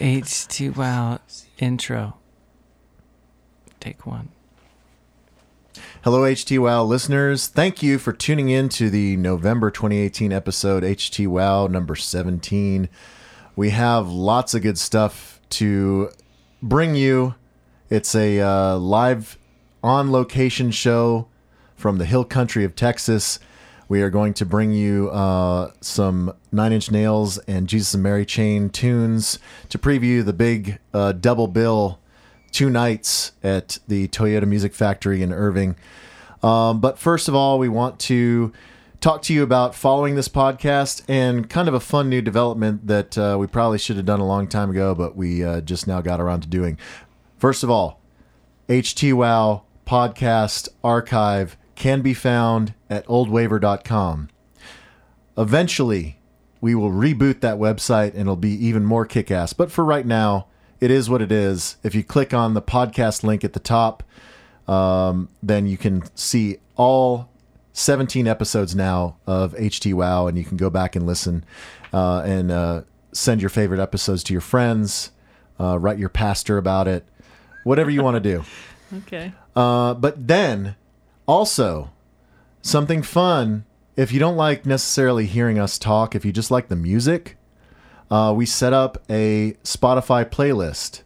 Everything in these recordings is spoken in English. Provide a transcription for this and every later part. H2 wow intro. Take one. Hello, HTWOW listeners. Thank you for tuning in to the November 2018 episode, HTWOW number 17. We have lots of good stuff to bring you. It's a uh, live on location show from the hill country of Texas. We are going to bring you uh, some Nine Inch Nails and Jesus and Mary Chain tunes to preview the big uh, double bill two nights at the Toyota Music Factory in Irving. Um, but first of all, we want to talk to you about following this podcast and kind of a fun new development that uh, we probably should have done a long time ago, but we uh, just now got around to doing. First of all, HTWOW podcast archive can be found at oldwaver.com. Eventually, we will reboot that website and it'll be even more kick ass. But for right now, it is what it is. If you click on the podcast link at the top, um, then you can see all 17 episodes now of HT Wow, and you can go back and listen uh, and uh, send your favorite episodes to your friends, uh, write your pastor about it, whatever you want to do. Okay. Uh, but then also something fun. If you don't like necessarily hearing us talk, if you just like the music, uh, we set up a Spotify playlist.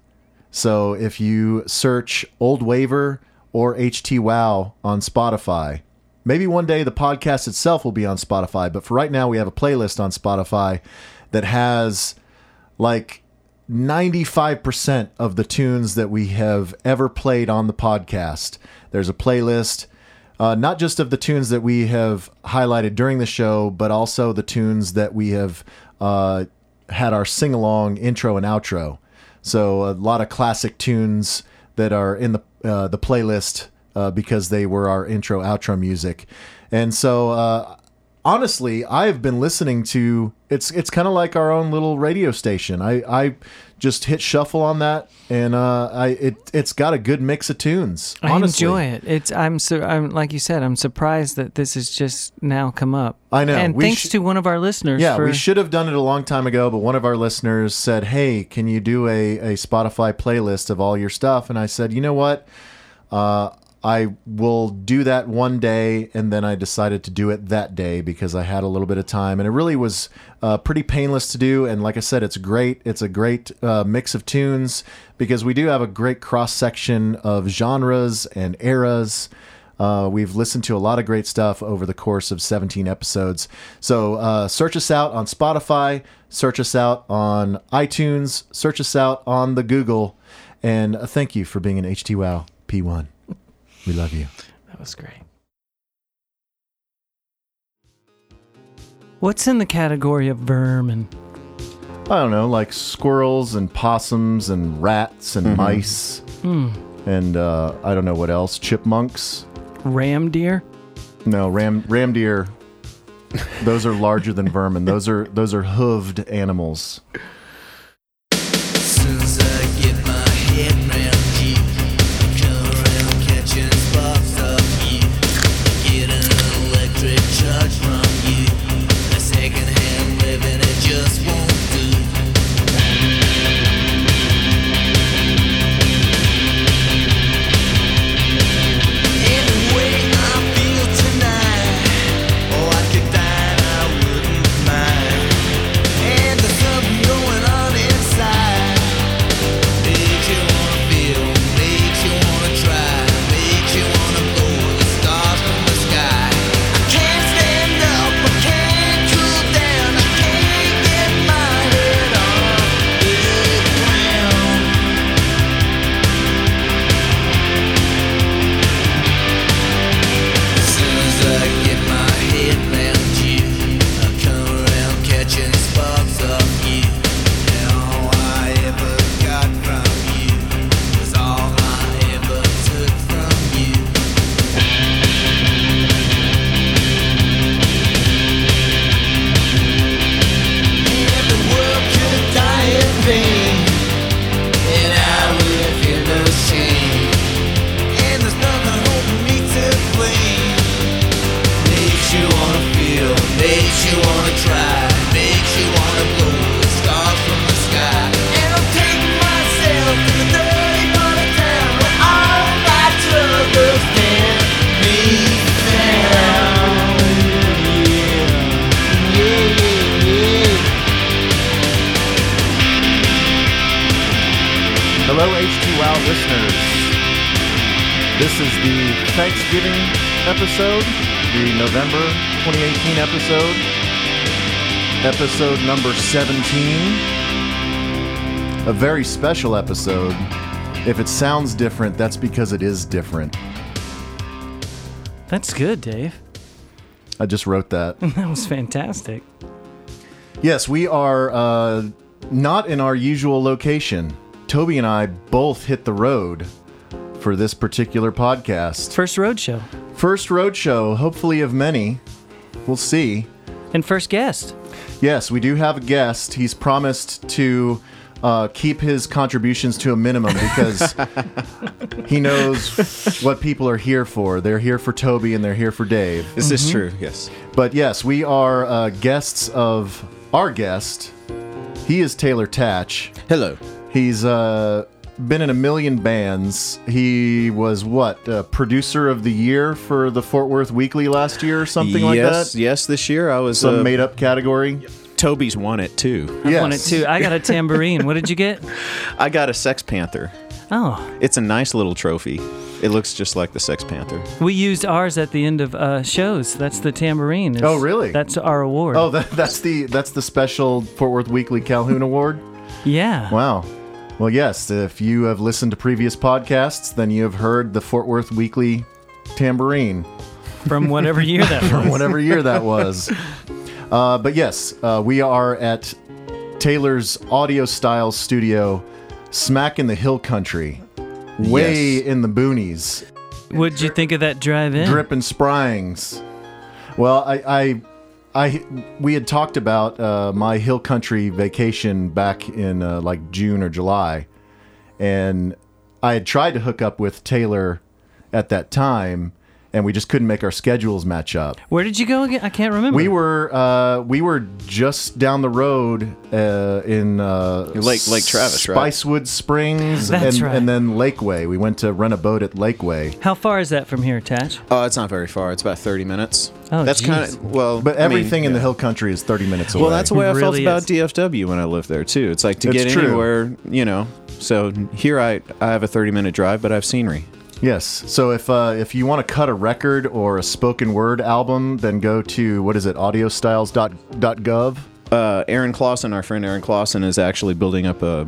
So if you search Old Waver or HT Wow on Spotify, maybe one day the podcast itself will be on Spotify. But for right now, we have a playlist on Spotify that has like 95% of the tunes that we have ever played on the podcast. There's a playlist, uh, not just of the tunes that we have highlighted during the show, but also the tunes that we have uh, had our sing along intro and outro. So a lot of classic tunes that are in the uh, the playlist uh, because they were our intro outro music, and so uh, honestly, I've been listening to it's it's kind of like our own little radio station. I I just hit shuffle on that, and uh, I it it's got a good mix of tunes. Honestly. I enjoy it. It's I'm so I'm like you said. I'm surprised that this has just now come up. I know. And We thanks sh- to one of our listeners. Yeah, for, we should have done it a long time ago, but one of our listeners said, "Hey, can you do a, a Spotify playlist of all your stuff?" And I said, "You know what? Uh, I will do that one day." And then I decided to do it that day because I had a little bit of time, and it really was uh, pretty painless to do. And like I said, it's great. It's a great uh, mix of tunes because we do have a great cross section of genres and eras. Uh, we've listened to a lot of great stuff over the course of 17 episodes. So uh, search us out on Spotify, search us out on iTunes, search us out on the Google. And uh, thank you for being an HTWOW P1. We love you. That was great. What's in the category of vermin? I don't know, like squirrels and possums and rats and mice and uh, I don't know what else. Chipmunks. Ram deer? No, ram ram deer. Those are larger than vermin. Those are those are hooved animals. Soon as I get my head round you, I come around catching sparks off you. I get an electric charge from you. That secondhand living it just won't do. Any way I feel tonight, oh I could die and I wouldn't mind. And there's something going Hello, HTWOW listeners. This is the Thanksgiving episode, the November 2018 episode, episode number 17. A very special episode. If it sounds different, that's because it is different. That's good, Dave. I just wrote that. That was fantastic. Yes, we are uh, not in our usual location. Toby and I both hit the road for this particular podcast. First road show First road show, hopefully of many. We'll see. and first guest. Yes, we do have a guest. He's promised to uh, keep his contributions to a minimum because he knows what people are here for. They're here for Toby and they're here for Dave. Is this true? Yes. But yes, we are uh, guests of our guest. He is Taylor Tatch. Hello. He's uh, been in a million bands. He was what uh, producer of the year for the Fort Worth Weekly last year or something like yes, that. yes. This year I was. Some uh, made up category. Toby's won it too. I wanted to. I got a tambourine. what did you get? I got a Sex Panther. Oh, It's a nice little trophy. It looks just like the Sex Panther. we used ours at the end of uh, shows. That's the tambourine. is- Oh, really? That's our award. Oh, that, that's the that's the special Fort Worth Weekly Calhoun Award. yeah. Wow. Well, yes. If you have listened to previous podcasts, then you have heard the Fort Worth Weekly tambourine. From whatever year that was. whatever year that was. Uh, but yes, uh, we are at Taylor's Audio Style Studio, smack in the hill country, way Yes. in the boonies, What'd you think of that drive-in? drip and springs. Well, I, I, I, we had talked about uh, my hill country vacation back in uh, like June or July, and I had tried to hook up with Taylor at that time, and we just couldn't make our schedules match up. Where did you go again? I can't Hmm. remember. We were uh, we were just down the road uh, in uh, Lake- Lake Travis, right? Spicewood Springs, That's and, right. and then Lakeway. We went to rent a boat at Lakeway, How far is that from here, Tatch? Oh, it's not very far. It's about thirty minutes. Oh, that's jeez. kind of well. but I mean, everything in the yeah. hill country is thirty minutes away. Well, that's the way I felt Really about is. DFW when I lived there too. It's like to It's get true. anywhere, you know. So here I I have a thirty minute drive, but I have scenery. yes. So if uh, if you want to cut a record or a spoken word album, then go to what is it audiostyles.gov. uh, Aaron Clausen, our friend Aaron Clausen, is actually building up a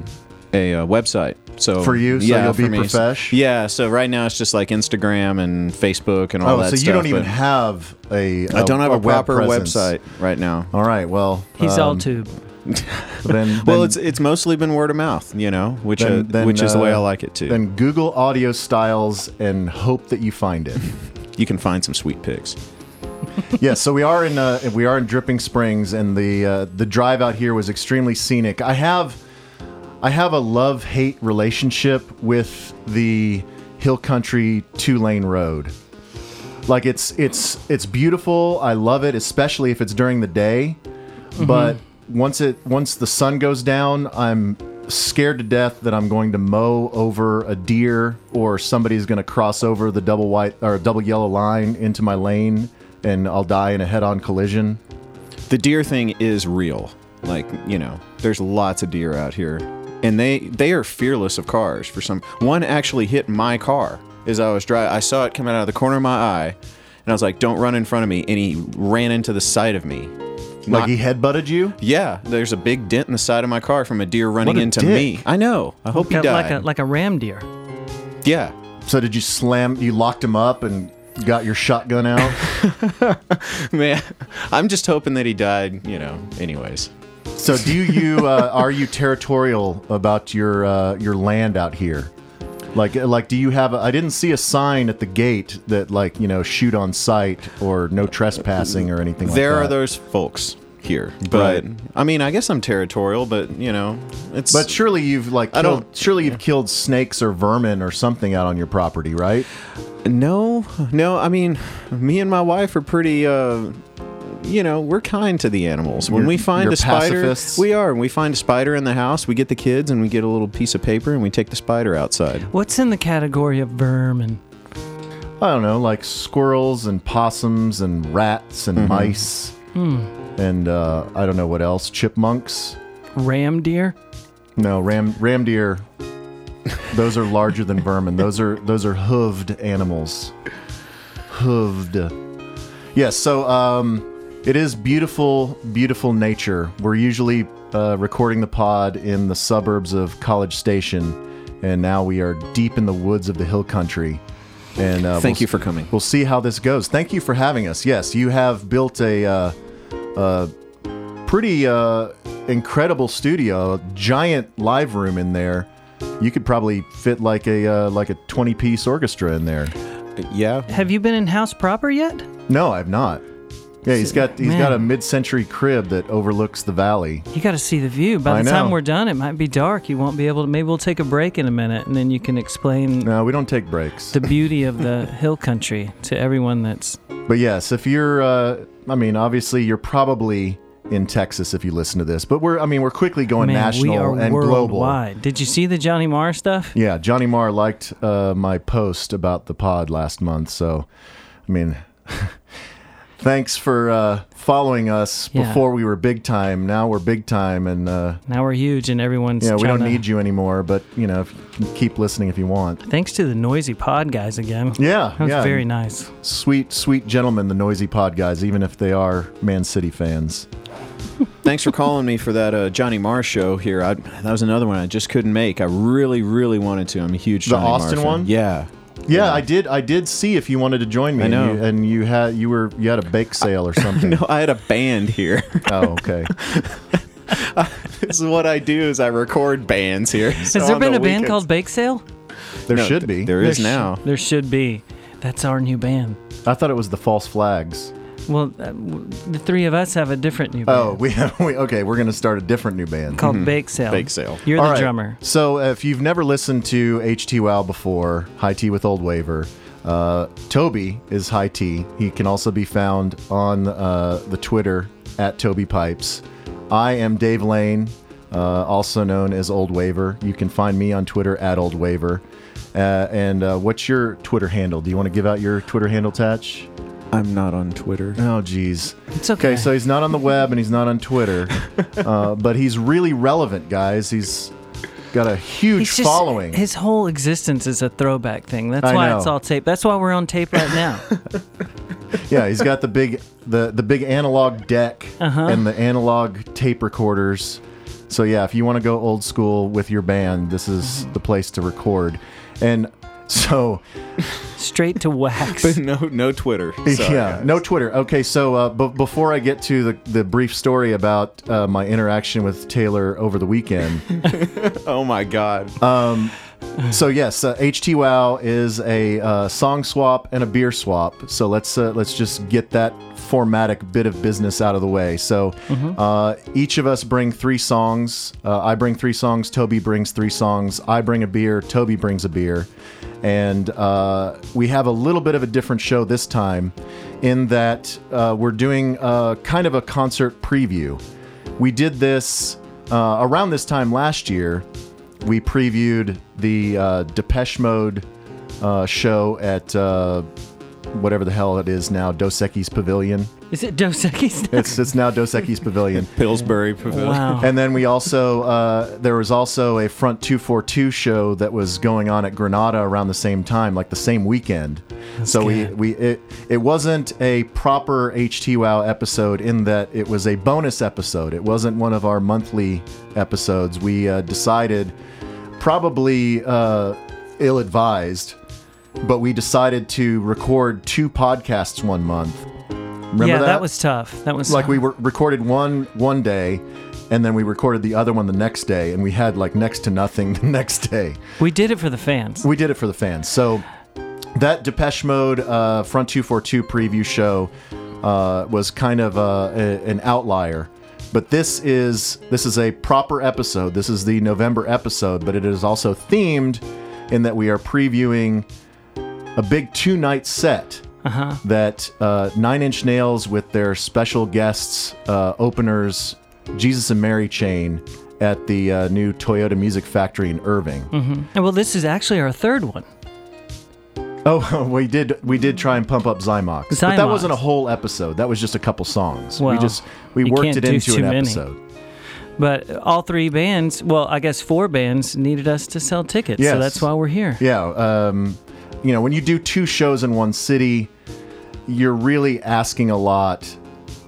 a, uh website. So For you? So yeah, you'll be for me. profesh? Yeah. So right now it's just like Instagram and Facebook and all Oh, that. so you stuff, don't even but have a. I don't have a, web proper presence. Oh, website right now. All right. Well, He's all um, tube. Then, then Well, it's it's mostly been word of mouth, you know, which uh, Then- then, which is the way uh, I like it too. Then Google audio styles and hope that you find it. you can find some sweet pigs. yeah, so we are in uh, we are in Dripping Springs, and the uh, the drive out here was extremely scenic. I have I have a love hate relationship with the hill country two lane road. Like it's it's it's beautiful. I love it, especially if it's during the day. But once it once the sun goes down, I'm scared to death that I'm going to mow over a deer or somebody's going to cross over the double white or double yellow line into my lane and I'll die in a head-on collision. The deer thing is real. Like you know, there's lots of deer out here, and they they are fearless of cars. For some, one actually hit my car as I was driving. I saw it coming out of the corner of my eye, and I was like, "Don't run in front of me!" And he ran into the side of me. Like he headbutted you? Yeah, there's a big dent in the side of my car from a deer running What a into dick. me. I know. I hope he Got like died. a like a ram deer. yeah. So did you slam you locked him up and got your shotgun out? Man, I'm just hoping that he died, you know, anyways. so do you uh, are you territorial about your uh, your land out here? Like uh, like do you have I I didn't see a sign at the gate that like, you know, shoot on sight or no trespassing or anything there are like that. those folks here. But Right. I mean, I guess I'm territorial, but you know, it's but surely you've like killed, I don't- surely you've killed snakes or vermin or something out on your property, right? No, no. I mean, me and my wife are pretty. Uh, you know, we're kind to the animals. When You're- we find you're a spider, pacifists? we are. When we find a spider in the house, we get the kids and we get a little piece of paper and we take the spider outside. What's in the category of vermin? I don't know, like squirrels and possums and rats Mm-hmm. and mice. Hmm. And uh, I don't know what else. Chipmunks? Ram deer? No, ram ram deer. Those are larger than vermin. Those are those are hooved animals. Hooved. Yes. so um, it is beautiful, beautiful nature. We're usually uh, recording the pod in the suburbs of College Station, and now we are deep in the woods of the hill country. And uh, Thank we'll- you for coming. We'll see how this goes. Thank you for having us. Yes, you have built a, uh, a pretty uh, incredible studio, a giant live room in there. You could probably fit like a uh, like a twenty piece orchestra in there. Yeah. Have you been in house proper yet? No, I've not. Yeah, he's got he's got a mid century crib that overlooks the valley. You got to see the view. By I the know. time we're done, it might be dark. You won't be able to. Maybe we'll take a break in a minute, and then you can explain No, we don't take breaks. the beauty of the hill country to everyone that's But yes, if you're, uh, I mean, obviously you're probably in Texas if you listen to this. But we're, I mean, we're quickly going man. national we are and global. worldwide. Did you see the Johnny Marr stuff? Yeah, Johnny Marr liked uh, my post about the pod last month. So, I mean, thanks for uh, following us Yeah. before we were big time. Now we're big time, and uh, Now we're huge, and everyone's yeah, we trying don't to- need you anymore. But you know, if you can keep listening if you want. Thanks to the noisy pod guys again. Yeah, That was yeah. very nice. Sweet, sweet gentlemen, the noisy pod guys, even if they are Man City fans. Thanks for calling me for that uh, Johnny Marr show here. I, that was another one I just couldn't make. I really, really wanted to. I'm a huge The Johnny Marr Austin fan. one? Yeah. Yeah, I did. I did see if you wanted to join me. I know. and you, and you had you were you had a bake sale or something. No, I had a band here. Oh, okay. this is what I do is I record bands here. So Has there on been the a band weekends- called Bake Sale? There No, should th- be. There is now. There should be. That's our new band. I thought it was the false flags. Well, uh, w- the three of us have a different new band Oh, we have. We, okay, we're gonna start a different new band. called Bake Sale. Bake Sale. You're All the right, drummer. So if you've never listened to HT Wow before, High Tea with Old Waver, uh, Toby is High Tea. He can also be found on uh, the Twitter at Toby Pipes. I am Dave Lane, uh, also known as Old Waver. You can find me on Twitter at Old Waver. Uh, and uh, what's your Twitter handle? Do you want to give out your Twitter handle, Tatch? I'm not on Twitter. Oh, geez. It's okay. so he's not on the web and he's not on Twitter, uh, but he's really relevant, guys. He's got a huge He's just- following. His whole existence is a throwback thing. That's I why know. it's all tape. That's why we're on tape right now. yeah, he's got the big the the big analog deck Uh-huh. and the analog tape recorders. So yeah, if you want to go old school with your band, this is Mm-hmm. the place to record. And so Straight to wax. No, no Twitter. Sorry, yeah, guys. no Twitter. Okay, so uh, but before I get to the, the brief story about uh, my interaction with Taylor over the weekend, Oh my God. So yes, uh, HTWow is a uh, song swap and a beer swap. So let's uh, let's just get that formatic bit of business out of the way. So uh, each of us bring three songs. Uh, I bring three songs. Toby brings three songs. I bring a beer. Toby brings a beer, and uh, we have a little bit of a different show this time, in that uh, we're doing uh, kind of a concert preview. We did this uh, around this time last year we previewed the uh, Depeche Mode uh, show at uh, whatever the hell it is now, Dos Equis Pavilion. Is it Dos Equis? It's it's now Dos Equis Pavilion. Pillsbury Pavilion. wow. And then we also uh, there was also a Front 242 show that was going on at Granada around the same time, like the same weekend. so good. we we it it wasn't a proper HTWow episode in that it was a bonus episode. It wasn't one of our monthly episodes. We uh, decided, probably uh, ill-advised, but we decided to record two podcasts one month. Remember yeah, that? that? was tough. That was like tough. we were, recorded one one day and then we recorded the other one the next day and we had like next to nothing the next day we did it for the fans. we did it for the fans so that depeche mode uh, front 242 preview show uh, was kind of uh, a, an outlier but this is this is a proper episode this is the november episode but it is also themed in that we are previewing a big two night set that uh, Nine Inch Nails with their special guests uh, openers Jesus and Mary chain at the uh, new Toyota Music Factory in Irving. And well, this is actually our third one. Oh, we did we did try and pump up Zymox, but that Zymox. wasn't a whole episode. That was just a couple songs. we Well, just we you worked can't it do into too an many. episode. But all three bands, well, I guess four bands, needed us to sell tickets. Yes. So that's why we're here. Yeah. Um, you know, when you do two shows in one city, you're really asking a lot.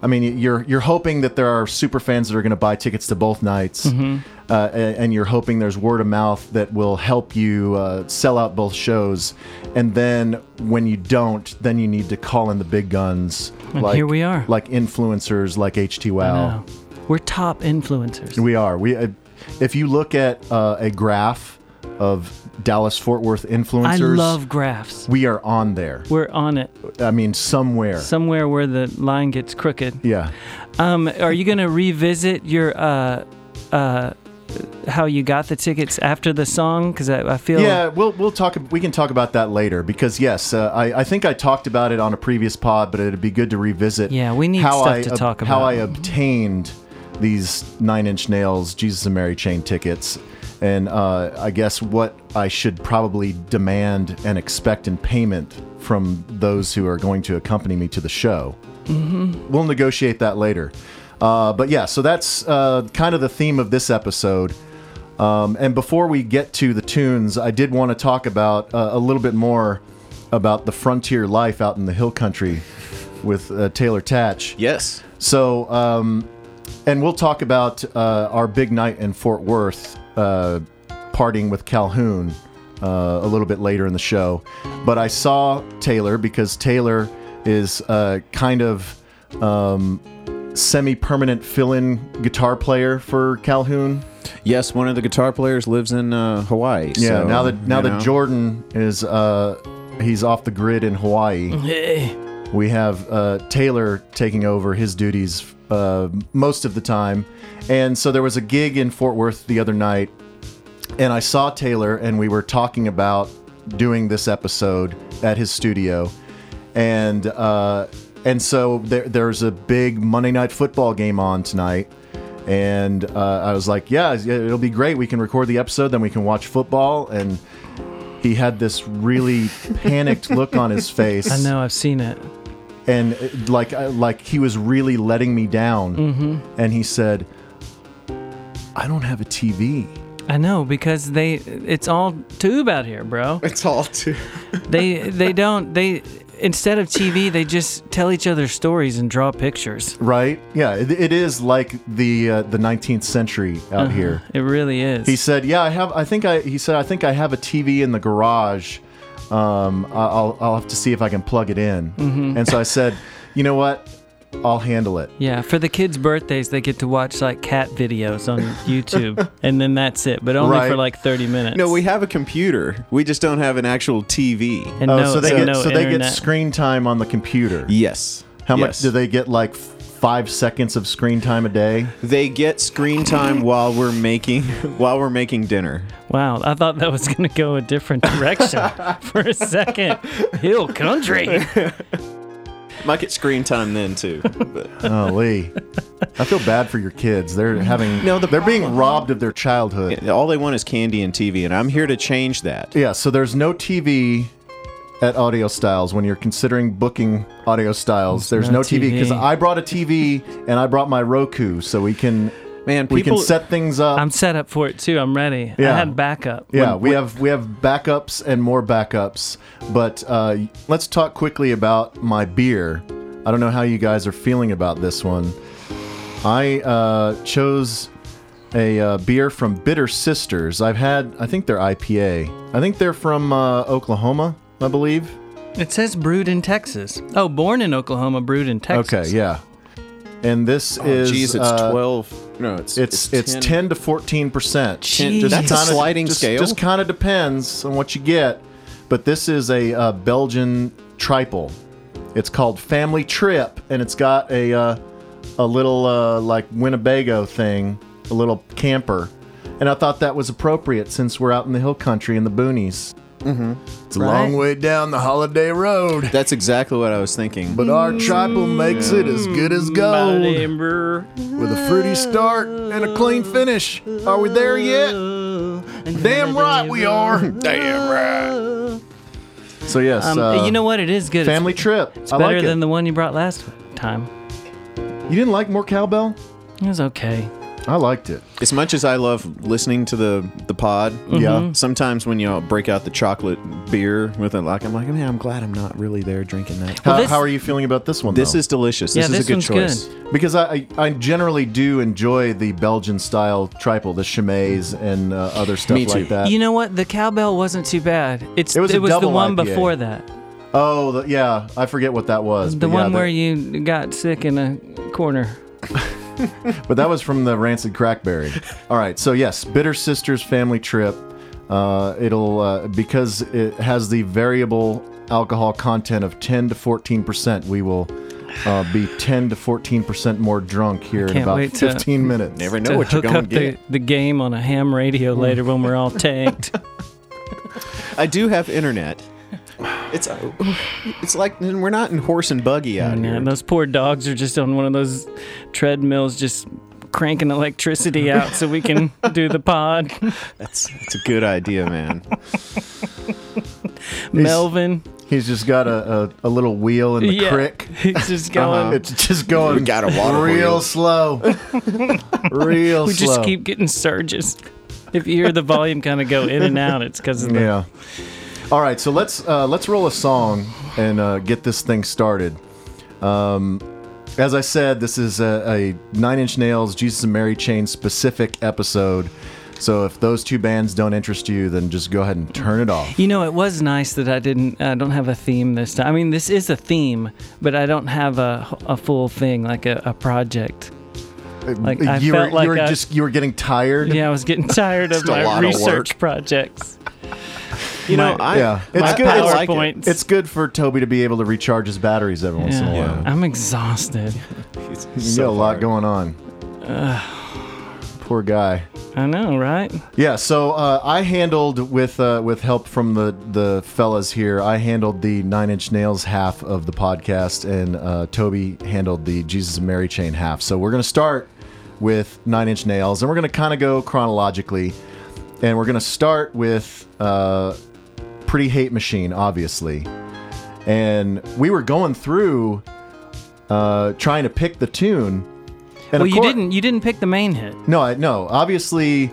I mean, you're you're hoping that there are super fans that are going to buy tickets to both nights, Mm-hmm. uh, a- and you're hoping there's word of mouth that will help you uh, sell out both shows. And then when you don't, then you need to call in the big guns. And here we are. like influencers, like HT Wow. Wow. We're top influencers. We are. We, uh, if you look at uh, a graph of Dallas Fort Worth influencers, I love graphs. we are on there. We're on it. I mean, somewhere. Somewhere where the line gets crooked. yeah. Um, are you gonna revisit your uh, uh, how you got the tickets after the song? Because I, I feel Yeah, we'll we'll talk. We can talk about that later because yes, uh, I I think I talked about it on a previous pod, but it'd be good to revisit. Yeah, we need how stuff I to ob- talk How about. I obtained these Nine Inch Nails, Jesus and Mary Chain tickets, and uh, I guess what I should probably demand and expect in payment from those who are going to accompany me to the show. we'll negotiate that later. Uh, but yeah, so that's uh, kind of the theme of this episode. Um, and before we get to the tunes, I did want to talk about uh, a little bit more about the frontier life out in the hill country with uh, Taylor Tatch. Yes. So, um, and we'll talk about uh, our big night in Fort Worth, uh, partying with Calhoun uh, a little bit later in the show. But I saw Taylor because Taylor is uh, kind of um, semi-permanent fill-in guitar player for Calhoun. Yes, one of the guitar players lives in uh, Hawaii. Yeah. so, now that now you that know. Jordan is uh, he's off the grid in Hawaii. Eh. We have uh, Taylor taking over his duties uh, most of the time. And so there was a gig in Fort Worth the other night, and I saw Taylor, and we were talking about doing this episode at his studio. And, uh, and so there, there's a big Monday night football game on tonight. And uh, I was like, yeah, it'll be great. We can record the episode, then we can watch football. And he had this really panicked look on his face I know I've seen it. and uh, like I- like he was really letting me down Mm-hmm. and he said i don't have a tv I know because they it's all tube out here, bro. it's all too. they they don't they instead of TV they just tell each other stories and draw pictures. right yeah it, it is like the uh, the 19th century Uh-huh. out here It really is. he said yeah i have i think i he said i think i have a tv in the garage um I- i'll i'll have to see if i can plug it in Mm-hmm. and so i said you know what i'll handle it yeah, for the kids' birthdays, they get to watch like cat videos on YouTube, and then that's it, but only Right. for like 30 minutes. No, we have a computer. We just don't have an actual TV. and oh no, so they and get no so they internet. get screen time on the computer yes. how much Yes. do they get like five seconds of screen time a day They get screen time while we're making while we're making dinner. Wow, I thought that was going to go a different direction for a second. Hill country. Might get screen time then too. But Oh, Lee. I feel bad for your kids. They're having no, No, the they're being robbed of their childhood. Yeah. all they want is candy and TV, and I'm here to change that. so there's no TV at Audio Styles when you're considering booking Audio Styles. There's no, no TV TV. because I brought a TV and I brought my Roku so we can Man, people we can set things up. I'm set up for it too. I'm ready. Yeah. I had backup. yeah, when- we when- have we have backups and more backups. But uh, let's talk quickly about my beer. I don't know how you guys are feeling about this one. I uh, chose a uh, beer from Bitter Sisters. I've had, I think they're IPA. I think they're from uh, Oklahoma, I believe. It says brewed in Texas. Oh, born in Oklahoma, brewed in Texas. Okay, yeah. And this Oh, is Jeez, it's uh, twelve. No, it's It's it's ten, to fourteen percent. Jeez. That's a sliding just, scale? Just kind of depends on what you get, but this is a uh, Belgian triple. It's called Family Trip, and it's got a uh, a little uh, like Winnebago thing, a little camper, and I thought that was appropriate since we're out in the hill country in the boonies. Mm-hmm. It's a long Right. way down the holiday road, That's exactly what I was thinking. but our triple makes it as good as gold Gold. with a fruity start and a clean finish. Are we there yet? Damn right we are. Damn right. So yes, Um, uh, you know what? It is good. It's- family trip. It's I better like than it. the one you brought last time. you didn't like more cowbell? It was okay. I I liked it. As much as I love listening to the the pod, Yeah. Sometimes when you all break out the chocolate beer with it, like I'm like, man, I'm glad I'm not really there drinking that. How, Well, this- how are you feeling about this one? This though? is delicious. Yeah, This is this a good one's choice. good. because I, I I generally do enjoy the Belgian style triple, the chimays and uh, other stuff Me like too. that. You know what? The cowbell wasn't too bad. It's It was a the double one IPA. before that. oh the, yeah, I forget what that was. The but yeah, one that- where you got sick in a corner. But that was from the rancid crackberry. All right, so yes, Bitter Sisters family trip. Uh, it'll uh, because it has the variable alcohol content of 10 to 14 percent. We will uh, be 10 to 14 percent more drunk here in can't about wait to- 15 minutes. Never know To what you're hook gonna up the, get. the game on a ham radio Mm. later when we're all tanked. I do have internet. It's uh, it's like and we're not in horse and buggy out here. Man, uh, those poor dogs are just on one of those treadmills, just cranking electricity out so we can do the pod. That's that's a good idea, man. Melvin, He's just got a, a, a little wheel in the yeah, Uh-huh. crick. Uh-huh. he's just going. It's just going We got a water real wheel. slow. real We slow. just keep getting surges. If you hear the volume kind of go in and out, it's because of the. Yeah. All right, so let's uh, let's roll a song and uh, get this thing started. Um, as I said, this is a, a Nine Inch Nails Jesus and Mary Chain specific episode. So if those two bands don't interest you, then just go ahead and turn it off. You know, it was nice that I didn't. I don't have a theme this time. I mean, this is a theme, but I don't have a a full thing like a, a project. Like, I you felt were like you were I- just you were getting tired. Yeah, I was getting tired of Just a my lot of research work. projects. You know, I yeah. It's I- good. I It's- like it. PowerPoint. It's good for Toby to be able to recharge his batteries every once in a Yeah. while. Yeah. I'm exhausted. It's You so got a lot hard. going on. Poor guy. I know, right? Yeah, so uh, I handled with uh, with help from the the fellas here. I handled the Nine Inch Nails half of the podcast, and uh, Toby handled the Jesus and Mary Chain half. So we're gonna start with Nine Inch Nails, and we're gonna kind of go chronologically, and we're gonna start with uh, Pretty Hate Machine, obviously, and we were going through uh, trying to pick the tune. And well, of you cour- didn't. You didn't pick the main hit. no, I, no. Obviously,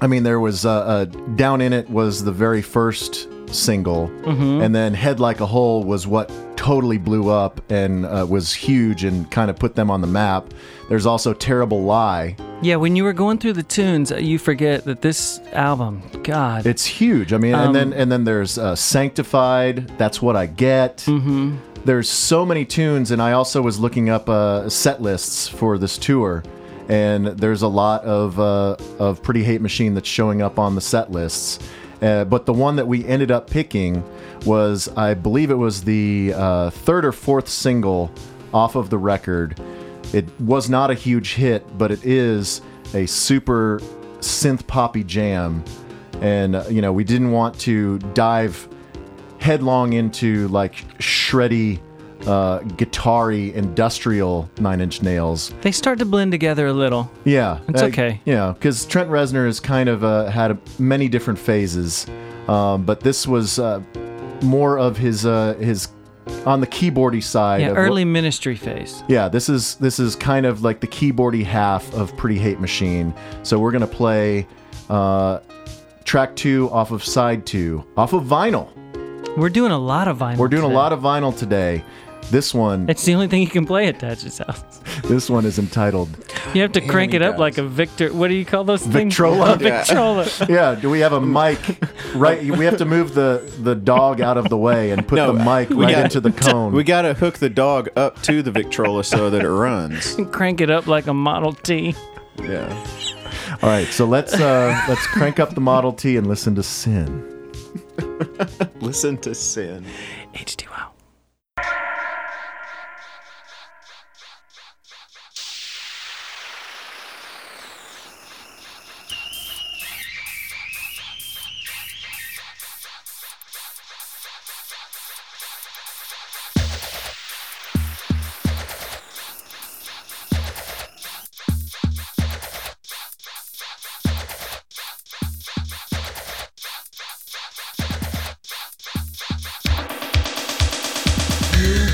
I mean, there was uh, uh, "Down in It" was the very first single, and then "Head Like a Hole" was what totally blew up and uh, was huge and kind of put them on the map. There's also "Terrible Lie." Yeah, when you were going through the tunes, uh, you forget that this album. God, It's huge. I mean, and then and then there's uh, "Sanctified." That's what I get. There's so many tunes, and I also was looking up uh, set lists for this tour, and there's a lot of uh, of Pretty Hate Machine that's showing up on the set lists. Uh, but the one that we ended up picking was, I believe it was the uh, third or fourth single off of the record. It was not a huge hit, but it is a super synth poppy jam and uh, you know we didn't want to dive headlong into like shreddy uh guitar-y industrial nine inch nails they start to blend together a little. yeah It's uh, okay. yeah because trent reznor has kind of uh, had a, many different phases um, but this was uh, more of his uh his on the keyboardy side Yeah, of what- early ministry phase. yeah, this is this is kind of like the keyboardy half of Pretty Hate Machine. So we're gonna play uh, track two off of side two, off of vinyl. We're doing a lot of vinyl. We're doing today. a lot of vinyl today. This one, It's the only thing you can play at Dodge's house. this one is entitled. You have to crank you it up guys. like a Victor. What do you call those things? Victrola? A Victrola. Yeah, do we have a mic? Right, we have to move the the dog out of the way and put No, the mic we right got- into the cone. We gotta hook the dog up to the Victrola so that it runs. crank it up like a Model T. Yeah. All right, so let's uh, let's crank up the Model T and listen to Sin. Listen to Sin. H2O. Thank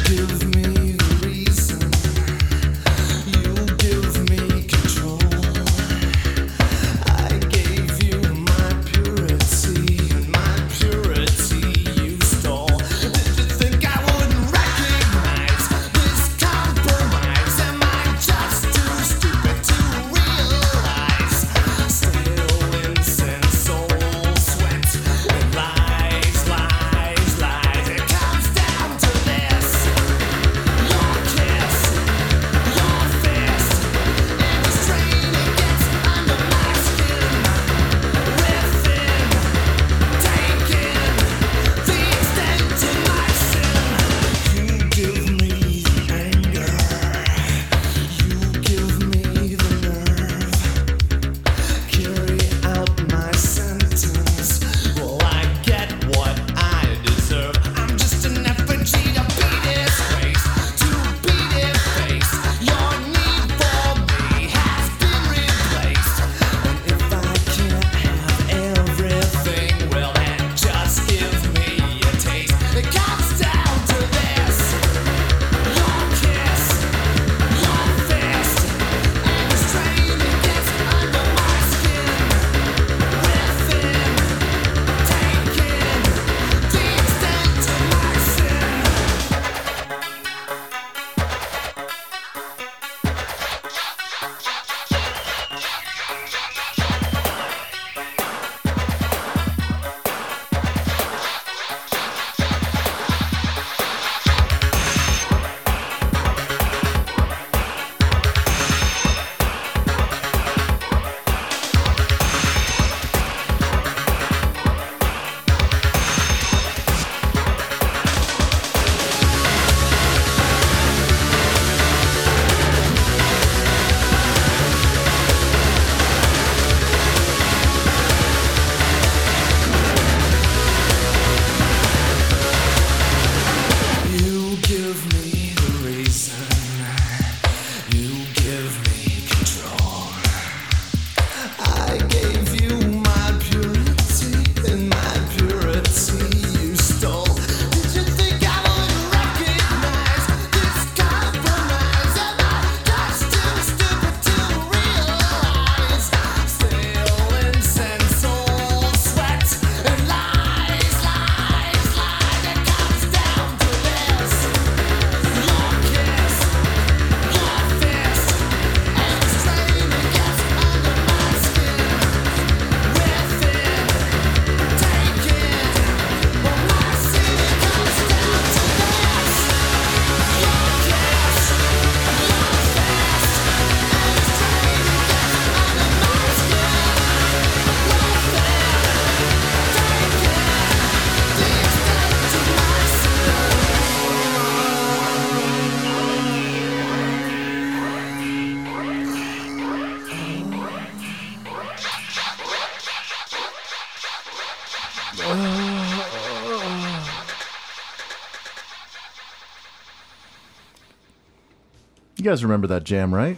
You guys remember that jam, right?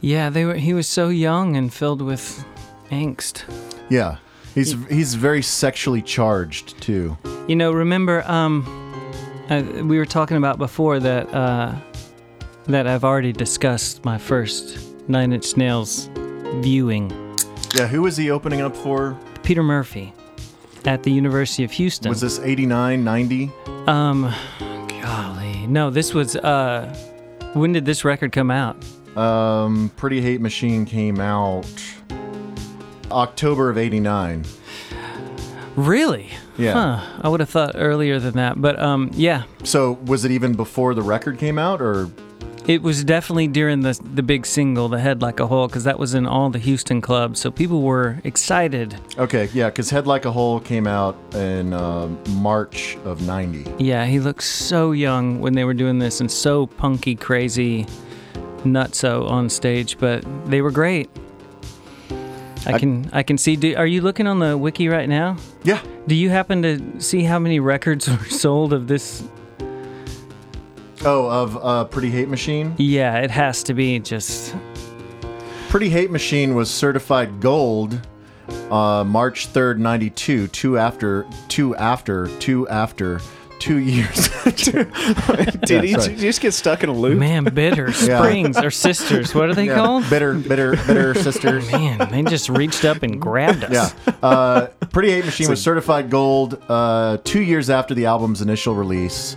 Yeah, they were. He was so young and filled with angst. Yeah. He's he's very sexually charged too. You know, remember um, I, we were talking about before that uh, that I've already discussed my first Nine Inch Nails viewing. Yeah, who was he opening up for? Peter Murphy at the University of Houston. Was this 89, 90? Um, golly, no, this was. Uh, when did this record come out? Um, Pretty Hate Machine came out October of 89. Really? Yeah. Huh. I would have thought earlier than that, but um, yeah, So was it even before the record came out or it was definitely during the the big single, "The Head Like a Hole," because that was in all the Houston clubs, so people were excited. Okay, yeah, because Head Like a Hole came out in um March of 90. Yeah, he looked so young when they were doing this and so punky, crazy, nutso on stage, but they were great. I can I can see. Do, are you looking on the wiki right now? Yeah. Do you happen to see how many records were sold of this? Oh, of uh, Pretty Hate Machine? Yeah, it has to be just Pretty Hate Machine was certified gold uh, March 3rd, 92, two after, two after, two after, two years. Did he sorry. did he just get stuck in a loop? man bitter springs or sisters. What are they called? bitter, bitter, bitter sisters. Man, they just reached up and grabbed us. Yeah. Uh, Pretty Hate Machine was certified gold uh, two years after the album's initial release.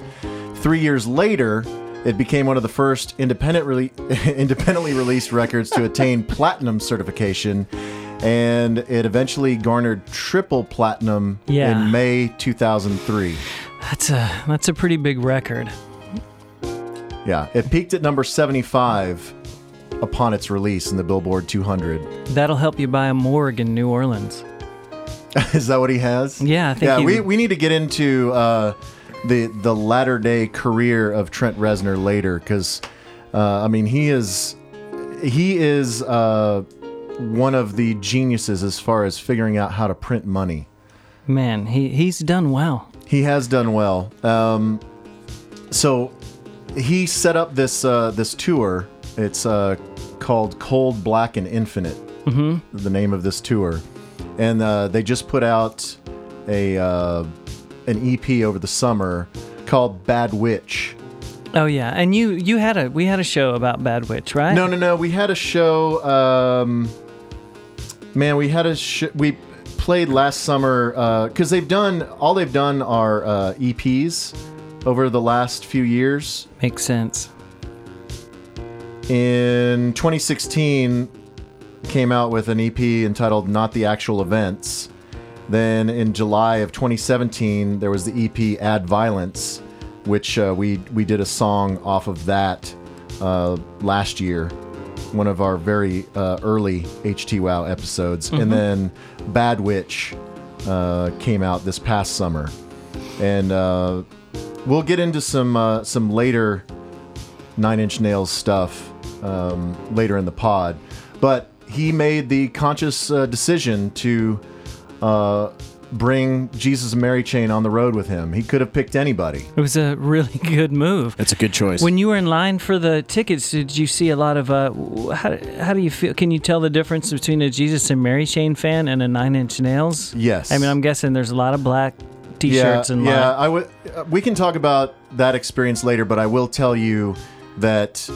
Three years later, it became one of the first independent rele- independently released records to attain platinum certification, and it eventually garnered triple platinum Yeah. in May 2003. That's a that's a pretty big record. Yeah, it peaked at number 75 upon its release in the Billboard 200. That'll help you buy a morgue in New Orleans. Is that what he has? Yeah, I think yeah. he- We, we need to get into uh, the the latter day career of Trent Reznor later because uh, I mean he is he is uh, one of the geniuses as far as figuring out how to print money. Man, he he's done well. He has done well. Um, so he set up this uh, this tour. It's uh, called Cold Black and Infinite. Mm-hmm. The name of this tour, and uh, they just put out a uh, an EP over the summer called Bad Witch. Oh yeah, and you you had a we had a show about Bad Witch, right? No, no, no. We had a show. Um, man, we had a sh- we played last summer because they've done all they've done are uh, EPs over the last few years. makes sense. In 2016, came out with an EP entitled "Not the Actual Events." Then in July of 2017, there was the EP "Add Violence," which uh, we we did a song off of that uh, last year, one of our very uh, early HT Wow episodes. And then "Bad Witch" uh, came out this past summer, and uh, we'll get into some uh, some later Nine Inch Nails stuff um, later in the pod, but he made the conscious uh, decision to uh, bring Jesus and Mary Chain on the road with him. He could have picked anybody. It was a really good move. That's a good choice. When you were in line for the tickets, did you see a lot of uh? w- How, how do you feel? Can you tell the difference between a Jesus and Mary Chain fan and a Nine Inch Nails? Yes. I mean, I'm guessing there's a lot of black T-shirts and yeah. lot- I would. uh, We can talk about that experience later, but I will tell you that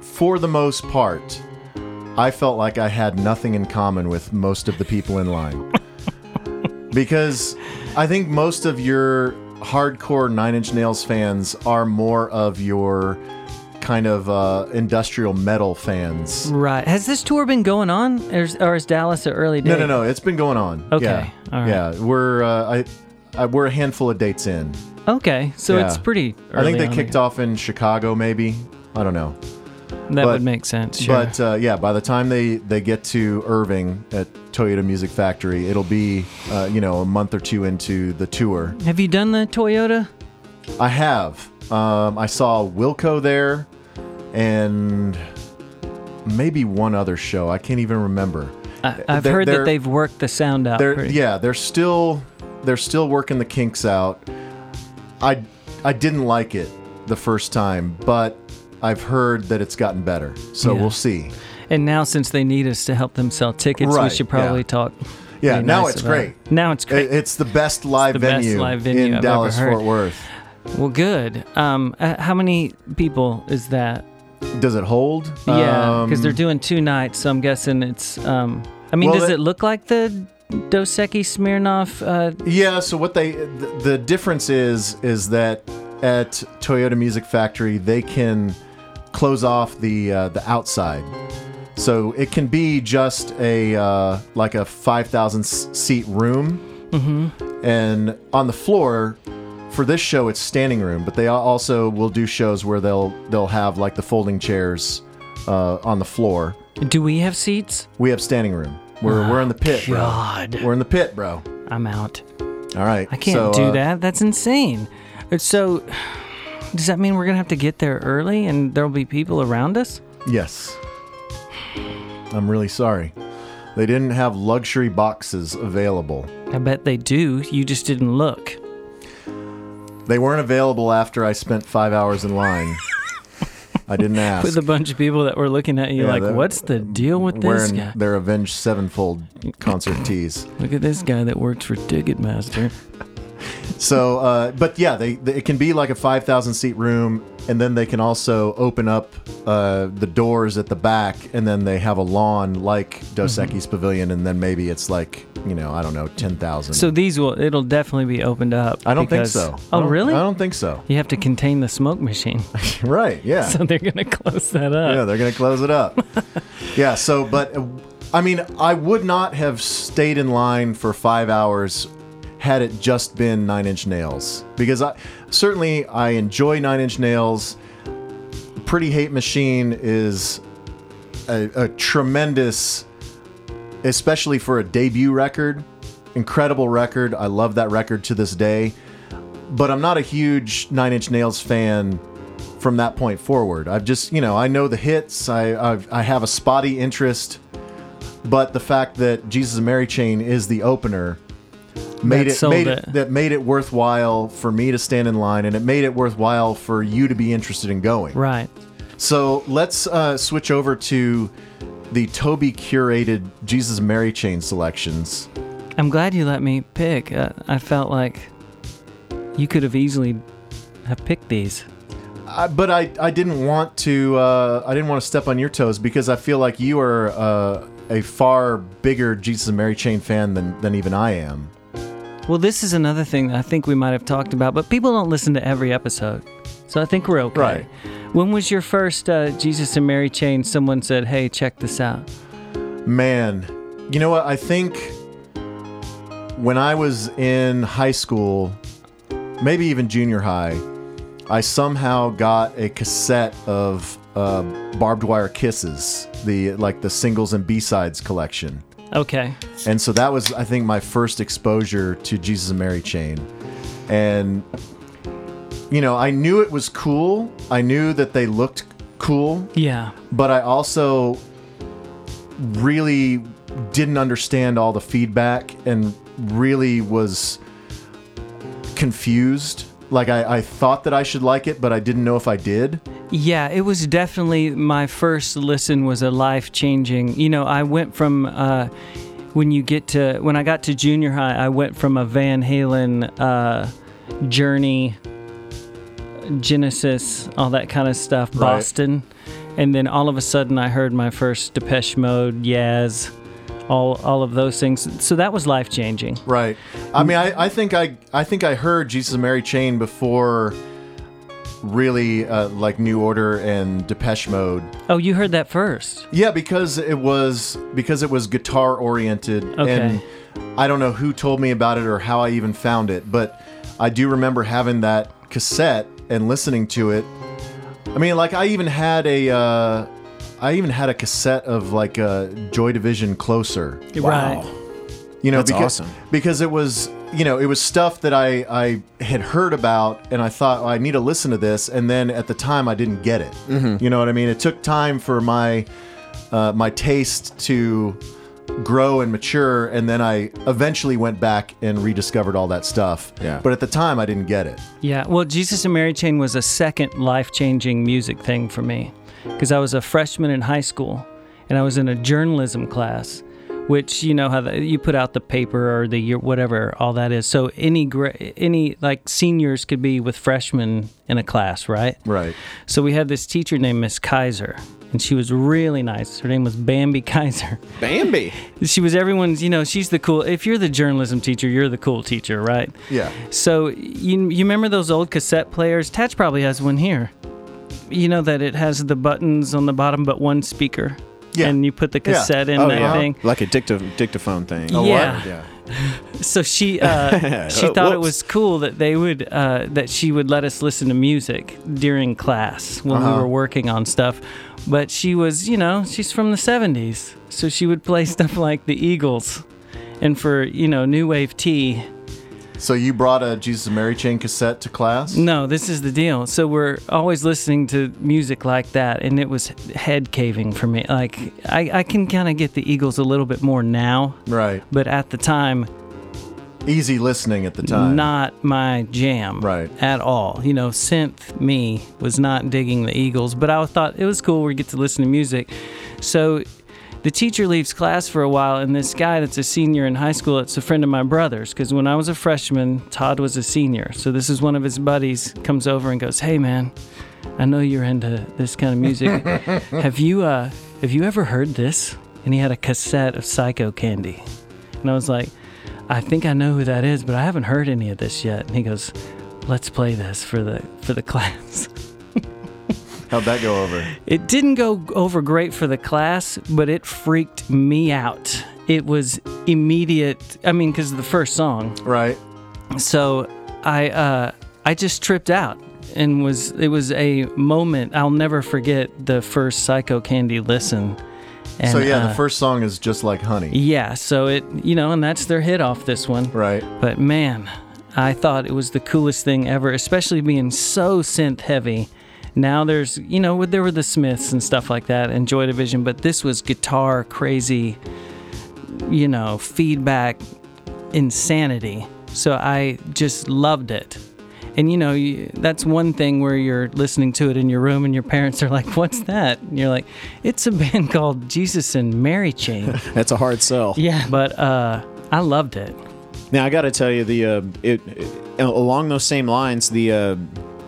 for the most part, I felt like I had nothing in common with most of the people in line because I think most of your hardcore Nine Inch Nails fans are more of your kind of uh, industrial metal fans. Right. Has this tour been going on, or is, or is Dallas an early date? No, no, no. It's been going on. Okay, Yeah. all right. Yeah. We're uh, I, I we're a handful of dates in. no. Okay, so Yeah. it's pretty. I think early they on. kicked off in Chicago, maybe. I don't know. That but- would make sense. Sure. But uh, yeah, by the time they, they get to Irving at Toyota Music Factory, it'll be uh, you know a month or two into the tour. Have you done the Toyota? I have. Um, I saw Wilco there, and maybe one other show. I can't even remember. I, I've They're- heard they're- that they've worked the sound out. They're pretty- yeah, they're still they're still working the kinks out. I I didn't like it the first time, but I've heard that it's gotten better. So Yeah. we'll see. And now, since they need us to help them sell tickets, we Right, should probably yeah. talk. Yeah, be now nice it's about great. it. Now it's great. It- It's the best live, the best venue, live venue I've in ever Dallas heard. Fort Worth. well, good. Um, uh, how many people is that? Does it hold? Yeah, because they're Um, doing two nights, so I'm guessing it's. Um, I mean, Well, does that- it look like the Dos Equis Smirnoff? Uh, Yeah, so what they th- the difference is is that at Toyota Music Factory they can close off the uh, the outside. So it can be just a uh, like a 5000 s- seat room. Mm-hmm. And on the floor for this show it's standing room, but they al- also will do shows where they'll they'll have like the folding chairs uh, on the floor. do we have seats? We have standing room. We're, we're in the pit, bro. God. We're in the pit, bro. I'm out. All right. I can't uh, do that. That's insane. It's So, does that mean we're gonna have to get there early and there'll be people around us? Yes. I'm really sorry. They didn't have luxury boxes available. I bet they do. You just didn't look. They weren't available after I spent five hours in line. I didn't ask. With a bunch of people that were looking at you Yeah, like, that- what's the deal with this Wearing guy? their Avenged Sevenfold concert tees. Look at this guy that works for Ticketmaster. So, uh, but yeah, they, they it can be like a five thousand seat room, and then they can also open up uh, the doors at the back, and then they have a lawn like Dos Mm-hmm. Equis Pavilion, and then maybe it's like you know I don't know ten thousand. So these will, it'll definitely be opened up. I don't because- think so. I Oh, don't- really? I don't think so. You have to contain the smoke machine. Right? Yeah. so they're going to close that up. yeah, they're gonna close it up. yeah. So, but uh, I mean, I would not have stayed in line for five hours had it just been Nine Inch Nails because I certainly I enjoy Nine Inch Nails. Pretty Hate Machine is a, a tremendous, especially for a debut record, incredible record. I love that record to this day. But I'm not a huge Nine Inch Nails fan from that point forward. I've just, you know, I know the hits. I I've, I have a spotty interest, but the fact that Jesus and Mary Chain is the opener made That it sold made it. it that made it worthwhile for me to stand in line, and it made it worthwhile for you to be interested in going. Right. So let's uh, switch over to the Toby curated Jesus and Mary Chain selections. I'm glad you let me pick. Uh, I felt like you could have easily have picked these. I, but I, I didn't want to uh, I didn't want to step on your toes because I feel like you are uh, a far bigger Jesus and Mary Chain fan than, than even I am. Well, this is another thing that I think we might have talked about, but people don't listen to every episode. So I think we're okay. Right. When was your first uh, Jesus and Mary chain? Someone said, hey, check this out. Man, you know what? I think when I was in high school, maybe even junior high, I somehow got a cassette of uh, Barbed Wire Kisses, the like the singles and B sides collection. Okay. And so that was, I think, my first exposure to Jesus and Mary Chain. And, you know, I knew it was cool. I knew that they looked cool, Yeah. but I also really didn't understand all the feedback and really was confused. Like, I, I thought that I should like it, but I didn't know if I did. Yeah, it was definitely my first listen was a life changing. You know, I went from uh, when you get to when I got to junior high, I went from a Van Halen, uh, Journey, Genesis, all that kind of stuff, Boston, and then all of a sudden I heard my first Depeche Mode, Yaz, all all of those things. So that was life changing. Right. I mean, I, I think I I think I heard Jesus and Mary Chain before really uh, like New Order and Depeche Mode. Oh, you heard that first? Yeah, because it was because it was guitar oriented Okay. and I don't know who told me about it or how I even found it, but I do remember having that cassette and listening to it. I mean, like I even had a uh, I even had a cassette of like uh, Joy Division Closer. Right. You know, That's because, awesome. because it was, you know, it was stuff that I, I had heard about and I thought, "Oh, I need to listen to this. And then at the time, I didn't get it. You know what I mean? It took time for my, uh, my taste to grow and mature. And then I eventually went back and rediscovered all that stuff. Yeah. But at the time, I didn't get it. Yeah, well, Jesus and Mary Chain was a second life changing music thing for me because I was a freshman in high school and I was in a journalism class, which you know how the, you put out the paper or the year, whatever all that is. So any gra- any like seniors could be with freshmen in a class, right? Right. So we had this teacher named Miss Kaiser, and she was really nice. Her name was Bambi Kaiser. Bambi. She was everyone's, you know, she's the cool. If you're the journalism teacher, you're the cool teacher, right? Yeah. So you you remember those old cassette players? Tatch probably has one here. You know that it has the buttons on the bottom, but one speaker. Yeah. And you put the Yeah. cassette in that thing. Oh, Like a dicta- dictaphone thing. Oh, Yeah. what? Yeah. So she uh, she Oh, thought it whoops. was cool that they would uh, that she would let us listen to music during class when Uh-huh. we were working on stuff. But she was, you know, she's from the '70s, so she would play stuff like the Eagles, and for you know, new wave tea. So you brought a Jesus and Mary Chain cassette to class? No, this is the deal. So we're always listening to music like that, and it was head caving for me. Like I, I can kind of get the Eagles a little bit more now, Right. but at the time, Easy listening at the time. not my jam, Right. At all. You know, synth me was not digging the Eagles, but I thought it was cool. We get to listen to music. So the teacher leaves class for a while, and this guy that's a senior in high school, it's a friend of my brother's, because when I was a freshman, Todd was a senior. So this is one of his buddies comes over and goes, "Hey, man, I know you're into this kind of music. have you uh, have you ever heard this?" And he had a cassette of Psycho Candy, and I was like. I think I know who that is, but I haven't heard any of this yet. And he goes, "Let's play this for the for the class." How'd that go over? It didn't go over great for the class, but it freaked me out. It was immediate. I mean, because of the first song, Right. so I uh, I just tripped out and was it was a moment I'll never forget. The first Psycho Candy listen. And, so yeah, uh, the first song is just like honey. yeah. So it you know, and that's their hit off this one. Right. But man, I thought it was the coolest thing ever, especially being so synth heavy. Now there's, you know, there were the Smiths and stuff like that and Joy Division, but this was guitar crazy, you know, feedback insanity. So I just loved it. And you know, you, that's one thing where you're listening to it in your room and your parents are like, "What's that?" And you're like, "It's a band called Jesus and Mary Chain." That's a hard sell. yeah, but uh I loved it. Now I got to tell you the uh, it, it- along those same lines the uh,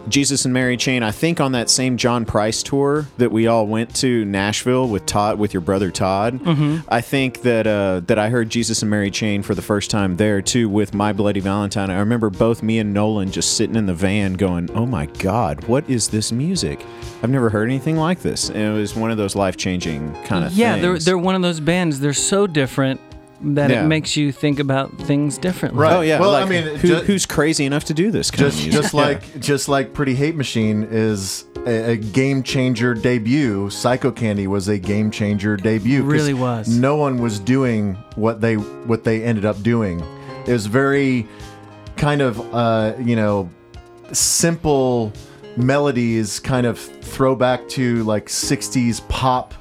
Jesus and Mary Chain I think on that same John Price tour that we all went to Nashville with Todd with your brother Todd Mm-hmm. I think that uh, that I heard Jesus and Mary Chain for the first time there too with My Bloody Valentine I remember both me and Nolan just sitting in the van going oh my god what is this music I've never heard anything like this and it was one of those life changing kind of Yeah, things. they're they're one of those bands. They're so different that Yeah. it makes you think about things differently. Right. oh yeah Well, like, I mean, who, ju- who's crazy enough to do this kind of Just music? just like just like Pretty Hate Machine is a, a game changer debut. Psycho Candy was a game changer debut. 'cause really was. No one was doing what they what they ended up doing. It was very kind of uh, you know simple melodies, kind of throwback to like '60s pop.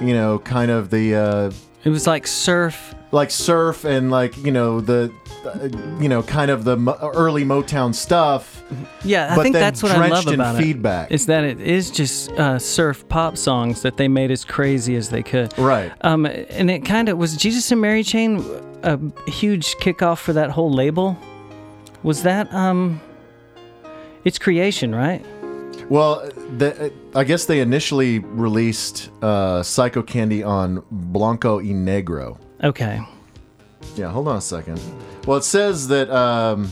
You know, kind of the. Uh, It was like surf. like surf and like you know the uh, you know kind of the mo- early Motown stuff. Yeah, I But think then that's what I love drenched in about feedback. it. Is that it is just uh, surf pop songs that they made as crazy as they could. Right. Um, and it kind of was Jesus and Mary Chain a huge kickoff for that whole label. Was that um, it's creation, right? Well, the, I guess they initially released uh, Psycho Candy on Blanco y Negro. Okay. Yeah, hold on a second. Well, it says that. Um,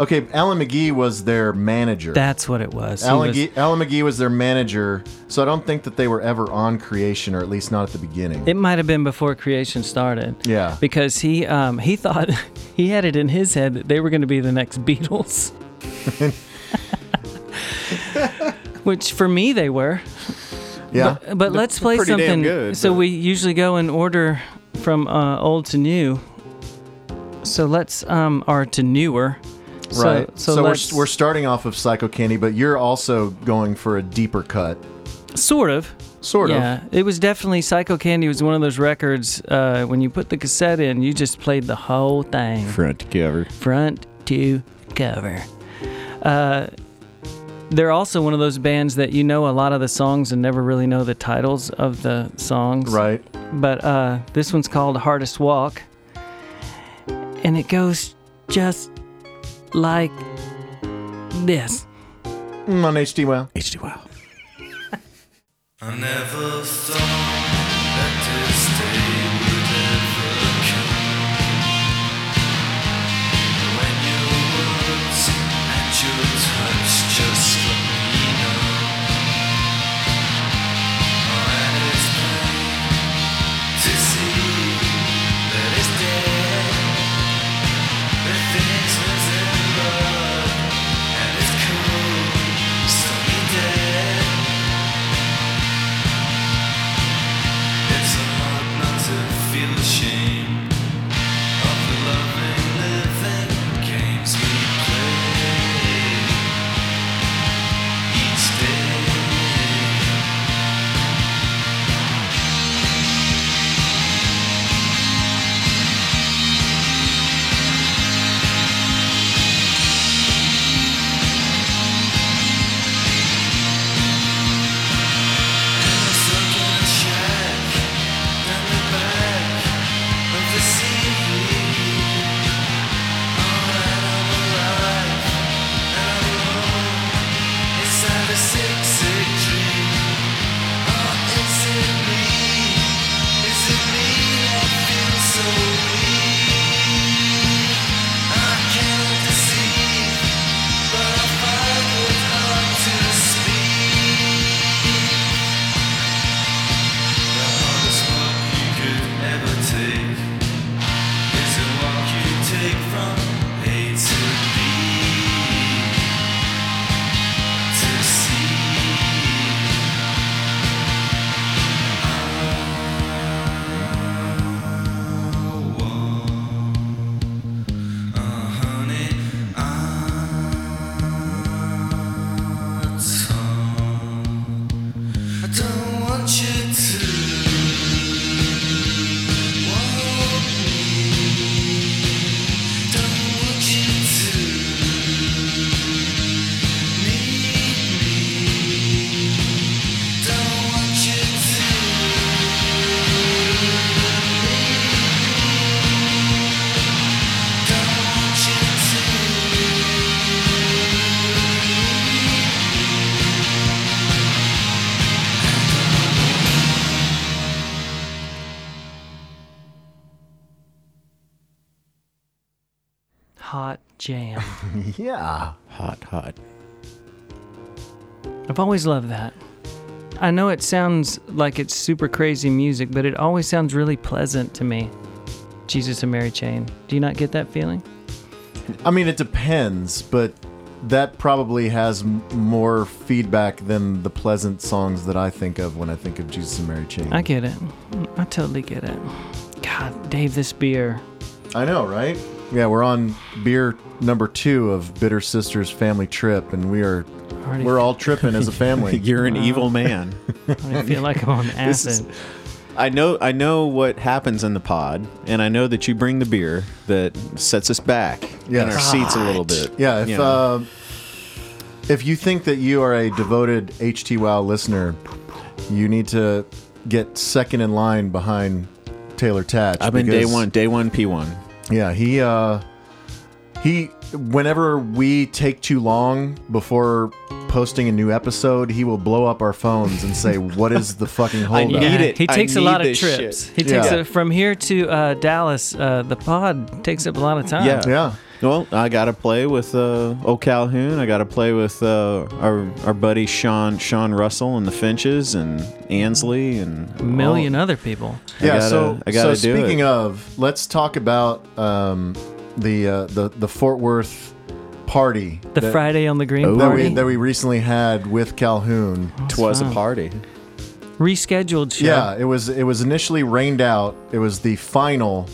okay, Alan McGee was their manager. That's what it was. He Alan, was- Gee- Alan McGee was their manager, so I don't think that they were ever on Creation, or at least not at the beginning. It might have been before creation started. Yeah. Because he um, he thought he had it in his head that they were going to be the next Beatles. Which for me they were. yeah. But let's play pretty damn something. good, so but- we usually go in order from uh, old to new. So let's um or to newer. So- Right. So, So, we're, let's- we're starting off of Psycho Candy, but you're also going for a deeper cut. sort of. Sort yeah, it was definitely Psycho Candy was one of those records. Uh, when you put the cassette in, you just played the whole thing of. Front cover. front to cover. Uh, they're also one of those bands that you know a lot of the songs and never really know the titles of the songs. Right. But uh, this one's called Hardest Walk, and it goes just like this. Mm, on HD Wow. HD Wow. I never thought that this day would ever come. When your words and your touch just let me know. And it's plain to see that it's dead. That things resemble, and it's cool, so be dead. It's hard not to feel ashamed of the loving living games we play each day. Take is a walk you take from A to B to C. I want a honey I don't want you to Hot jam. Yeah. Hot, hot. I've always loved that. I know it sounds like it's super crazy music, but it always sounds really pleasant to me. Jesus and Mary Chain. Do you not get that feeling? I mean, it depends, but that probably has m- more feedback than the pleasant songs that I think of when I think of Jesus and Mary Chain. I get it. I totally get it. God, Dave, this beer. I know, right? Yeah, we're on beer number two of Bitter Sisters Family Trip, and we are Already- we're all tripping as a family. You're an evil man. I feel like I'm on This is- acid. I know I know what happens in the pod, and I know that you bring the beer that sets us back in Yes. our seats a little bit. Yeah, if you know. uh, if you think that you are a devoted HT Wow listener, you need to get second in line behind Taylor Tatch. I've been day because- one, day one P one. Yeah, he uh he whenever we take too long before posting a new episode, he will blow up our phones and say, "What is the fucking holdup?" Yeah, need it. He I takes a need lot of this shit. trips. He takes Yeah. a, from here to uh, Dallas. Uh, the pod takes up a lot of time. Yeah. Yeah. Well, I got to play with uh, O'Calhoun. I got to play with uh, our our buddy Sean Sean Russell and the Finches and Ansley and A million other people. I yeah. gotta- so I gotta so do speaking it. of, let's talk about um, the uh, the the Fort Worth party The Friday on the Green Oh. that Party. we that we recently had with Calhoun. Twas a fun. party. Rescheduled show. Yeah, it was it was initially rained out. It was the final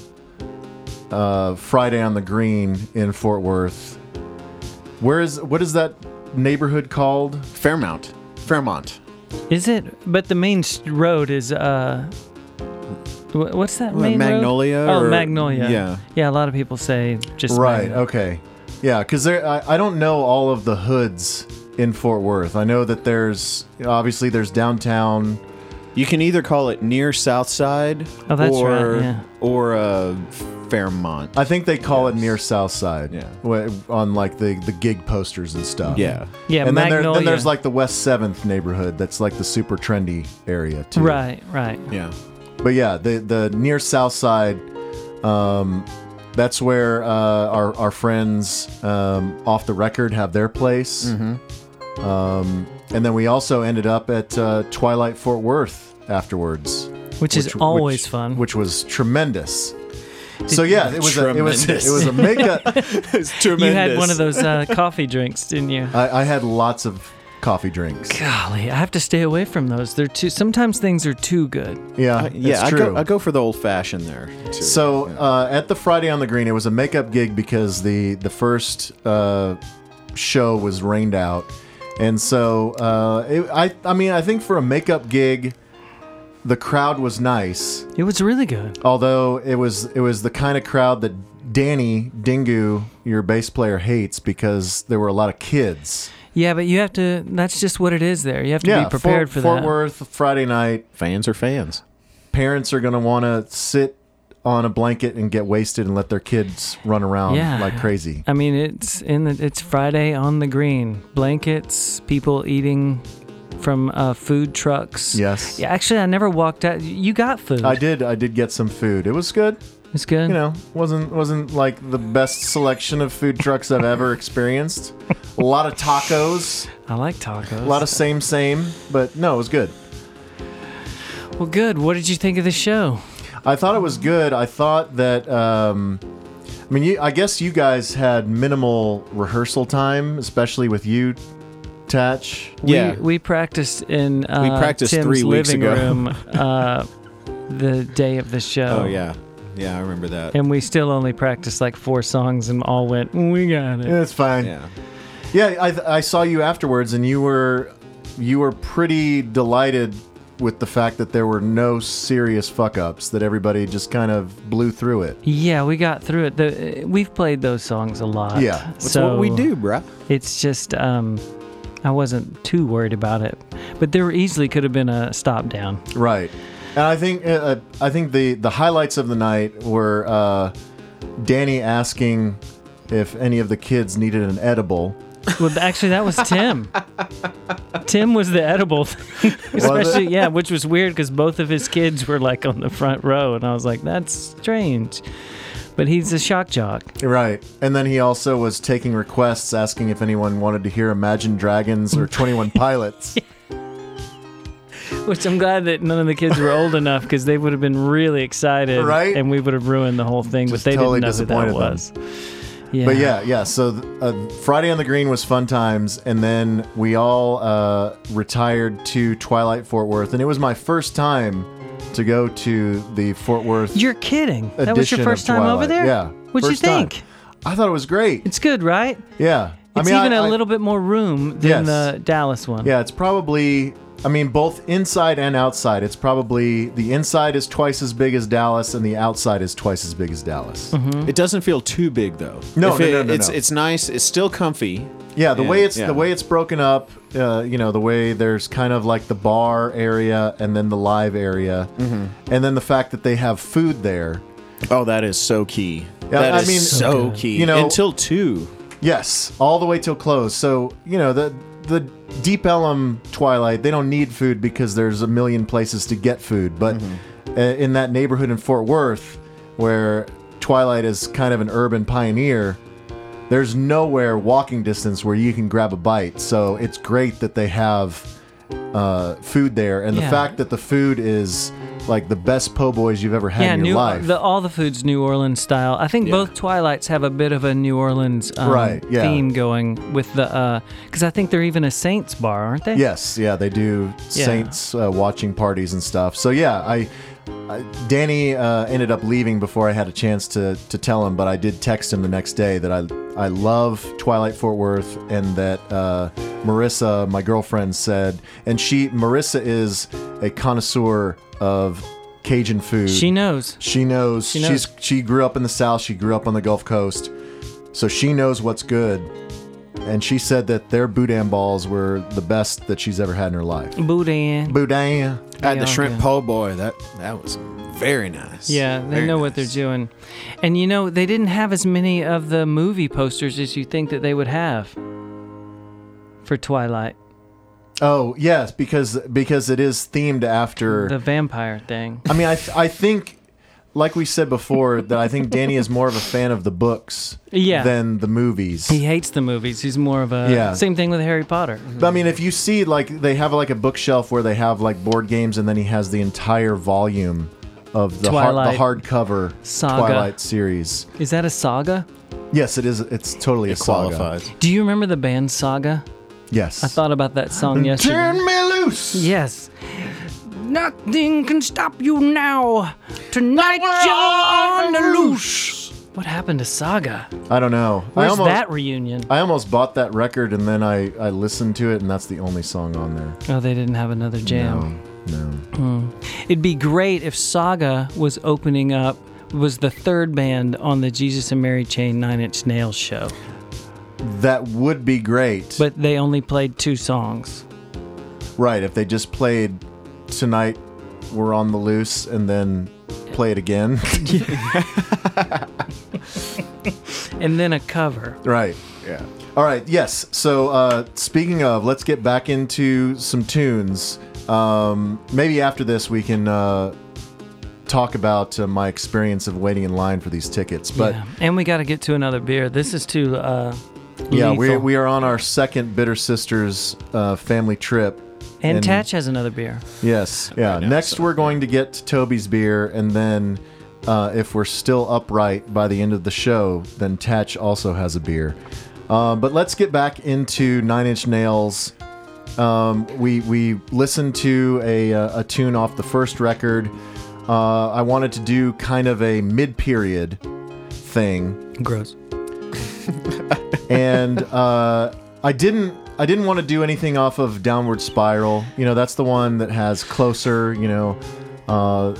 uh, Friday on the Green in Fort Worth. Where is what is that neighborhood called? Fairmount. Fairmont. Is it? But the main s- road is uh, wh- what's that What, main road? Magnolia Oh, or- Magnolia. yeah. yeah. A lot of people say just Right. Magnolia. Okay. Yeah, because I, I don't know all of the hoods in Fort Worth. I know that there's obviously there's downtown. You can either call it near South Side Oh, that's or right, yeah. or uh, Fairmont. I think they call it near South Side. Yeah. wh- on like the the gig posters and stuff. yeah. Yeah, and then, there, Magnolia. then there's like the West Seventh neighborhood that's like the super trendy area too. Right, right. Yeah. But yeah, the the near South Side, um, that's where uh, our our friends um, off the record have their place. Mm-hmm. Um, and then we also ended up at uh, Twilight Fort Worth afterwards, Which, is which- always fun. which was tremendous. So yeah, it was a, it was Tremendous. it was a makeup. It's tremendous. you had one of those uh, coffee drinks, didn't you? I, I had lots of coffee drinks. Golly, I have to stay away from those. They're too. Sometimes things are too good. Yeah, Yeah, it's I true. go, I go for the old fashioned there. too. So uh, at the Friday on the Green, it was a makeup gig because the the first uh, show was rained out, and so uh, it, I I mean I think for a makeup gig, the crowd was nice. It was really good. Although it was it was the kind of crowd that Danny Dingu, your bass player, hates because there were a lot of kids. Yeah, but you have to. That's just what it is. There, you have to be prepared Fort, for Fort that. Worth Friday night. fans are fans. Parents are going to want to sit on a blanket and get wasted and let their kids run around Yeah. like crazy. I mean, it's in the, it's Friday on the green. Blankets, people eating from uh, food trucks. Yes. Yeah, actually, I never walked out. You got food. I did. I did get some food. It was good. It's good. You know, wasn't wasn't like the best selection of food trucks I've ever experienced. A lot of tacos, I like tacos. a lot of same same, but no, it was good. well, good. What did you think of the show? I thought it was good. I thought that. Um, I mean, you, I guess you guys had minimal rehearsal time, especially with you, Tatch. yeah. We, we practiced in uh, practiced Tim's three weeks living ago. room uh, the day of the show. oh yeah. Yeah, I remember that. And we still only practiced like four songs and all went, "Mm, we got it. It's fine. Yeah. Yeah, I, I saw you afterwards, and you were you were pretty delighted with the fact that there were no serious fuck ups. That everybody just kind of blew through it. Yeah, we got through it. The, we've played those songs a lot. Yeah. That's so what we do, bruh. It's just, um, I wasn't too worried about it. But there easily could have been a stop down. Right. And I think uh, I think the the highlights of the night were uh, Danny asking if any of the kids needed an edible. Well, actually, that was Tim. Tim was the edible thing. Especially, yeah, which was weird because both of his kids were like on the front row. And I was like, that's strange. But he's a shock jock. Right. And then he also was taking requests asking if anyone wanted to hear Imagine Dragons or 21 Pilots. Which I'm glad that none of the kids were old enough because they would have been really excited, Right? And we would have ruined the whole thing. Just but they totally didn't know who that was. disappointed Yeah. But yeah, yeah. So th- uh, Friday on the Green was fun times, and then we all uh, retired to Twilight Fort Worth, and it was my first time to go to the Fort Worth. you're kidding. That was edition your of first time over Twilight. there. Yeah. What'd you first time. think? I thought it was great. It's good, right? yeah. I It's mean, even a a little bit more room than Yes. the Dallas one. Yeah, it's probably. I mean, both inside and outside. It's probably the inside is twice as big as Dallas, and the outside is twice as big as Dallas. Hmm? It doesn't feel too big though. No, If no, it- no, no, It's no. it's nice. It's still comfy. Yeah, the Yeah, way it's yeah. the way it's broken up, uh, you know, the way there's kind of like the bar area and then the live area, and then the fact that they have food there. Oh, that is so key. Yeah, That I is mean- So so good. key. You know- until two. Yes, all the way till close. So you know the the Deep Ellum Twilight, they don't need food because there's a million places to get food. But Mm-hmm. uh, in that neighborhood in Fort Worth, where Twilight is kind of an urban pioneer, there's nowhere walking distance where you can grab a bite. So it's great that they have uh, food there, and Yeah. the fact that the food is like the best po' boys you've ever had Yeah, in your New, uh, life. The, all the food's New Orleans style. I think both Twilights have a bit of a New Orleans um, Right, yeah. theme going with the, because I think they're even a Saints bar, aren't they? Yes, yeah, they do Yeah. Saints uh, watching parties and stuff. So yeah, I, I Danny uh, ended up leaving before I had a chance to to tell him, but I did text him the next day that I I love Twilight Fort Worth, and that uh, Marissa, my girlfriend, said, and she Marissa is a connoisseur of Cajun food. She knows. She knows. She knows. She's she grew up in the South. She grew up on the Gulf Coast, so she knows what's good. And she said that their boudin balls were the best that she's ever had in her life. Boudin. Boudin. I Yeah, had the shrimp yeah. po' boy. That that was very nice. Yeah, they Very know what they're nice. doing. And you know, they didn't have as many of the movie posters as you think that they would have for Twilight, Oh yes, because because it is themed after. the vampire thing. I mean, I th- I think, like we said before, that I think Danny is more of a fan of the books Yeah. than the movies. He hates the movies. He's more of a Yeah. same thing with Harry Potter. But I mean, if you see like they have like a bookshelf where they have like board games, and then he has the entire volume of the, har- the Twilight hardcover saga. Twilight series. Is that a saga? Yes, it is. It's totally a It saga. qualifies. Do you remember the band Saga? Yes, I thought about that song yesterday. Turn me loose. Yes. Nothing can stop you now. Tonight you're on the loose. What happened to Saga? I don't know. I Where's almost, that reunion? I almost bought that record, and then I I listened to it, and that's the only song on there. Oh, they didn't have another jam. No. It'd be great if Saga was opening up, was the third band on the Jesus and Mary Chain Nine Inch Nails show, That would be great. but they only played two songs. right, if they just played tonight, we're on the loose, and then play it again. And then a cover. right. Yeah. All right. Yes. So uh, speaking of, let's get back into some tunes. Um, maybe after this we can uh, talk about uh, my experience of waiting in line for these tickets. But Yeah. And we got to get to another beer. This is too. Uh, yeah, we lethal. we are on our second Bitter Sisters uh, family trip. And, and- Tatch has another beer. Yes. Yeah. now, Next, so- we're going to get to Toby's beer, and then uh, if we're still upright by the end of the show, then Tatch also has a beer. Um, but let's get back into Nine Inch Nails. Um, we we listened to a uh, a tune off the first record. Uh, I wanted to do kind of a mid period thing Gross. and uh, I didn't. I didn't want to do anything off of Downward Spiral. You know, that's the one that has closer. You know, uh,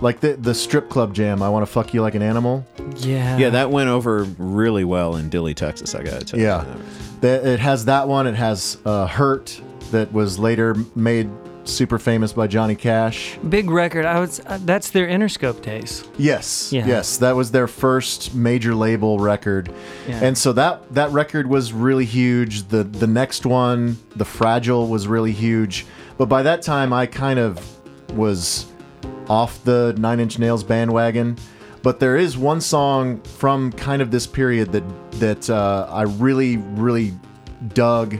like the the strip club jam. I want to fuck you like an animal. Yeah. Yeah, that went over really well in Dilly, Texas. I gotta tell Yeah, you. That- it has that one. It has uh, Hurt, that was later made super famous by Johnny Cash. Big record. I was. Uh, that's their Interscope days. Yes, Yeah. yes, that was their first major label record, Yeah. and so that that record was really huge. the The next one, the Fragile, was really huge, but by that time, I kind of was off the Nine Inch Nails bandwagon. But there is one song from kind of this period that that uh, I really, really dug,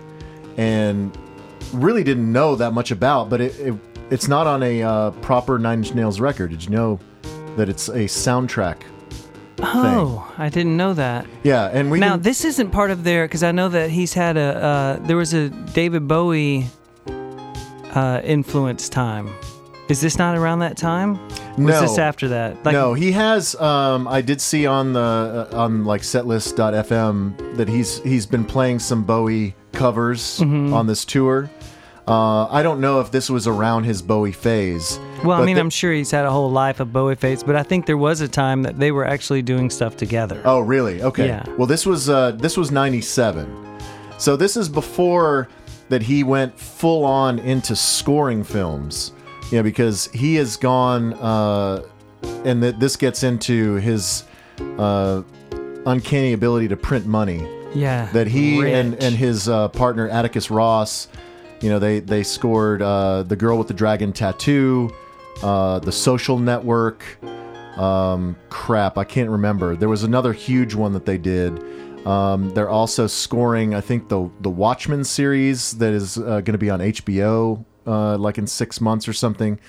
and really didn't know that much about, but it, it it's not on a uh, proper Nine Inch Nails record. Did you know that it's a soundtrack? Oh, I didn't know that. Yeah, and we Now didn't- this isn't part of their because I know that he's had a uh, there was a David Bowie uh, influence time. Is this not around that time? Or no, Is this after that? Like, no, he has. Um, I did see on the uh, on like setlist.fm that he's he's been playing some Bowie covers Mm-hmm. on this tour. Uh, I don't know if this was around his Bowie phase. Well, I but mean, the- I'm sure he's had a whole life of Bowie phase, but I think there was a time that they were actually doing stuff together. Oh, really? Okay. Yeah. Well, this was uh, this was '97, so this is before that he went full on into scoring films. You know, because he has gone, uh, and th- this gets into his uh, uncanny ability to print money. yeah. That he and Rich. and his uh, partner Atticus Ross, you know, they they scored uh, the Girl with the Dragon Tattoo, uh, the Social Network um, crap. I can't remember. There was another huge one that they did. Um, they're also scoring, I think, the the Watchmen series that is uh, going to be on HBO, uh, like in six months or something.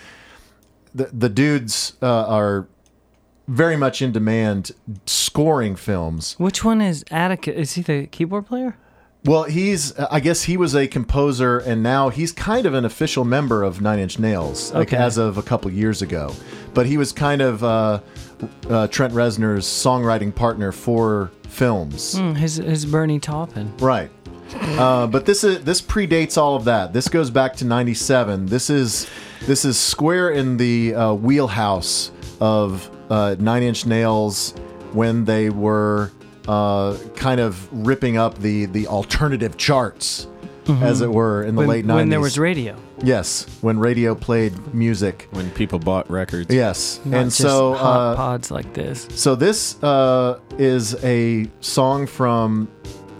The the dudes uh, are very much in demand scoring films. Which one is Attica? Is he the keyboard player? Well, he's I guess he was a composer and now he's kind of an official member of Nine Inch Nails like, Okay. as of a couple years ago. But he was kind of uh, uh, Trent Reznor's songwriting partner for films. Hmm, His, his Bernie Taupin. Right. Uh, but this is this predates all of that. This goes back to '97. This is this is square in the uh, wheelhouse of uh, Nine Inch Nails when they were uh, kind of ripping up the the alternative charts, as it were, in the Mm-hmm. When, late '90s. when there was radio. yes, when radio played music. when people bought records. Yes, Not and just so hot uh, pods like this. so this uh, is a song from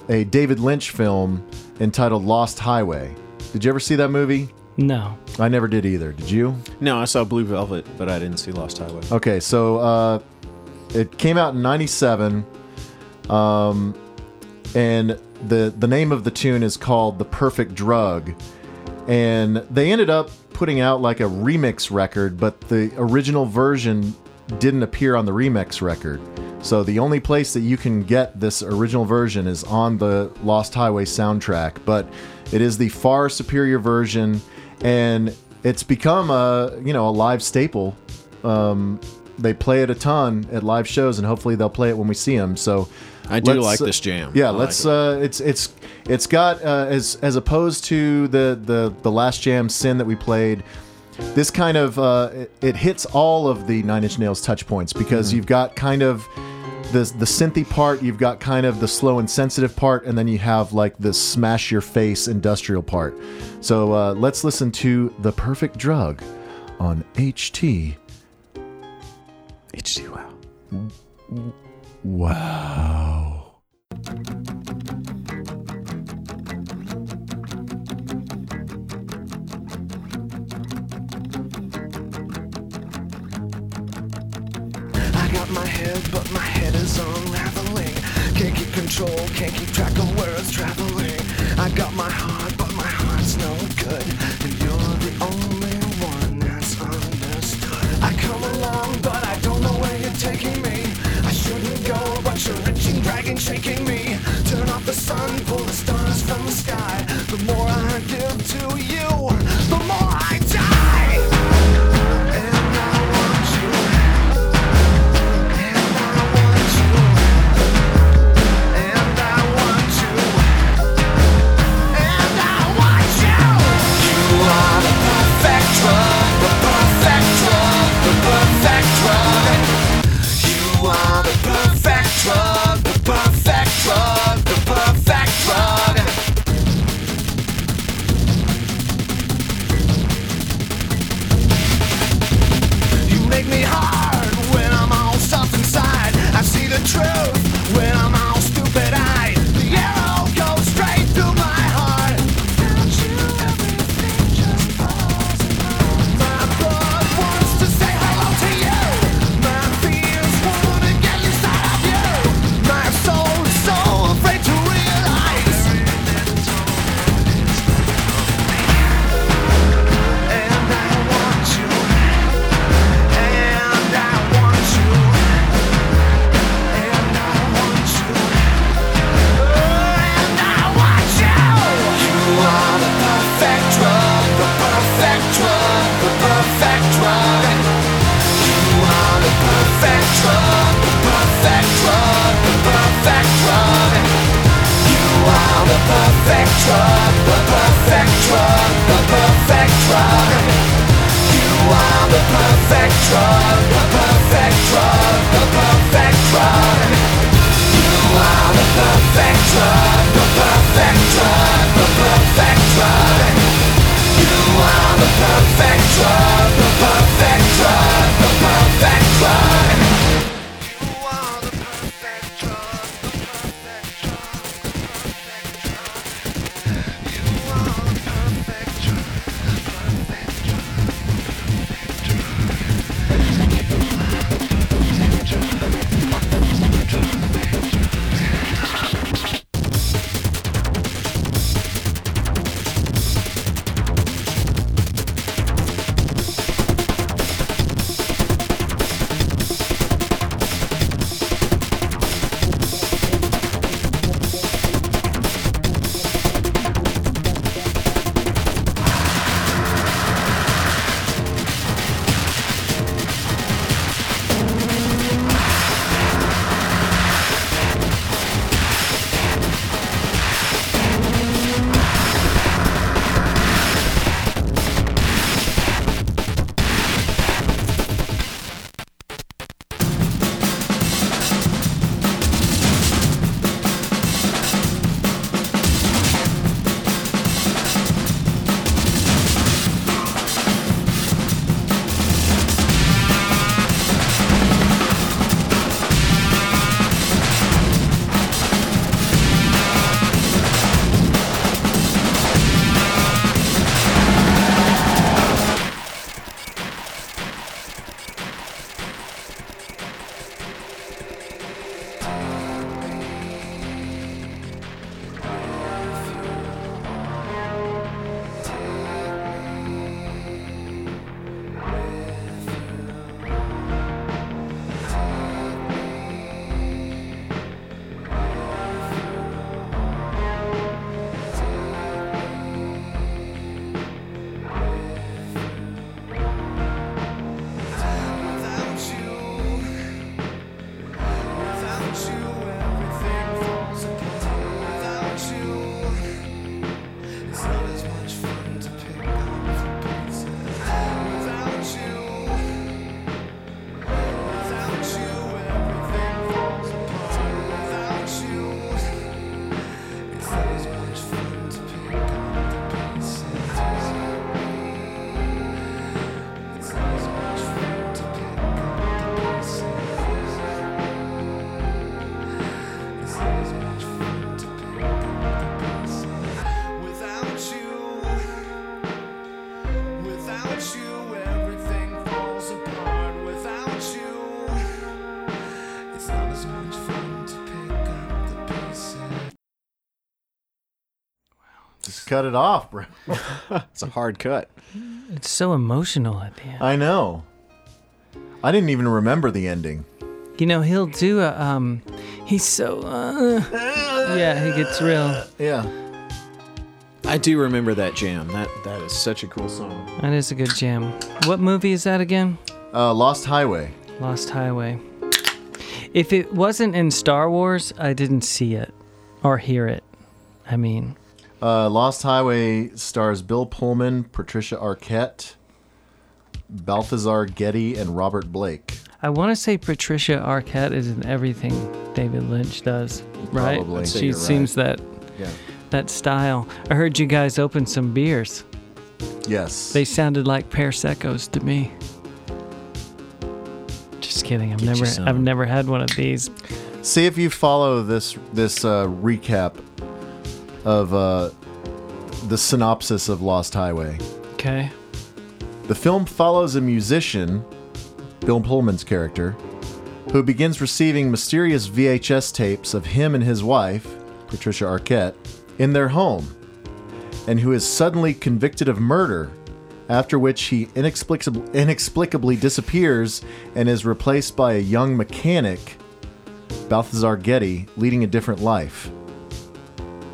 a David Lynch film entitled Lost Highway. Did you ever see that movie? No. I never did either. Did you? No, I saw Blue Velvet, but I didn't see Lost Highway. Okay, so uh, it came out in '97, um, and the the name of the tune is called "The Perfect Drug," and they ended up putting out like a remix record, but the original version didn't appear on the remix record. So the only place that you can get this original version is on the Lost Highway soundtrack, but it is the far superior version, and it's become a you know a live staple they play it a ton at live shows, and hopefully they'll play it when we see them. So I do let's, like uh, this jam. Yeah, I like let's. it. uh, it's it's it's got uh, as as opposed to the the the last jam sin that we played. This kind of uh, it, it hits all of the Nine Inch Nails touch points because Mm-hmm. you've got kind of the the synthy part, you've got kind of the slow and sensitive part, and then you have like the smash your face industrial part. So uh, let's listen to the perfect drug on HT HG, wow. Wow. I got my head, but my head is unraveling. Can't keep control, can't keep track of where it's traveling. I got my heart, but my heart's no good. And you're the only one that's understood. I come along, but I don't know where you're taking me. I shouldn't go, but you're wrenching, dragging, shaking me. Turn off the sun, pull the stars from the sky. The more I give to you, the more I die. And I want you. And I want you. And I want you. And I want you. You are the perfect drug, the perfect drug, the perfect drug. You are the perfect drug, the perfect drug, the perfect drug. You make me hard when I'm all soft inside. I see the truth when I'm all stupid eyed. The arrow goes straight through my heart. Without you, everything just falls apart. My blood wants to say hello to you. My fears wanna get inside of you. My soul is so afraid to realize. And I want you. And I want you. And I want you. And I want you. You are the perfect drug, the perfect drug, the perfect drug. You are the perfect drug, the perfect drug, the perfect drug. You are the perfect drug, the perfect drug, the perfect drug. You are the perfect drug, the perfect drug, the perfect drug. You are the perfect drug, the perfect drug, the perfect drug. You are the perfect drug, the perfect drug, the perfect drug. You are the perfect drug, the perfect drug, the perfect drug. You are the perfect drug, the perfect drug. You are the perfect drug, the perfect drug, the perfect drug. Just cut it off, bro. It's a hard cut. It's so emotional at the end. I know. I didn't even remember the ending. You know, he'll do a, um, he's so, uh, yeah, he gets real. Yeah. I do remember that jam. That that is such a cool song. That is a good jam. What movie is that again? Uh, Lost Highway. Lost Highway. If it wasn't in Star Wars, I didn't see it or hear it. I mean, Uh, Lost Highway stars Bill Pullman, Patricia Arquette, Balthazar Getty, and Robert Blake. I want to say Patricia Arquette is in everything David Lynch does, right? Probably. I'd say She you're right. seems that Yeah. that style. I heard you guys open some beers. Yes. They sounded like pear secos to me. Just kidding. I've you never some. I've never had one of these. See if you follow this this uh, recap of uh, the synopsis of Lost Highway. Okay. The film follows a musician, Bill Pullman's character, who begins receiving mysterious VHS tapes of him and his wife, Patricia Arquette, in their home, and who is suddenly convicted of murder, after which he inexplicably, inexplicably disappears and is replaced by a young mechanic, Balthazar Getty, leading a different life.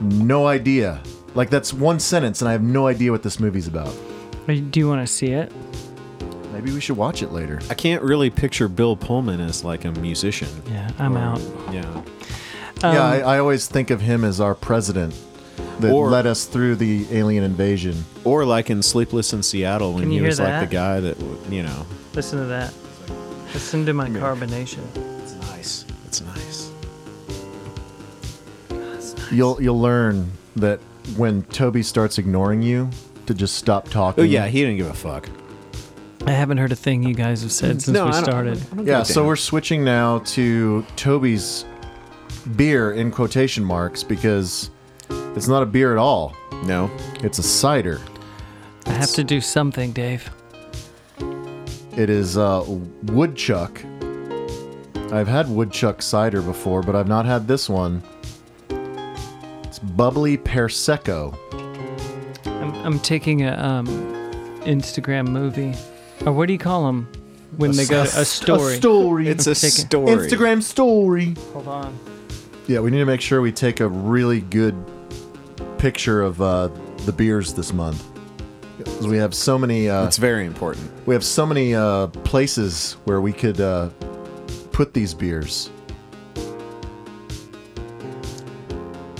No idea. Like, that's one sentence, and I have no idea what this movie's about. Are you- Do you want to see it? Maybe we should watch it later. I can't really picture Bill Pullman as like a musician. Yeah, I'm out. Yeah. yeah, I, I always think of him as our president that Um, Or- led us through the alien invasion. Or like in Sleepless in Seattle when Can you he hear was like that? the guy that w- you know. Listen to that. Listen to my carbonation. It's nice. It's nice. Oh, You'll you'll learn that when Toby starts ignoring you, to just stop talking. Oh yeah, he didn't give a fuck. I haven't heard a thing you guys have said since No, we I don't- started. I don't give yeah. a So damn. we're switching now to Toby's beer in quotation marks because it's not a beer at all. no. It's a cider. I have to do something, Dave. It is uh, woodchuck. I've had woodchuck cider before, but I've not had this one. It's bubbly pear secco. I'm, I'm taking a um, Instagram movie, or what do you call them when they go a story? A story. It's I'm a taking- story. Instagram story. Hold on. Yeah, we need to make sure we take a really good picture of uh, the beers this month. 'Cause We have so many. Uh, It's very important. we have so many uh, places where we could uh, put these beers.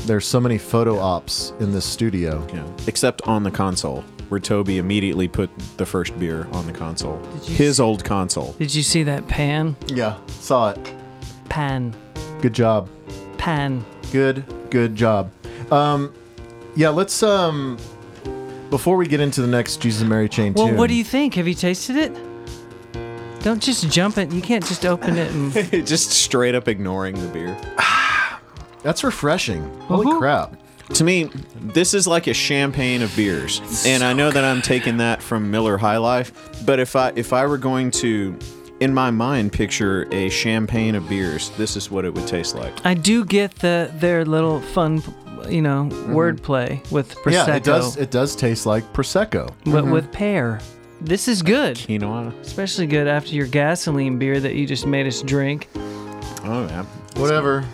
There's so many photo ops in this studio. Yeah. Except on the console, where Toby immediately put the first beer on the console. you His old console. Did you see that pan? Yeah, saw it. Pan. Good job. Pan. Good, good job. Um, yeah, let's um, before we get into the next Jesus and Mary chain Well, tune. what do you think? Have you tasted it? Don't just jump it. You can't just open it and. Just straight up ignoring the beer. That's refreshing. Holy Uh-huh. crap! To me, this is like a champagne of beers, and I know that I'm taking that from Miller High Life. But if I if I were going to, in my mind, picture a champagne of beers, this is what it would taste like. I do get the their little fun, you know, wordplay with prosecco, Mm-hmm. Yeah, it does. Mm-hmm. It does taste like prosecco. but with pear. This is good, Quinoa. especially good after your gasoline beer that you just made us drink. Oh yeah. Whatever.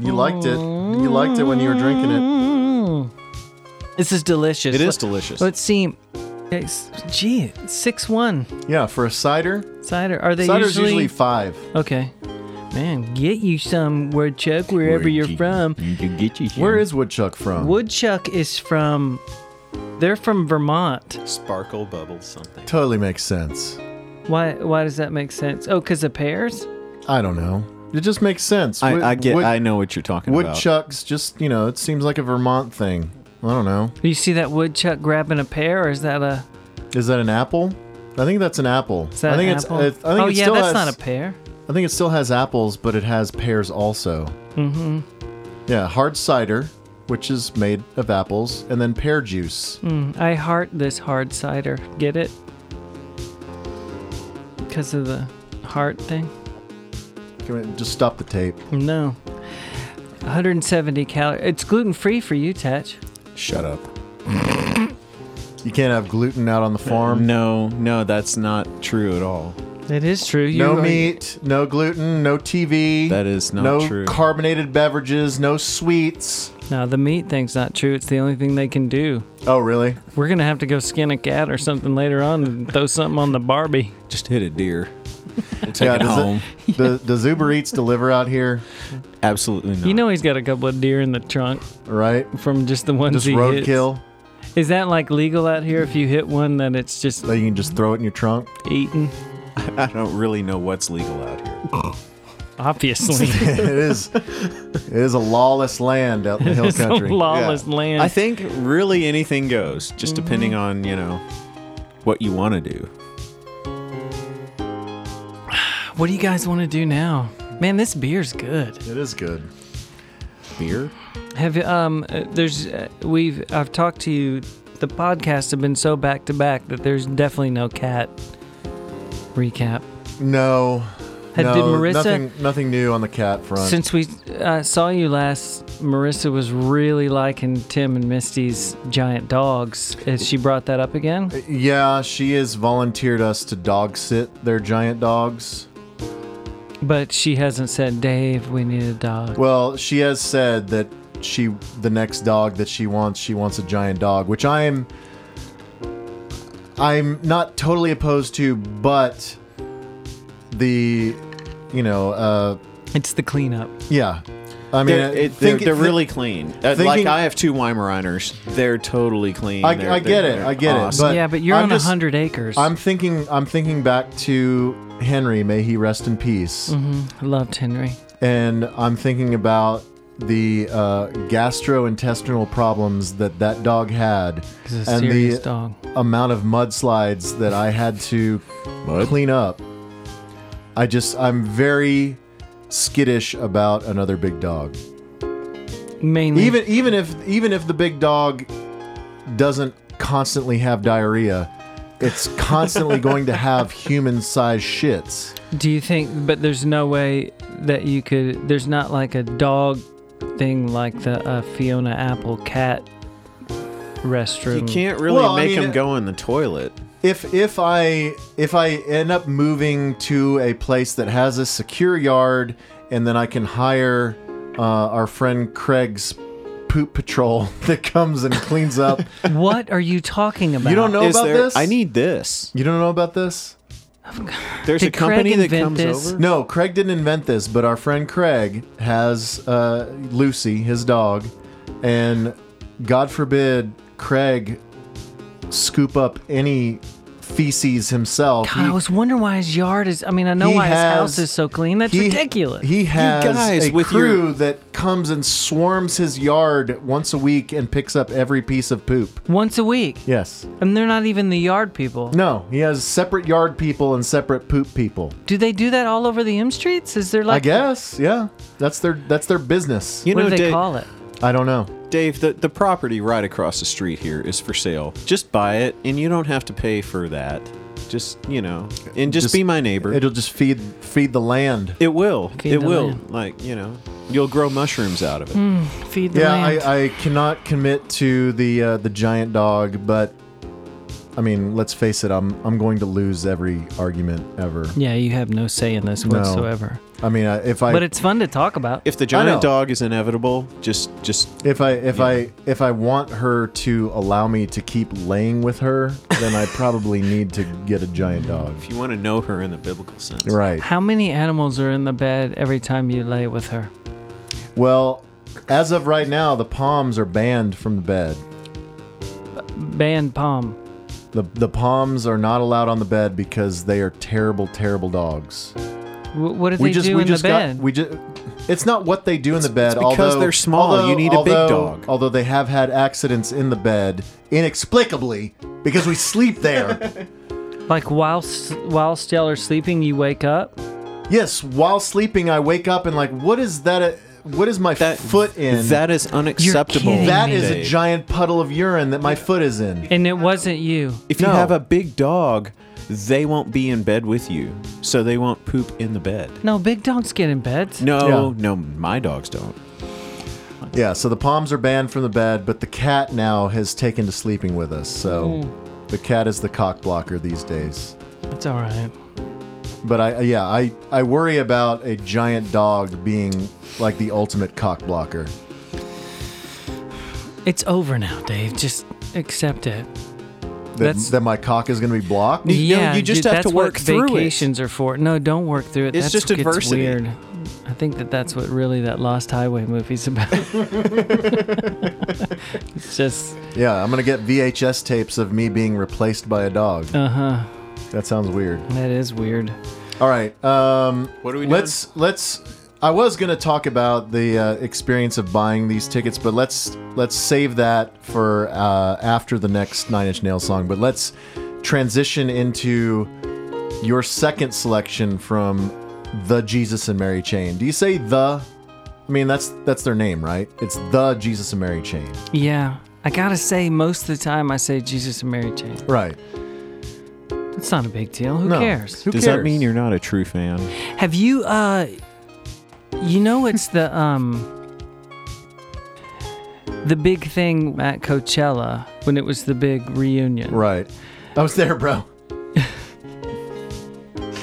You liked it. You liked it when you were drinking it. This is delicious. It is Let- delicious. Let's see. It's, gee, six one Yeah, for a cider. cider. Are they Cider's usually, usually? five. okay. Man, get you some woodchuck wherever you're from. Where is Woodchuck from? Woodchuck is from. They're from Vermont. Sparkle bubble something. totally makes sense. Why? Why does that make sense? Oh, because of pears. I don't know. It just makes sense. Wood- I, I get. wood- I know what you're talking about. Woodchucks, just you know, it seems like a Vermont thing. I don't know. Do you see that woodchuck grabbing a pear, or is that a? Is that an apple? I think that's an apple. Is that I think an it's. apple? I think oh it yeah, still that's has, not a pear. I think it still has apples, but it has pears also. Mm-hmm. Yeah, hard cider, which is made of apples, and then pear juice. I heart this hard cider. Get it? Because of the heart thing. Can we just stop the tape. No. 170 calories. It's gluten free for you, Tatch. Shut up. You can't have gluten out on the Mm. farm. No, no, that's not true at all. It is true. You No are- meat, no gluten, no TV. That is not no true. carbonated beverages, no sweets. No, the meat thing's not true. It's the only thing they can do. Oh, really? We're gonna have to go skin a cat or something later on and throw something on the Barbie. Just hit a deer. We'll take it does, it- home. does- does Uber Eats deliver out here? Absolutely not. You know he's got a couple of deer in the trunk Right? from just the ones Just he hits. roadkill Is that like legal out here? If you hit one, that it's just that you can just throw it in your trunk. eaten. I don't really know what's legal out here. Obviously, it is. It is a lawless land out in the hill it's a country. lawless Yeah. land. I think really anything goes, just depending on, you know, what you want to do. what do you guys want to do now? Man, this beer's good. It is good. Beer? Have you, um? uh, There's uh, we've I've talked to you. The podcasts have been so back to back that there's definitely no cat recap. No. Had- no, did Marissa- Nothing, nothing new on the cat front. Since we uh, saw you last, Marissa was really liking Tim and Misty's giant dogs. Has she brought that up again? yeah, she has volunteered us to dog sit their giant dogs. But she hasn't said, Dave, we need a dog. Well, she has said that she the next dog that she wants, she wants a giant dog, which I am I'm not totally opposed to, but the you know, uh it's the cleanup. yeah. I mean, They're, I it, think- they're, they're thi- really clean. Uh, like thinking- I have two Weimaraners. They're totally clean. I- They're- I get they're- it. they're I get it, awesome. but- yeah, but you're I'm on a just- 100 acres. I'm thinking I'm thinking back to Henry, may he rest in peace. I loved Henry. and I'm thinking about the uh, gastrointestinal problems that that dog had, He's a and serious the dog. amount of mudslides that I had to clean up. I just I'm very skittish about another big dog. Mm. Mainly. Even even if even if the big dog doesn't constantly have diarrhea, it's constantly going to have human-sized shits. do you think, but there's no way that you could, there's not like a dog thing like the uh, Fiona Apple cat restroom. you can't really Well, I make mean, them go in the toilet. if if I if I end up moving to a place that has a secure yard, and then I can hire uh, our friend Craig's poop patrol that comes and cleans up. What are you talking about? you don't know Is about there- this? I need this. You don't know about this? There's Did a company Craig that invent comes this? over. No, Craig didn't invent this, but our friend Craig has uh, Lucy, his dog, and God forbid Craig scoop up any feces himself. God, I He- was wondering why his yard is. I mean, I know He why his has- house is so clean. That's he- ridiculous. He has guys a with crew your- that comes and swarms his yard once a week and picks up every piece of poop. Once a week. Yes. And they're not even the yard people. No, he has separate yard people and separate poop people. Do they do that all over the M streets? Is there like. I guess, yeah. That's their that's their business. You What know, do they Da- call it? I don't know. Dave, the, the property right across the street here is for sale. Just buy it, and you don't have to pay for that. Just you know, and just, Just- be my neighbor. It, It'll just feed feed the land. will. Feed It the will. land. Like you know, you'll grow mushrooms out of it. Hmm. Feed the Yeah, land. I, I cannot commit to the uh, the giant dog, but I mean, let's face it, I'm I'm going to lose every argument ever. yeah, you have no say in this No. whatsoever. I mean, I- if I but it's fun to talk about. If the know. giant dog is inevitable, just just If I if I if I want her to allow me to keep laying with her, then I probably need to get a giant dog. if you want to know her in the biblical sense, Right. How many animals are in the bed every time you lay with her? Well, as of right now, the palms are banned from the bed. Band palm. The the palms are not allowed on the bed because they are terrible, terrible dogs. W- what do they we just do we in just the got bed? we just it's not what they do in the bed it's because although they're small, although- you need a big although- dog. although they have had accidents in the bed inexplicably because we sleep there like whilst whilst y'all are sleeping, you wake up. Yes, while sleeping, I wake up and like, what is that? A, what is my That foot in? That is unacceptable. kidding that me. is a Dave. giant puddle of urine that my foot is in. And it wasn't you. If you No. have a big dog, they won't be in bed with you, so they won't poop in the bed. No, big dogs get in beds. No, Yeah. no, my dogs don't. Yeah, so the palms are banned from the bed, but the cat now has taken to sleeping with us. So Hmm. the cat is the cock blocker these days. It's all right. But I yeah, I I worry about a giant dog being like the ultimate cock blocker. It's over now, Dave. Just accept it. That, That's- that my cock is going to be blocked. You- you yeah, just dude, have to that's work what through it. vacations are for. No, don't work through it. It's that's just what gets adversity. Weird. I think that that's what really that Lost Highway movie's about. it's just Yeah, I'm going to get VHS tapes of me being replaced by a dog. uh huh. That sounds weird. That is weird. All right. Um, What are we doing? let's let's. I was gonna talk about the uh, experience of buying these tickets, but let's let's save that for uh, after the next Nine Inch Nails song. But let's transition into your second selection from the Jesus and Mary Chain. Do you say the? I mean, that's that's their name, right? It's the Jesus and Mary Chain, Yeah, I gotta say, most of the time I say Jesus and Mary Jane. right? That's not a big deal. Who No. cares? Who Does cares? that mean you're not a true fan? Have you uh you know it's the um the big thing at Coachella when it was the big reunion. right? I was there, bro.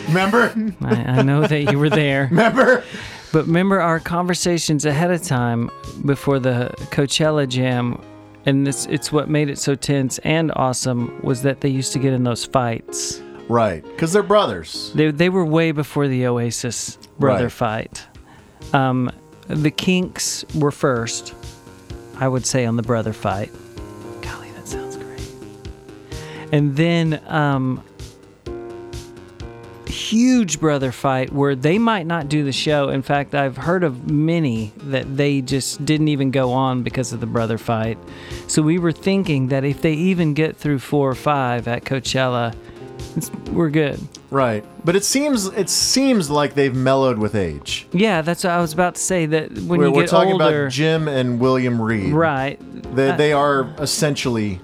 Remember? I, I know that you were there. Remember? But remember our conversations ahead of time before the Coachella jam and this it's what made it so tense and awesome was that they used to get in those fights. Right, because they're brothers. They, they were way before the Oasis brother Right. fight. Um, the Kinks were first, I would say, on the brother fight. Golly, that sounds great. And then um, huge brother fight where they might not do the show. In fact, I've heard of many that they just didn't even go on because of the brother fight. So we were thinking that if they even get through four or five at Coachella, it's, we're good. Right, but it seems it seems like they've mellowed with age. Yeah, that's what I was about to say. That when We're, you we're get talking older, about Jim and William Reed. right? Uh, they, they are essentially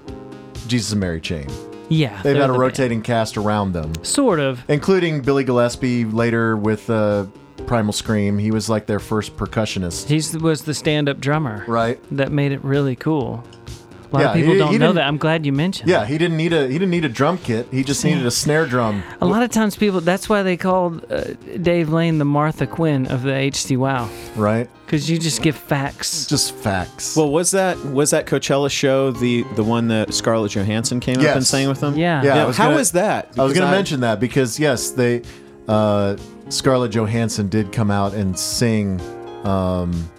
Jesus and Mary Chain. Yeah, they're They've had a the band. rotating cast around them, Sort of. including Billy Gillespie later with uh, Primal Scream. He was like their first percussionist. He was the stand-up drummer, Right. That made it really cool. A lot Yeah, of people he- don't he know didn't- that. I'm glad you mentioned. Yeah, that. he didn't need a he didn't need a drum kit. He just needed a snare drum. A lot of times people. That's why they called uh, Dave Lane the Martha Quinn of the HC Wow, Right, because you just give facts. just facts. Well, was that was that Coachella show the the one that Scarlett Johansson came up Yes. and sang with them? Yeah. Yeah, I How was was gonna- that? I was Because going to mention that because yes, they uh, Scarlett Johansson did come out and sing. Um,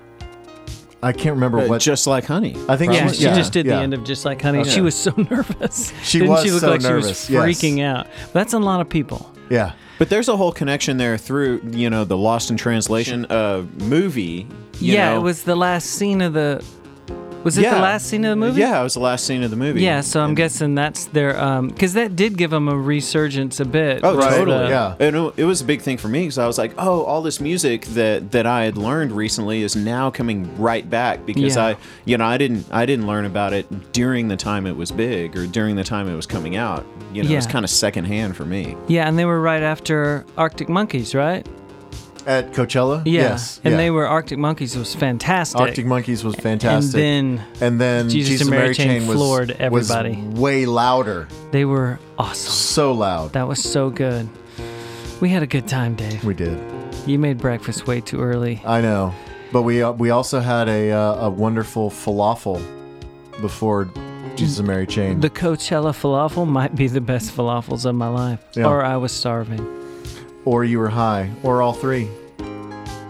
I can't remember uh, what. just like Honey. I think yeah, was- she just did yeah. the end of just like honey. Okay. She was so nervous. She Didn't was she look so like nervous, she was yes. freaking out. That's a lot of people. yeah, But there's a whole connection there through you know the Lost in Translation uh, movie. you yeah, know. it was the last scene of the. Was it Yeah. the last scene of the movie? Yeah, it was the last scene of the movie. Yeah, so I'm And- guessing that's their um because that did give them a resurgence a bit. Oh, with totally. the- yeah. And it it was a big thing for me because I was like, oh, all this music that that I had learned recently is now coming right back because Yeah. I, you know, I didn't I didn't learn about it during the time it was big or during the time it was coming out. You know, it's Yeah. kind of secondhand for me. yeah, and they were right after Arctic Monkeys, right? at Coachella. Yeah, Yes, and yeah. they were Arctic Monkeys was fantastic. Arctic Monkeys was fantastic. And then And then Jesus and Mary Chain was floored was everybody. way louder, they were awesome. so loud. That was so good. We had a good time, Dave. We did. You made breakfast way too early. I know, but we uh, we also had a uh, a wonderful falafel before Jesus and Mary Chain. The Coachella falafel might be the best falafels of my life, Yeah. or I was starving. or you were high, or all three.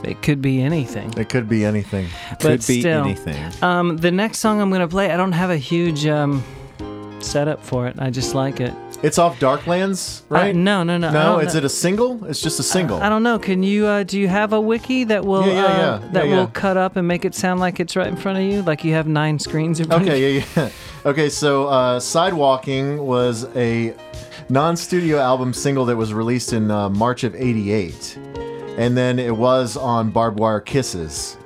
It could be anything. It could be anything. But Could be still. anything. Um, the next song I'm gonna play, I don't have a huge um, setup for it. I just like it. It's off Darklands, right? Uh, no, no, no. I No, don't is know. it a single? It's just a single. I don't know. Can you? Uh, do you have a wiki that will Yeah, yeah, uh, yeah. that Yeah, yeah. will cut up and make it sound like it's right in front of you, like you have nine screens in front of you? Okay, yeah, yeah. Okay, so uh, Sidewalking was a non studio album single that was released in uh, March of 88. And then it was on Barbed Wire Kisses,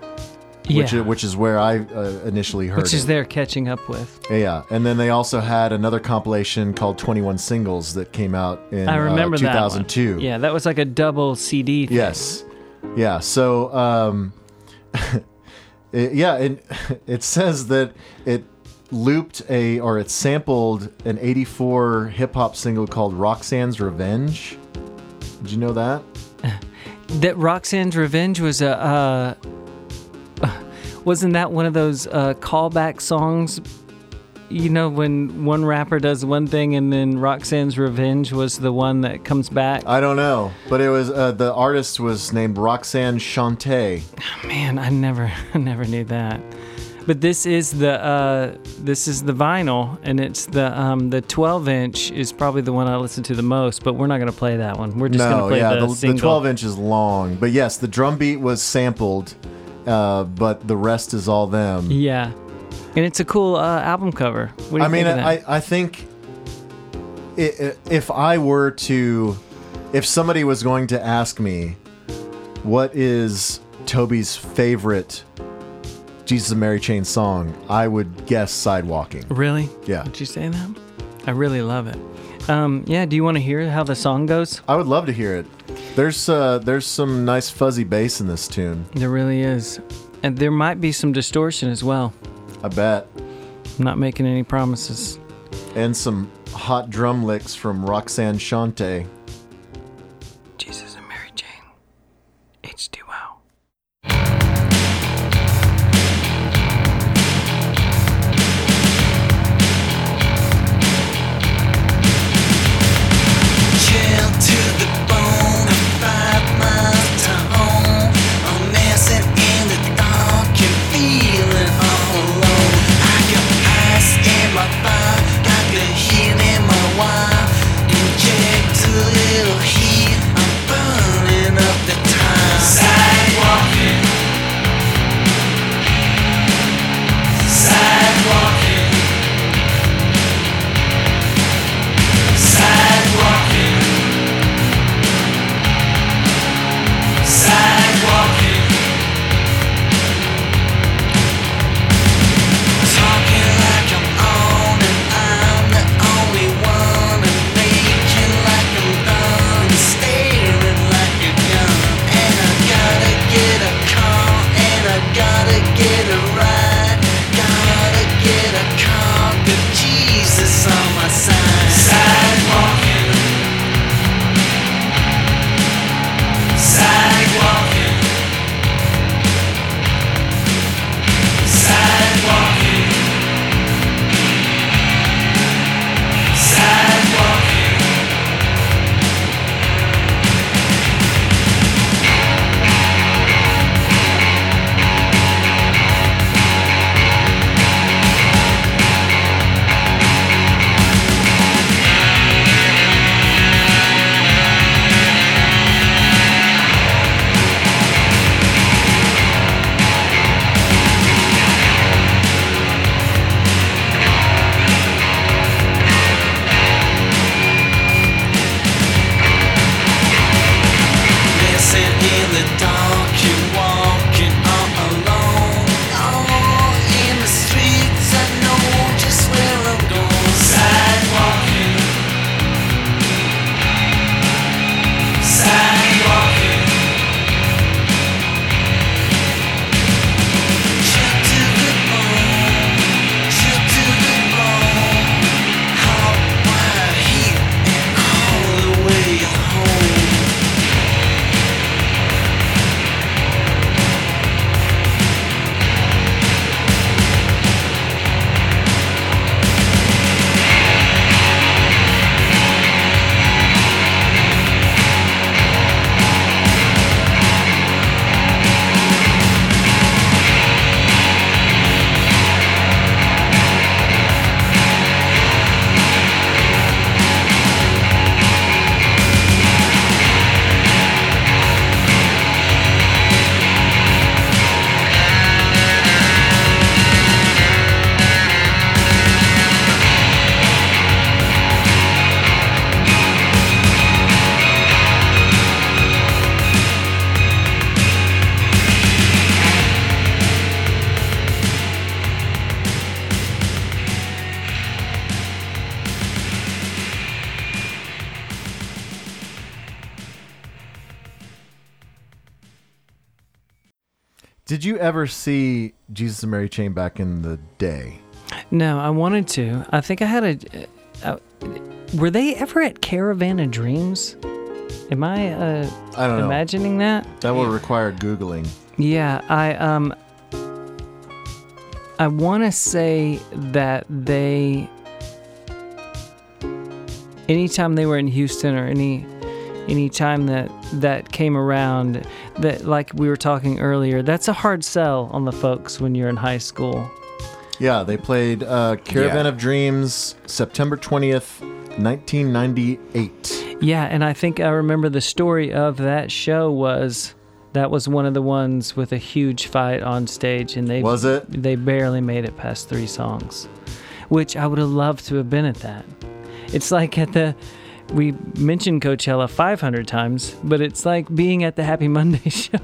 Yeah. which, is, which is where I uh, initially heard Which is it. they're catching up with. Yeah, and then they also had another compilation called 21 Singles that came out in I remember uh, that one. 2002. Yeah, that was like a double CD. Thing. Yes. Yeah. So um, It- yeah, and it says that it looped a or it sampled an 84 hip hop single called Roxanne's Revenge. Did you know that? That Roxanne's Revenge was a. Uh, wasn't that one of those uh, callback songs? You know, when one rapper does one thing and then Roxanne's Revenge was the one that comes back? I don't know, but it was uh, the artist was named Roxanne Shante. Man, I never, I never knew that. But this is the uh, this is the vinyl, and it's the um, the 12 inch is probably the one I listen to the most. But we're not gonna play that one. We're just gonna No, play yeah, the, the, the, single. 12 inch is long, but yes, the drum beat was sampled, uh, but the rest is all them. Yeah, and it's a cool uh, album cover. What do you I mean, think of that? I, I think i- i- if I were to, if somebody was going to ask me, what is Toby's favorite Jesus and Mary Chain song, I would guess Sidewalking. really? Yeah. Did you say that? I really love it. Um, yeah. Do you want to hear how the song goes? I would love to hear it. There's uh, there's some nice fuzzy bass in this tune. There really is, and there might be some distortion as well. I bet, I'm not making any promises. and some hot drum licks from Roxanne Shante. Jesus and Mary Jane. H2O. Chill to the bone, I'm five miles to home. I'm messing in the dark and feeling all alone. I got ice in my bar, I can hear in my wine. Inject till Did you ever see Jesus and Mary Chain back in the day? No, I wanted to. I think I had a. Uh, were they ever at Caravan of Dreams? Am I uh, I don't know. imagining that? That will require googling. Yeah, I um I want to say that they anytime they were in Houston or any any time that that came around that like we were talking earlier, that's a hard sell on the folks when you're in high school. Yeah, they played uh, Caravan Yeah. of Dreams September 20th, 1998. Yeah, and I think I remember the story of that show was that was one of the ones with a huge fight on stage, and they Was it? They barely made it past three songs, which I would have loved to have been at that. It's like at the we mentioned Coachella 500 times, but it's like being at the Happy Monday show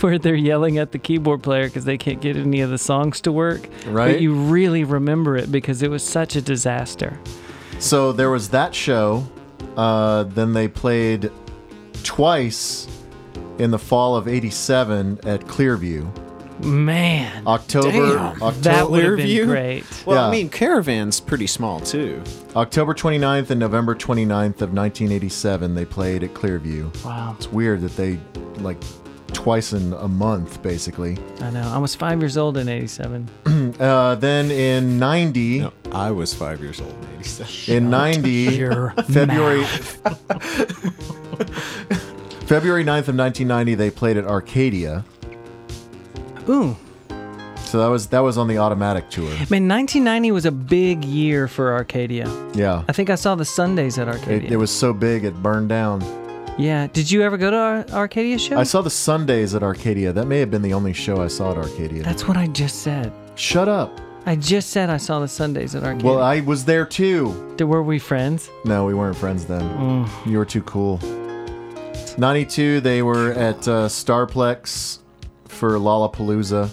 where they're yelling at the keyboard player because they can't get any of the songs to work. Right. But you really remember it because it was such a disaster. So there was that show. Uh, then they played twice in the fall of 87 at Clearview. Man. October Damn. October That would have Clearview? been great. Well, I Yeah. mean, Caravan's pretty small too. October 29th and November 29th of 1987 they played at Clearview. Wow, It's weird that they like twice in a month basically. I know. I was five years old in '87. Uh, then in 90 I was five years old in '87. in 90 Your February mouth. February 9th of 1990 they played at Arcadia. Ooh, So that was that was on the automatic tour. man, 1990 was a big year for Arcadia. Yeah. I think I saw the Sundays at Arcadia. It, it was so big it burned down. yeah. Did you ever go to our Arcadia show? I saw the Sundays at Arcadia. That may have been the only show I saw at Arcadia. That's what I just said. Shut up. I just said I saw the Sundays at Arcadia. Well, I was there too. D- Were we friends? No, we weren't friends then. Mm. You were too cool. 92, they were at uh, Starplex for Lollapalooza.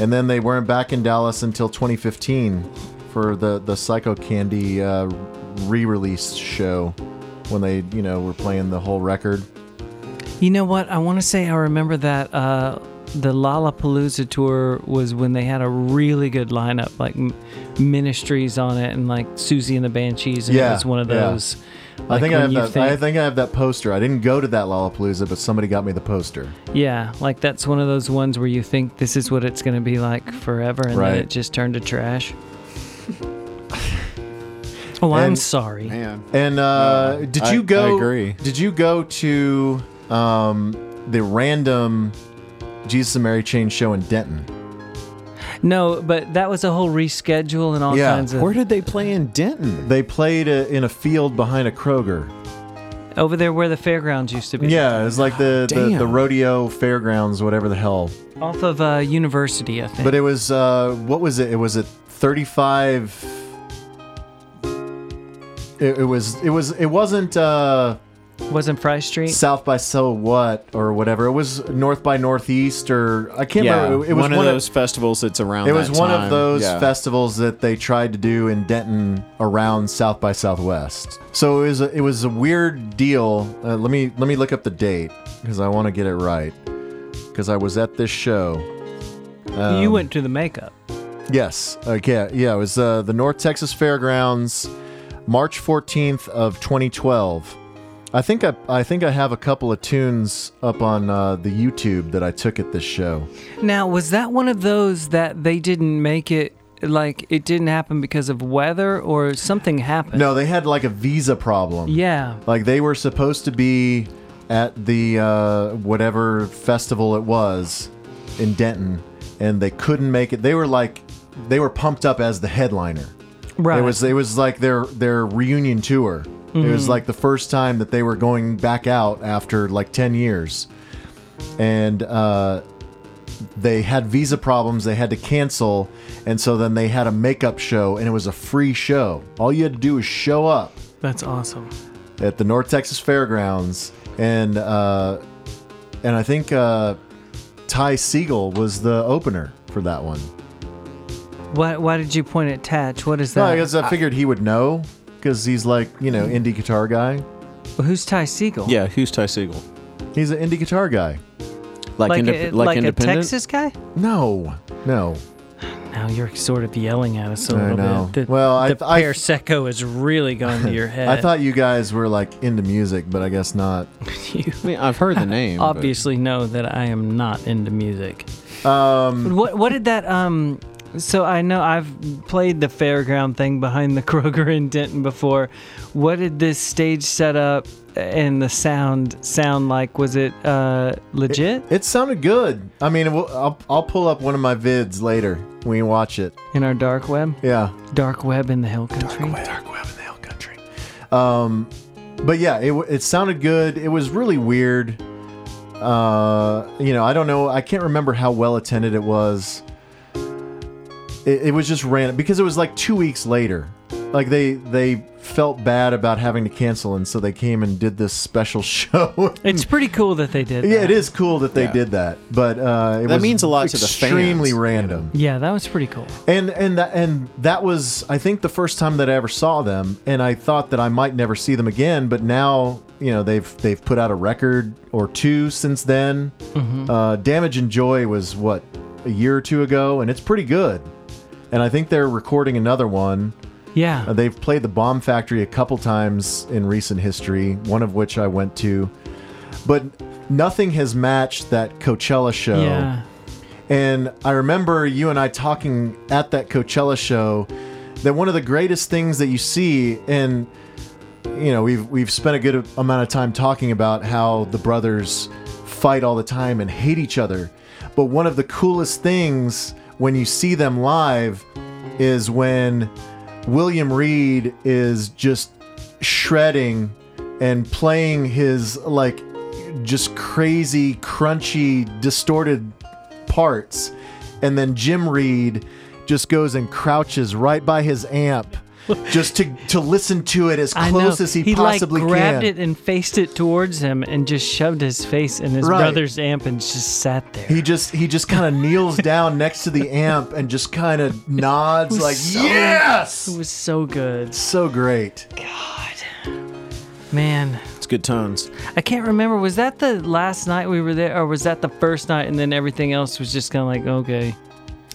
And then they weren't back in Dallas until 2015 for the, the Psycho Candy uh, re release show when they, you know, were playing the whole record. You know what? I want to say I remember that uh, the Lollapalooza tour was when they had a really good lineup, like m- Ministries on it, and like Susie and the Banshees. And it Yeah, was one of yeah. those. I like, think I when have you that. I think I have that poster. I didn't go to that Lollapalooza, but somebody got me the poster. Yeah, like that's one of those ones where you think this is what it's going to be like forever, and Right. then it just turned to trash. oh, I'm And- sorry. Man, And uh, did I- you go? I agree. Did you go to um, the random Jesus and Mary Chain show in Denton? No, but that was a whole reschedule and all Yeah, kinds of where did they play in Denton? They played uh in a field behind a Kroger. over there where the fairgrounds used to be. Yeah, it was like the, the, the Damn. rodeo fairgrounds, whatever the hell. off of uh, University, I think. But it was uh, what was it? It was at thirty five. It, it was it was it wasn't. Uh, wasn't Fry Street. South by So What or whatever. It was North by Northeast or I can't yeah, remember. It, it was one, of those festivals that's around. It was that one time. of those Yeah. festivals that they tried to do in Denton around South by Southwest. So it was a, it was a weird deal. Uh, let me let me look up the date because I want to get it right because I was at this show. um, you went to the makeup. Yes. Okay. Yeah. It was uh, the North Texas Fairgrounds, March 14th of 2012. I think I, I think I have a couple of tunes up on uh, the YouTube that I took at this show. Now, was that one of those that they didn't make it? Like it didn't happen because of weather or something happened? No, they had like a visa problem. Yeah. Like they were supposed to be at the uh, whatever festival it was in Denton, and they couldn't make it. They were like, they were pumped up as the headliner. Right. It was it was like their their reunion tour. It was like the first time that they were going back out after like ten years, and uh, they had visa problems. They had to cancel, and so then they had a makeup show, and it was a free show. All you had to do was show up That's awesome. at the North Texas Fairgrounds, and uh, and I think uh, Ty Siegel was the opener for that one. Why, why did you point at Tatch? What is that? No, I guess I figured he would know because he's like you know indie guitar guy. Who's Ty Siegel? Yeah, who's Ty Siegel? He's an indie guitar guy. Like, like indep- a, like, like a independent? Texas guy? No, no. Now you're sort of yelling at us a I little know. bit. The, Well, I- the I- pear secco has really gone to your head. I thought you guys were like into music, but I guess not. you I mean, I've heard the name. but- obviously know that I am not into music. Um, what what did that um? So I know I've played the fairground thing behind the Kroger in Denton before. What did this stage setup and the sound sound like? Was it uh, legit? It sounded good. I mean, we'll, I'll, I'll pull up one of my vids later when you watch it. in our dark web, Yeah. dark web in the hill country. Dark web in the hill country. Um, but yeah, it, w- it sounded good. It was really weird. Uh, you know, I don't know. I can't remember how well attended it was. It, it was just random because it was like two weeks later. Like they they felt bad about having to cancel, and so they came and did this special show. It's pretty cool that they did. Hmm. yeah, that. it is cool that they Yeah. did that, but uh, it That was means a lot to the Extremely fans, you random Yeah, that was pretty cool. and and that and that was I think the first time that I ever saw them, and I thought that I might never see them again. But now you know they've they've put out a record or two since then. Uh, Damage and Joy was what a year or two ago, and it's pretty good. And I think they're recording another one. Yeah. Uh, They've played the Bomb Factory a couple times in recent history, one of which I went to, but nothing has matched that Coachella show. Yeah. And I remember you and I talking at that Coachella show that one of the greatest things that you see and you know, we've we've spent a good amount of time talking about how the brothers fight all the time and hate each other. But one of the coolest things when you see them live is when William Reed is just shredding and playing his like just crazy crunchy distorted parts and then Jim Reed just goes and crouches right by his amp just to to listen to it as I close know. as he, like possibly grabbed can. it and faced it towards him and just shoved his face in his Right. brother's amp and just sat there. He just he just kind of kneels down next to the amp and just kind of nods was like so- it yes. was so good. So great. Man, It's good tones. I can't remember. Was that the last night we were there or was that the first night and then everything else was just kind of like, okay.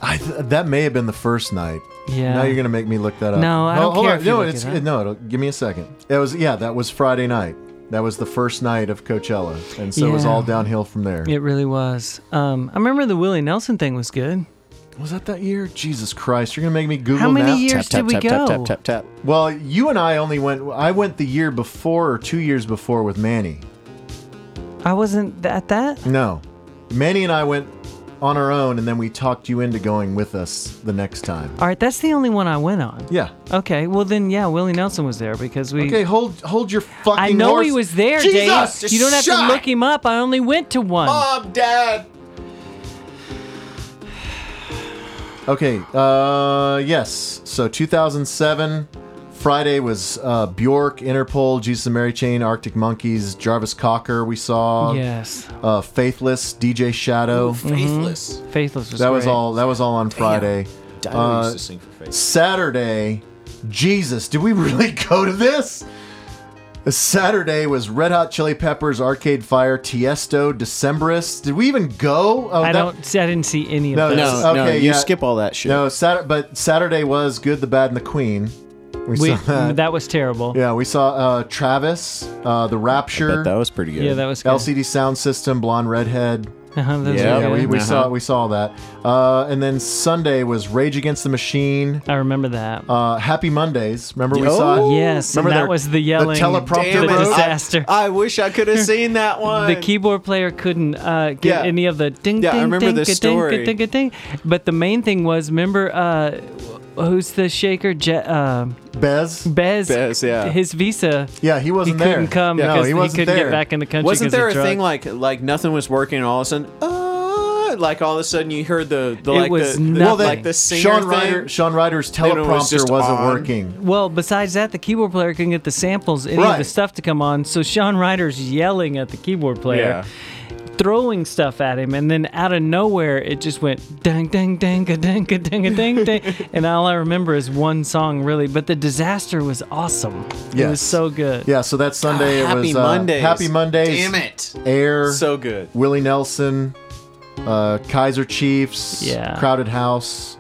I th- that may have been the first night. Yeah. Now you're gonna make me look that up. No, I Hol- don't hold care on. if you no, look it's it up. no. It'll, give me a second. That was yeah. That was Friday night. That was the first night of Coachella, and so it was Yeah. all downhill from there. It really was. Um, I remember the Willie Nelson thing was good. Was that that year? Jesus Christ! You're gonna make me Google How many now? years did tap, tap, we tap, go? tap, tap, tap, Well, you and I only went. I went the year before or two years before with Manny. I wasn't at that. No, Manny and I went on our own, and then we talked you into going with us the next time. All right, that's the only one I went on. Yeah. Okay, well then, yeah, Willie Nelson was there because we. Okay, hold hold your fucking. I know he horse. was there, Jesus, Dave. You don't have to shut look him up. I only went to one. Mom, Dad. Okay. Uh, yes. So 2007, Friday was uh, Bjork, Interpol, Jesus and Mary Chain, Arctic Monkeys, Jarvis Cocker. We saw. yes, Uh, Faithless, DJ Shadow. Faithless. Faithless was. That was great. all. That was all on Friday. Dino Uh, used to sing for Faithless. Saturday. Jesus, did we really go to this? Saturday was Red Hot Chili Peppers, Arcade Fire, Tiesto, Decemberists. Did we even go? Oh, I that- don't. I didn't see any of No, those. No, no, Okay, you yeah. skip all that shit. No, Saturday, but Saturday was Good, the Bad, and the Queen. We, We, saw that. that was terrible. Yeah, we saw uh, Travis, uh, The Rapture, But that was pretty good. Yeah, that was. Good. LCD Sound System, Blonde Redhead. Uh-huh, those Yeah, were Yeah, we, good. we Uh-huh. saw we saw that. Uh, and then Sunday was Rage Against the Machine. I remember that. Uh, Happy Mondays. Remember we Oh, saw yes, and remember that their- was the the yelling. teleprompter the broke? disaster. I wish I could have seen that one. the keyboard player couldn't uh, get Yeah. any of the ding Yeah, I ding remember ding this ding, story. ding ding ding. But the main thing was remember uh, who's the shaker? Je- uh, Bez. Bez. Bez, yeah. His visa. Yeah, he He wasn't there. couldn't come Yeah, because he he, wasn't couldn't there. get back in the country. Wasn't 'cause of there a drugs. thing like like nothing was working and all of a sudden, uh, like all of a sudden you heard the, the It like was the, the- nothing. Well, then like the singer Sean thing? Ryder, Sean Ryder's it was teleprompter just was not on. working. Well, besides that, the keyboard player couldn't get the samples, any of Right. the stuff to come on. So Sean Ryder's yelling at the keyboard player, Yeah. throwing stuff at him, and then out of nowhere, it just went dang, dang, dang, a dang, a dang, a dang, dang. and all I remember is one song, really. But the disaster was awesome. It Yes. was so good. Yeah, so that Sunday it Happy was uh, Mondays. Happy Mondays. Damn it. Air. So good. Willie Nelson, uh, Kaiser Chiefs, Yeah. Crowded House.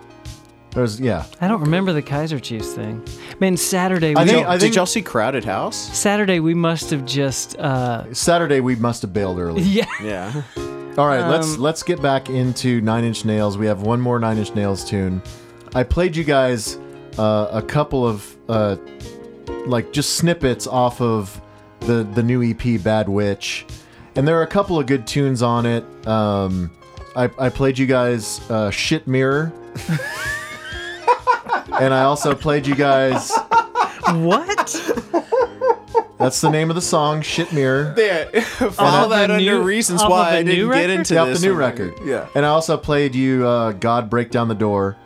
There's yeah. I don't remember the Kaiser Chiefs thing. Man, Saturday. I we, think- Did y'all see Crowded House? Saturday we must have just. Uh, Saturday we must have bailed early. yeah. Yeah. All right, let's let's get back into Nine Inch Nails. We have one more Nine Inch Nails tune. I played you guys uh, a couple of uh, like just snippets off of the the new EP Bad Witch, and there are a couple of good tunes on it. Um, I, I played you guys uh, Shit Mirror, and I also played you guys. What? That's the name of the song, Shit Mirror. Yeah. Off Follow of that the under new- reasons off of why the I didn't new get record? into Yeah, off this. the new one. record. Yeah. And I also played you uh, God Break Down the Door.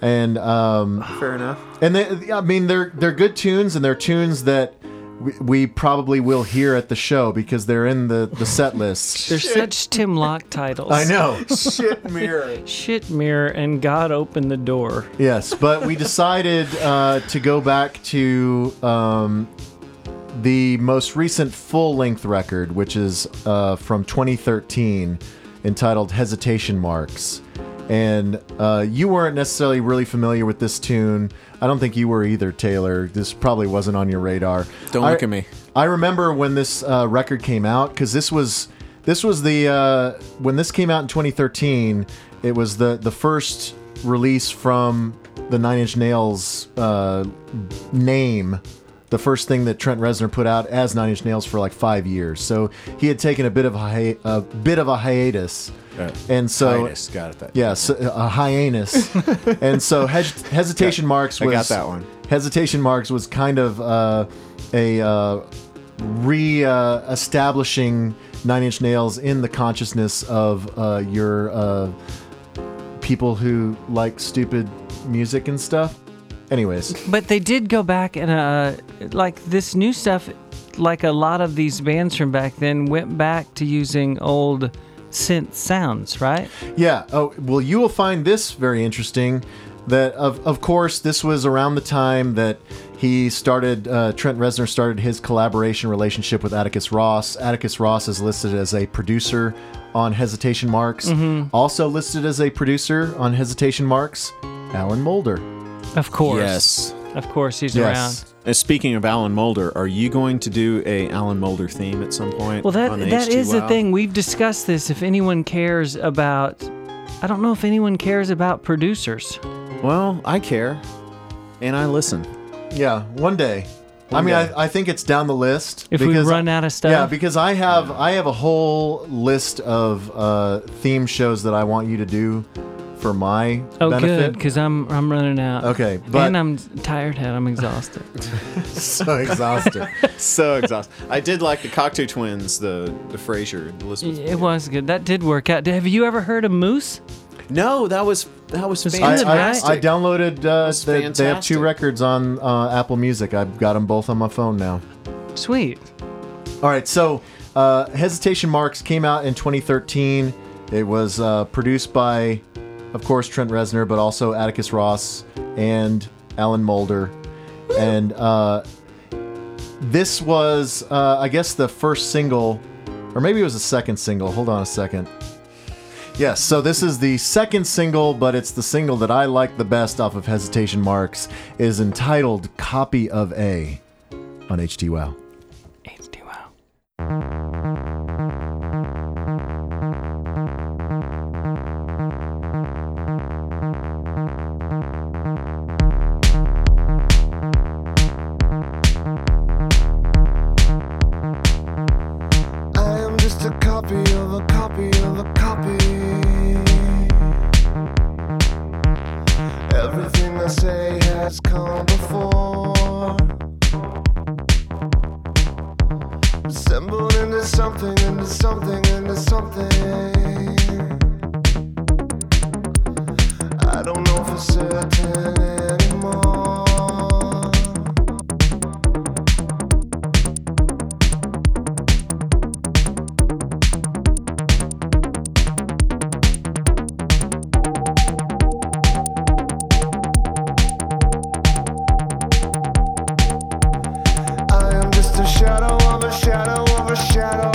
And um Fair enough. and they, I mean they're they're good tunes and they're tunes that we, we probably will hear at the show because they're in the the set list. They're such Tim Lock titles. I know. Shit mirror. Shit mirror and God opened the door. yes, but we decided uh, to go back to um, the most recent full length record, which is uh, from 2013, entitled Hesitation Marks. And uh, you weren't necessarily really familiar with this tune. I don't think you were either, Taylor. This probably wasn't on your radar. Don't I- look at me. I remember when this uh, record came out because this was this was the uh, when this came out in 2013. It was the the first release from the Nine Inch Nails uh, name, the first thing that Trent Reznor put out as Nine Inch Nails for like five years. So he had taken a bit of a, hi- a bit of a hiatus, Right. and so Hiatus, got it, that- Yeah, so, a hiatus, and so hes- hesitation marks I was got that one. Hesitation marks was kind of uh, a uh, re-establishing Nine Inch Nails in the consciousness of uh, your uh, people who like stupid music and stuff. Anyways, But they did go back and uh, like this new stuff, like a lot of these bands from back then went back to using old synth sounds, right? yeah. Oh, well, you will find this very interesting. That of of course this was around the time that he started uh, Trent Reznor started his collaboration relationship with Atticus Ross. Atticus Ross is listed as a producer on Hesitation Marks. Mm-hmm. Also listed as a producer on Hesitation Marks, Alan Mulder. Of course. Yes. Of course he's around. And speaking of Alan Mulder, are you going to do a Alan Mulder theme at some point? Well, on that the that HT is the Wow? thing. We've discussed this. If anyone cares about, I don't know if anyone cares about producers. Well, I care, and I listen. Yeah, one day. I mean, day. I, I think it's down the list. If we run out of stuff? Yeah, because I have I have a whole list of uh, theme shows that I want you to do for my Oh, benefit. good, because I'm I'm running out. Okay, but- and I'm tired head. I'm exhausted. so exhausted. so exhausted. I did like the Cocteau Twins, the the Fraser, the Elizabeth. it was good. That did work out. Have you ever heard of Moose? No, that was that was It's I, good, I, right? I downloaded. Uh, That's they, they have fantastic. two records on uh, Apple Music. I've got them both on my phone now. Sweet. All right, so uh, Hesitation Marks came out in 2013. It was uh, produced by, of course, Trent Reznor, but also Atticus Ross and Alan Mulder. And uh, this was, uh, I guess, the first single, or maybe it was the second single. Hold on a second. Yes, so this is the second single, but it's the single that I like the best off of Hesitation Marks. It is entitled Copy of A on HT Wow. H2O. I am just a copy of a copy of a copy. Everything I say has come before. Assembled into something, into something, into something. I don't know for certain anymore. I am just a shadow of a shadow of a shadow.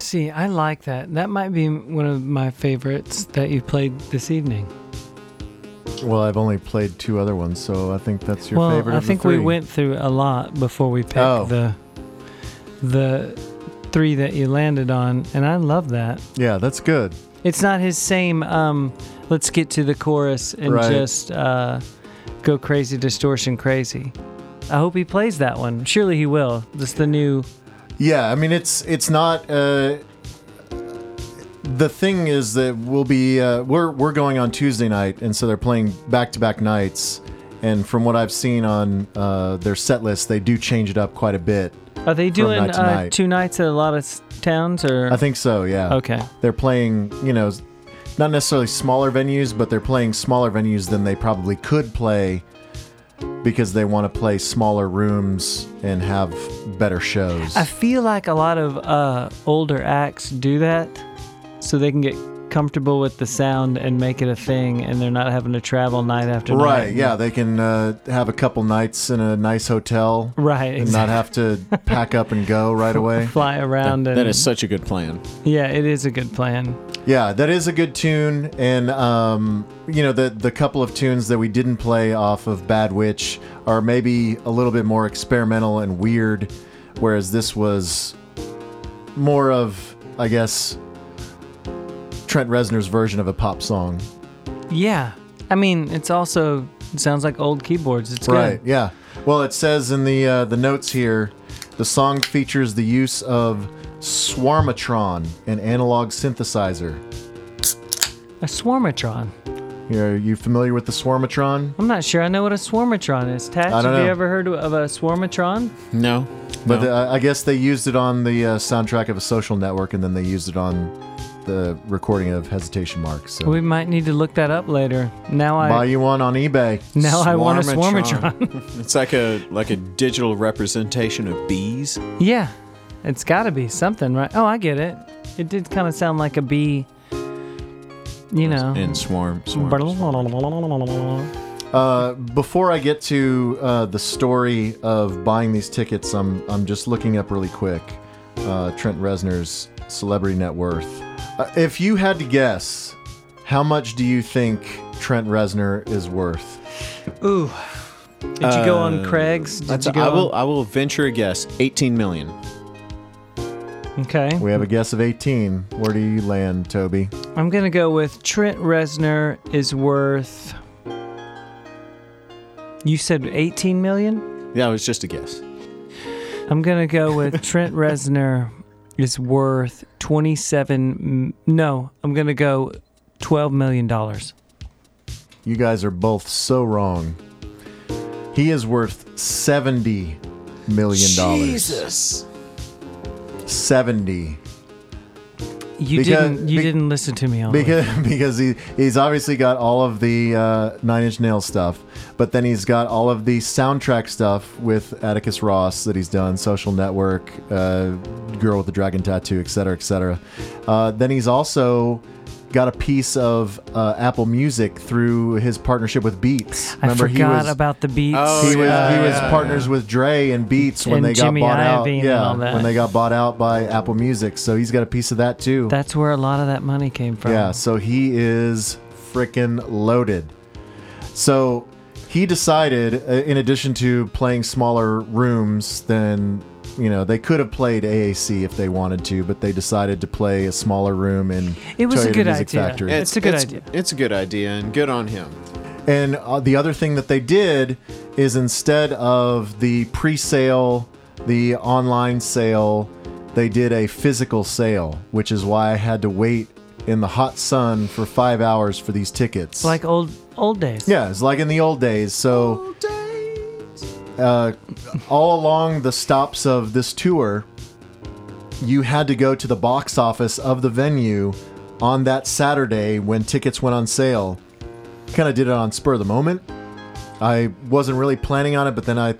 See, I like that. That might be one of my favorites that you played this evening. Well, I've only played two other ones, so I think that's your well, favorite. I of the think we three. went through a lot before we picked Oh. the the three that you landed on, and I love that. Yeah, that's good. It's not his same. Um, let's get to the chorus and Right. just uh, go crazy, distortion, crazy. I hope he plays that one. Surely he will. That's the new. Yeah, I mean it's it's not. Uh, the thing is that we'll be uh, we're we're going on Tuesday night, and so they're playing back to back nights. And from what I've seen on uh, their set list, they do change it up quite a bit. Are they doing night to uh, night. two nights at a lot of s- towns or? I think so. Yeah. Okay. They're playing, you know, s- not necessarily smaller venues, but they're playing smaller venues than they probably could play because they want to play smaller rooms and have better shows. I feel like a lot of uh, older acts do that so they can get comfortable with the sound and make it a thing and they're not having to travel night after night. Right. Yeah, they can uh, have a couple nights in a nice hotel. Right. And not have to pack up and go right away. Fly around and That is such a good plan. yeah, it is a good plan. Yeah, that is a good tune, and um, you know the the couple of tunes that we didn't play off of Bad Witch are maybe a little bit more experimental and weird, whereas this was more of, I guess, Trent Reznor's version of a pop song. Yeah, I mean it's also it sounds like old keyboards. It's Right. good. Yeah. Well, it says in the uh, the notes here, the song features the use of swarmatron, an analog synthesizer. A swarmatron. You know, you familiar with the swarmatron? I'm not sure I know what a swarmatron is. Tatch, I have don't you know. ever heard of a swarmatron? No. But No. uh, I guess they used it on the uh, soundtrack of a social network, and then they used it on the recording of Hesitation Mark. So We might need to look that up later. Now I buy you one on eBay. now I want a swarmatron. it's like a like a digital representation of bees. Yeah, it's got to be something, right? Oh, I get it. It did kind of sound like a bee, you know. and swarm. swarms. Uh, before I get to uh, the story of buying these tickets, I'm I'm just looking up really quick uh, Trent Reznor's celebrity net worth. Uh, if you had to guess, how much do you think Trent Reznor is worth? Ooh, did you go on Craig's? Did Uh, That's you a, go? I will. I will venture a guess. 18 million. on- okay, We have a guess of 18. Where do you land, Toby? I'm gonna go with Trent Reznor is worth. You said 18 million. That was just a guess. I'm gonna go with Trent Reznor is worth 27. m- No, I'm gonna go 12 million dollars. You guys are both so wrong. He is worth seventy million dollars. Jesus. Seventy. You Because- didn't. You be- didn't listen to me on because, Because because he he's obviously got all of the uh, Nine Inch Nails stuff, but then he's got all of the soundtrack stuff with Atticus Ross that he's done, Social Network, uh, Girl with the Dragon Tattoo, et cetera, et cetera. Uh, then he's also got a piece of uh, Apple Music through his partnership with Beats. I Remember he forgot was, about the beats. Oh, he was yeah, he was yeah, partners with Dre and Beats when And they Jimmy got bought out. Iovine and yeah, all that. when they got bought out by Apple Music, so he's got a piece of that too. That's where a lot of that money came from. yeah, so he is freaking loaded. So he decided, uh, in addition to playing smaller rooms than you know they could have played AAC if they wanted to, but they decided to play a smaller room in It was a Toyota good Music idea. Factory. It's a good idea. It's a good idea, and good on him. And uh, the other thing that they did is instead of the pre-sale, the online sale, they did a physical sale, which is why I had to wait in the hot sun for five hours for these tickets. Like old old days. yeah, it's like in the old days. So uh, all along the stops of this tour, you had to go to the box office of the venue on that Saturday when tickets went on sale. Kind of did it on spur of the moment. I wasn't really planning on it, but then I,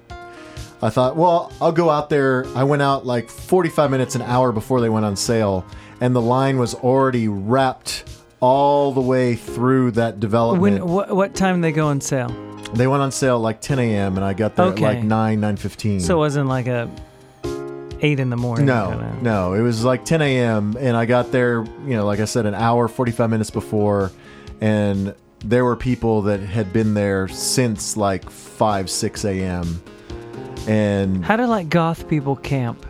I thought, well, I'll go out there. I went out like 45 minutes, an hour before they went on sale, and the line was already wrapped all the way through that development. When what, what time they go on sale? They went on sale like 10 a.m. and I got there Okay. at like 9, 9.15. So it wasn't like a eight in the morning. No, kinda. no. It was like 10 a.m. and I got there, you know, like I said, an hour, 45 minutes before, and there were people that had been there since like 5, 6 a.m. And How do like goth people camp?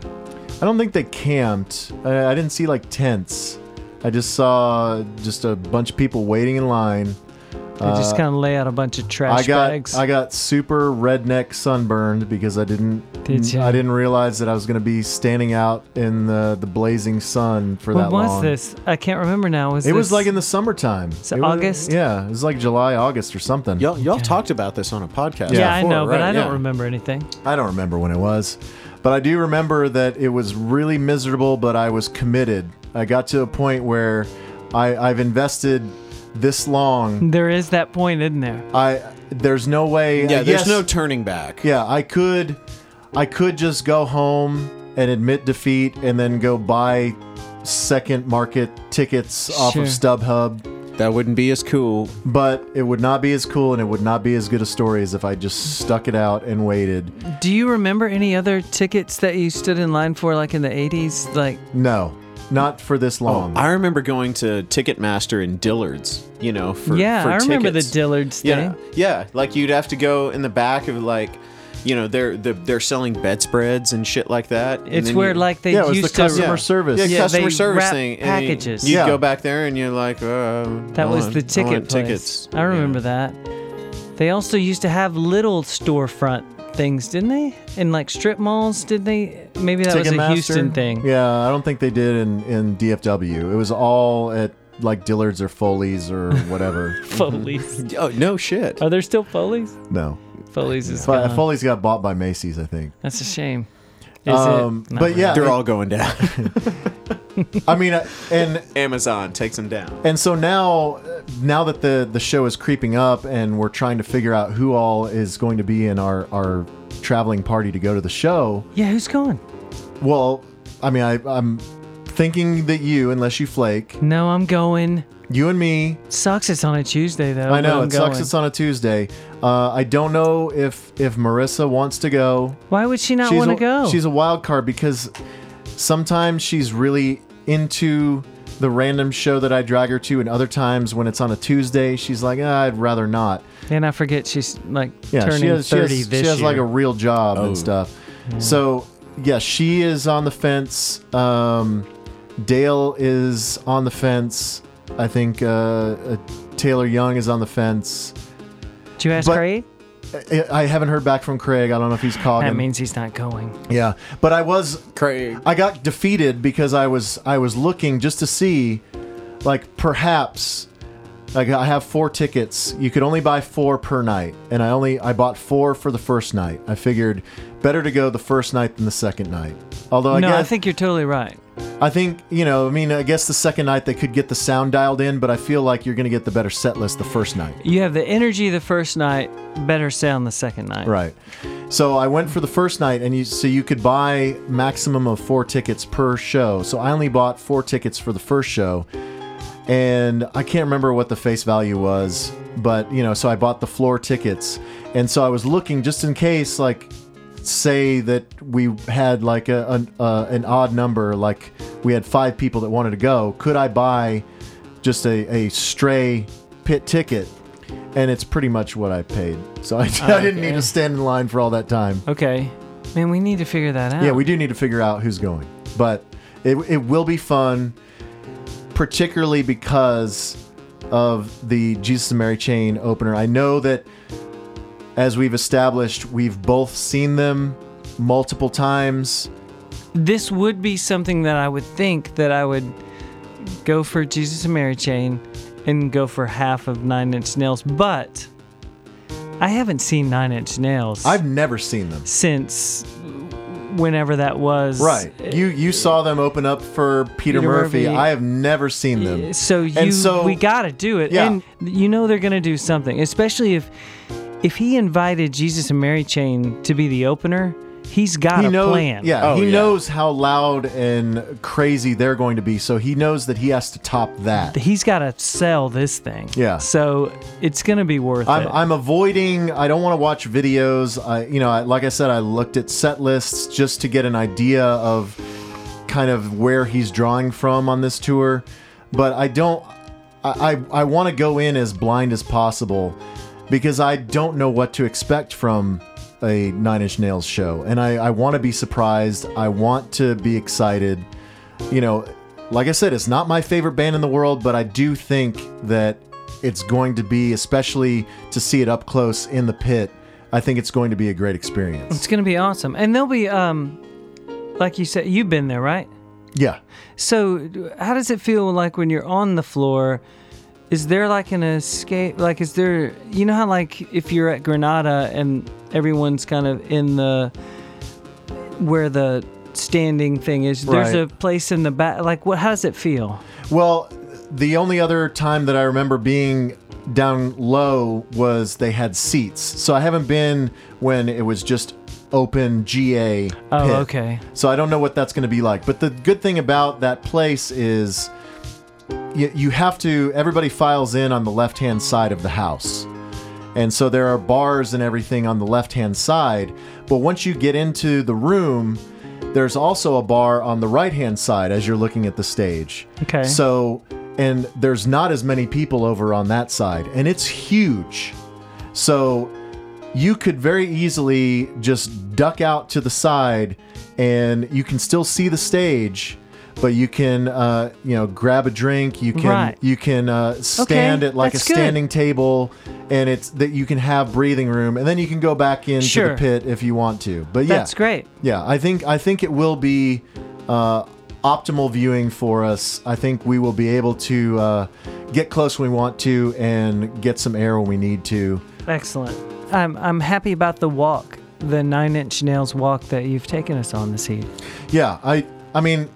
I don't think they camped. I, I didn't see like tents. I just saw just a bunch of people waiting in line. They just kind of lay out a bunch of trash Uh, I got bags. I got super redneck sunburned because I didn't mm, Did ya? I didn't realize that I was going to be standing out in the, the blazing sun for when that was long. this? I can't remember now. Was It was this- like in the summertime. It was- August? yeah, it was like July, August, or something. Y'all, y'all talked about this on a podcast. yeah, I before, know, but right? I don't Yeah. remember anything. I don't remember when it was, but I do remember that it was really miserable. But I was committed. I got to a point where I, I've invested this long. There is that point in there. I there's no way. Yeah, there's yes, no turning back. Yeah, I could, I could just go home and admit defeat, and then go buy second market tickets off of Sure. StubHub. That wouldn't be as cool. but it would not be as cool and it would not be as good a story as if I just stuck it out and waited. Do you remember any other tickets that you stood in line for, like in the '80s? Like No, not for this long. Um, I remember going to Ticketmaster in Dillard's, you know, for Yeah, for I remember the tickets. Dillard's Yeah, thing. yeah, like you'd have to go in the back of like, you know, they're they're, they're selling bedspreads and shit like that. and It's then where you- like they yeah, it was the used to. customer service. yeah, yeah, customer they service wrap thing packages. You Yeah. go back there and you're like, uh, That I was want- the I ticket want place. tickets. I remember that. They also used to have little storefront things, didn't they? In like strip malls, did they? Maybe that was a Ticketmaster? Houston thing. Yeah, I don't think they did in, in DFW. It was all at like Dillard's or Foley's or whatever. Foley's. Yeah. Oh no shit. Are there still Foley's? no, Foley's is but uh, gone. Foley's got bought by Macy's, I think. That's a shame. Is Um, it? Not but really. yeah, They're all going down. I mean, I- and Amazon takes them down. And so now, now that the the show is creeping up, and we're trying to figure out who all is going to be in our our traveling party to go to the show. Yeah, who's going? Well, I mean, I, I'm thinking that you, unless you flake, No, I'm going. you and me. Sucks it's on a Tuesday though. I know but I'm it sucks. going. It's on a Tuesday. Uh, I don't know if if Marissa wants to go. Why would she not She's want a, to go? She's a wild card because sometimes she's really into the random show that I drag her to, and other times when it's on a Tuesday, she's like, "Ah, I'd rather not. and I forget she's like Yeah, turning she has, she has- 30 she has, this year. like a real job and stuff. So, yeah, she is on the fence. Um, Dale is on the fence. I think uh, uh, Taylor Young is on the fence. Did you ask but- Craig? I, I haven't heard back from Craig. I don't know if he's calling. That means he's not going. yeah, but I was Craig. I got defeated because I was I was looking just to see, like perhaps, like I have four tickets. You could only buy four per night, and I only I bought four for the first night. I figured better to go the first night than the second night. Although I no, guess I think you're totally right. I think you know I mean I guess the second night they could get the sound dialed in, but I feel like you're gonna get the better set list the first night. You have the energy the first night, better sound the second night. Right. So I went for the first night, and you so you could buy maximum of four tickets per show. So I only bought four tickets for the first show, and I can't remember what the face value was, but you know, so I bought the floor tickets, and so I was looking just in case, like, say that we had like a an, uh, an odd number, like we had five people that wanted to go, could I buy just a, a stray pit ticket? And it's pretty much what I paid, so I, I didn't need Oh, Okay. to stand in line for all that time. Okay. Man, we need to figure that out. Yeah, we do need to figure out who's going, but it, it will be fun, particularly because of the Jesus and Mary Chain opener. I know that as we've established, we've both seen them multiple times. This would be something that I would think that I would go for Jesus and Mary Chain and go for half of Nine Inch Nails, but I haven't seen Nine Inch Nails I've never seen them. since whenever that was. Right. You you saw them open up for Peter, Peter Murphy. Murphy. I have never seen them. So you, And so- we gotta do it, Yeah. and you know they're gonna do something, especially if if he invited Jesus and Mary Chain to be the opener. He's got he a knows, plan. Yeah, Oh, he yeah. knows how loud and crazy they're going to be, so he knows that he has to top that. He's got to sell this thing. Yeah. So it's going to be worth I'm, it. I'm avoiding. I don't want to watch videos. I, you know, I, like I said, I looked at set lists just to get an idea of kind of where he's drawing from on this tour, but I don't. I I, I want to go in as blind as possible because I don't know what to expect from a Nine Inch Nails show, and I, I want to be surprised. I want to be excited. You know, like I said, it's not my favorite band in the world, but I do think that it's going to be, especially to see it up close in the pit. I think it's going to be a great experience. it's going to be awesome. And they'll be, um, like you said, you've been there, right? Yeah. So, how does it feel like when you're on the floor? Is there like an escape? Like, is there, you know, how like if you're at Granada and everyone's kind of in the where the standing thing is, there's Right. a place in the back. Like, what, how does it feel? Well, the only other time that I remember being down low was they had seats. So I haven't been when it was just open GA. Oh, pit. okay. So I don't know what that's going to be like. But the good thing about that place is you, you have to, everybody files in on the left hand side of the house. And so there are bars and everything on the left hand side. But once you get into the room, there's also a bar on the right hand side as you're looking at the stage. Okay. So, and there's not as many people over on that side. And it's huge. So you could very easily just duck out to the side and you can still see the stage. But you can, uh, you know, grab a drink. You can, Right. you can uh, stand Okay, at like a that's good. standing table and it's that you can have breathing room and then you can go back into Sure. the pit if you want to but yeah That's great. yeah i think i think it will be uh optimal viewing for us i think we will be able to uh get close when we want to and get some air when we need to Excellent. I'm, I'm happy about the walk, the nine inch nails walk that you've taken us on this evening. yeah i i mean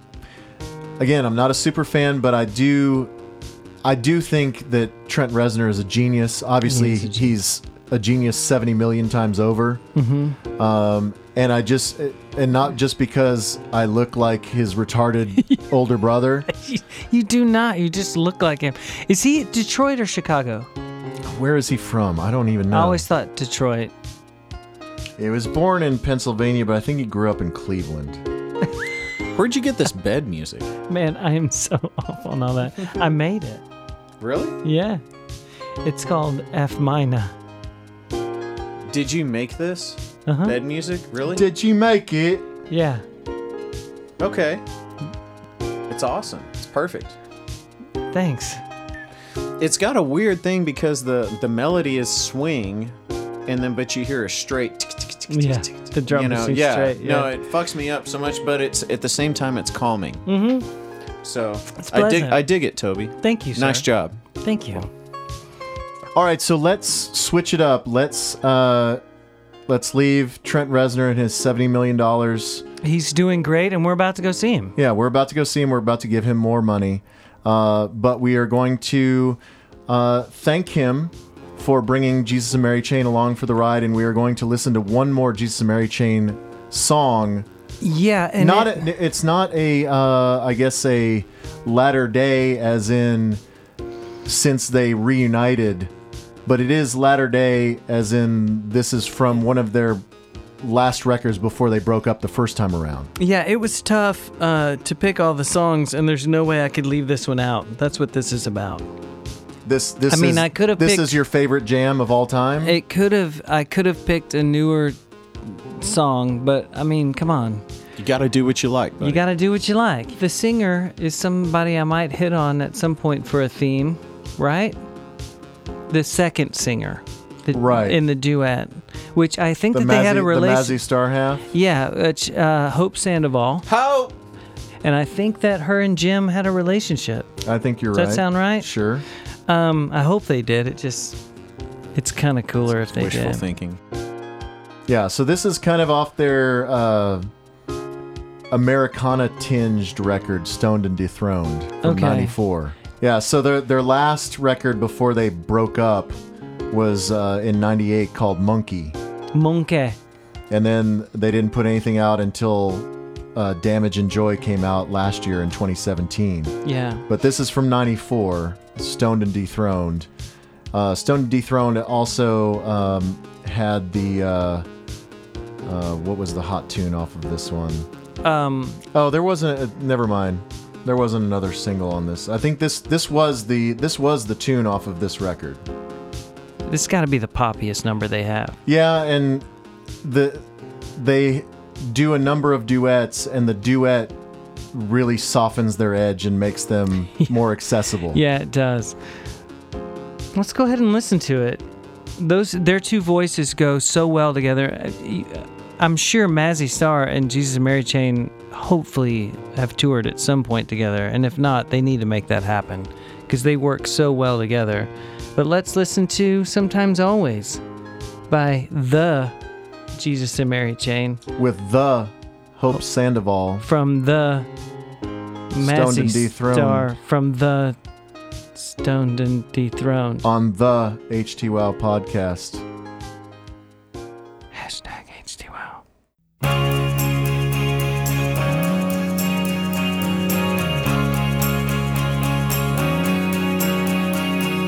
again i'm not a super fan but i do i do think that trent reznor is a genius obviously He's a genius. Mm-hmm. he's a genius 70 million times over um, and i just and not just because i look like his retarded older brother You, you do not. You just look like him. Is he Detroit or Chicago? where is he from i don't even know I always thought Detroit. he was born in pennsylvania but i think he grew up in cleveland Where'd you get this bed music? Man, I am so off on all that. I made it. Really? Yeah. It's called F minor. Did you make this Uh-huh. bed music? Really? did you make it Yeah. okay. It's awesome. It's perfect. Thanks. It's got a weird thing because the the melody is swing, and then but you hear a straight. tick, tick, tick, tick, Yeah, tick, tick, the drum you know, machine yeah. straight, No, yeah. it fucks me up so much, but it's at the same time it's calming. Mm-hmm. So I dig pleasant. I dig it, Toby. Thank you, sir. Nice job. Thank you. All right, so let's switch it up. Let's uh, let's leave Trent Reznor and his seventy million dollars. He's doing great, and we're about to go see him. Yeah, we're about to go see him. We're about to give him more money, uh, but we are going to uh, thank him for bringing Jesus and Mary Chain along for the ride, and we are going to listen to one more Jesus and Mary Chain song. Yeah, and not it- a, it's not a uh, I guess a latter day as in since they reunited, but it is latter day as in this is from one of their last records before they broke up the first time around. yeah, it was tough uh, to pick all the songs, and there's no way I could leave this one out. That's what this is about. This this I mean, is, I could have this picked- is your favorite jam of all time. It could have, I could have picked a newer song, but I mean, come on. You got to do what you like. You got to do what you like. The singer is somebody I might hit on at some point for a theme, right? The second singer, the, Right. in the duet, which I think the that they had a Mazzy, the relation. Mazzy Star half. Yeah, which, uh, Hope Sandoval, How? and I think that her and Jim had a relationship. I think you're Does right. that sound right? Sure. Um, I hope they did. It just, it's kind of cooler if they Wishful did. thinking. Yeah, so this is kind of off their uh, Americana tinged record, Stoned and Dethroned, from Okay. '94. Yeah, so their their last record before they broke up was uh, in '98 called Monkey. Monkey. and then they didn't put anything out until uh, Damage and Joy came out last year in 2017. Yeah. But this is from '94, Stoned and Dethroned. Uh, Stoned and Dethroned also um, had the uh, uh, what was the hot tune off of this one? Um, Oh, there wasn't. A, never mind. There wasn't another single on this. I think this this was the this was the tune off of this record. this got to be the poppiest number they have. Yeah, and the they do a number of duets, and the duet really softens their edge and makes them more accessible. Yeah, it does. Let's go ahead and listen to it. Those their two voices go so well together. Uh, I'm sure Mazzy Star and Jesus and Mary Chain hopefully have toured at some point together, and if not, they need to make that happen because they work so well together. But let's listen to Sometimes Always by the Jesus and Mary Chain With the Hope Sandoval, from the Stoned Mazzy and Dethroned. Star from the Stoned and Dethroned. on the HT Wow podcast. Hashtag HTWOW.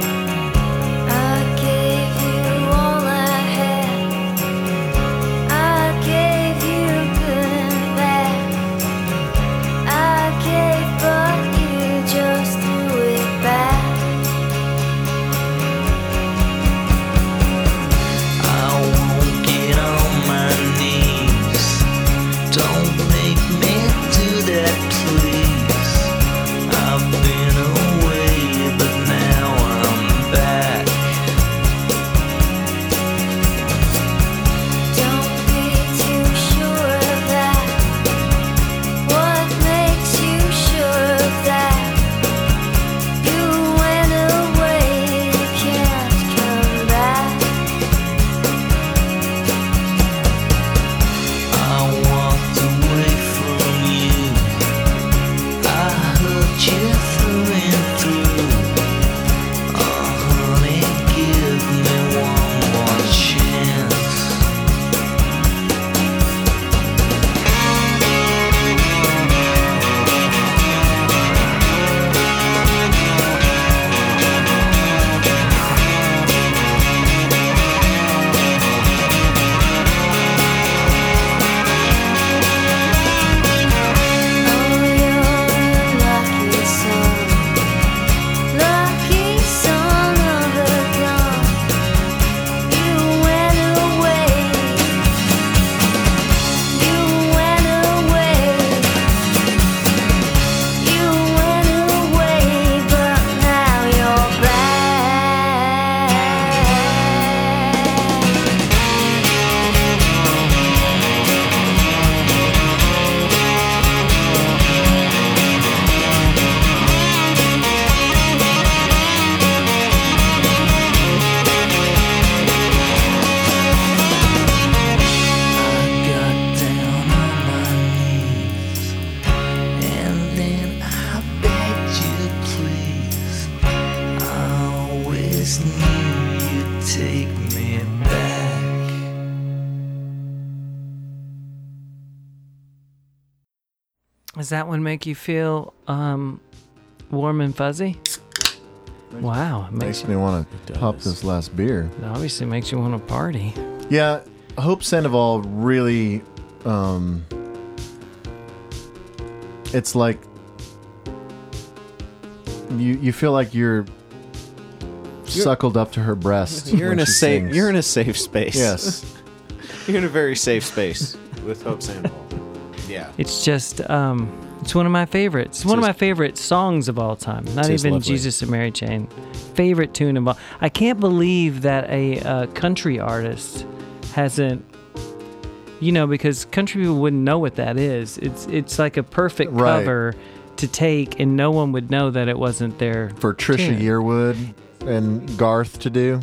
I gave you all I had. I gave you good and bad. I gave, but you just threw it back. I won't get on my knees. Don't make me do that, please. I've been away, but now I'm back. Don't be too sure of that. What makes you sure of that? You went away, you can't come back. I walked away from you. I hurt you through and through. Oh, honey, give me one more chance. Oh, you're lucky son, lucky son of the gun. You went away, you went away, you went away, but now you're back. I got down on my knees and then I begged you, please. I always knew you'd take me back. Does that one make you feel um, warm and fuzzy? Wow, it makes Makes you, me want to pop this last beer. it obviously makes you want to party. Yeah, Hope Sandoval really. Um, it's like you you feel like you're, suckled up to her breast. You're when in a she safe. sings. You're in a safe space. yes. You're in a very safe space with Hope Sandoval. Yeah. It's just, um, it's one of my favorites. It's one of Tis- my favorite songs of all time. Not Tis even lovely. Jesus and Mary Chain. Favorite tune of all. I can't believe that a uh, country artist hasn't. You know, because country people wouldn't know what that is. It's it's like a perfect Right. cover to take, and no one would know that it wasn't there For Trisha Tune. Yearwood and Garth to do.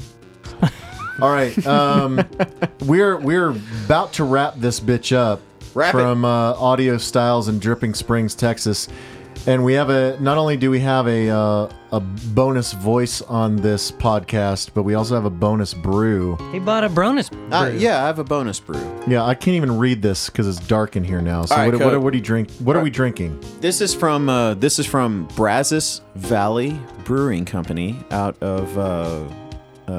All right, um, we're we're about to wrap this bitch up Wrap it. from Uh, Audio Styles in Dripping Springs, Texas. And we have a. Not only do we have a uh, a bonus voice on this podcast, but we also have a bonus brew. He bought a bonus. Uh, brew. yeah, I have a bonus brew. Yeah, I can't even read this because it's dark in here now. So All right, what, what, Coke. what do you drink? What are we drinking? This is from uh, this is from Brazos Valley Brewing Company out of uh, uh,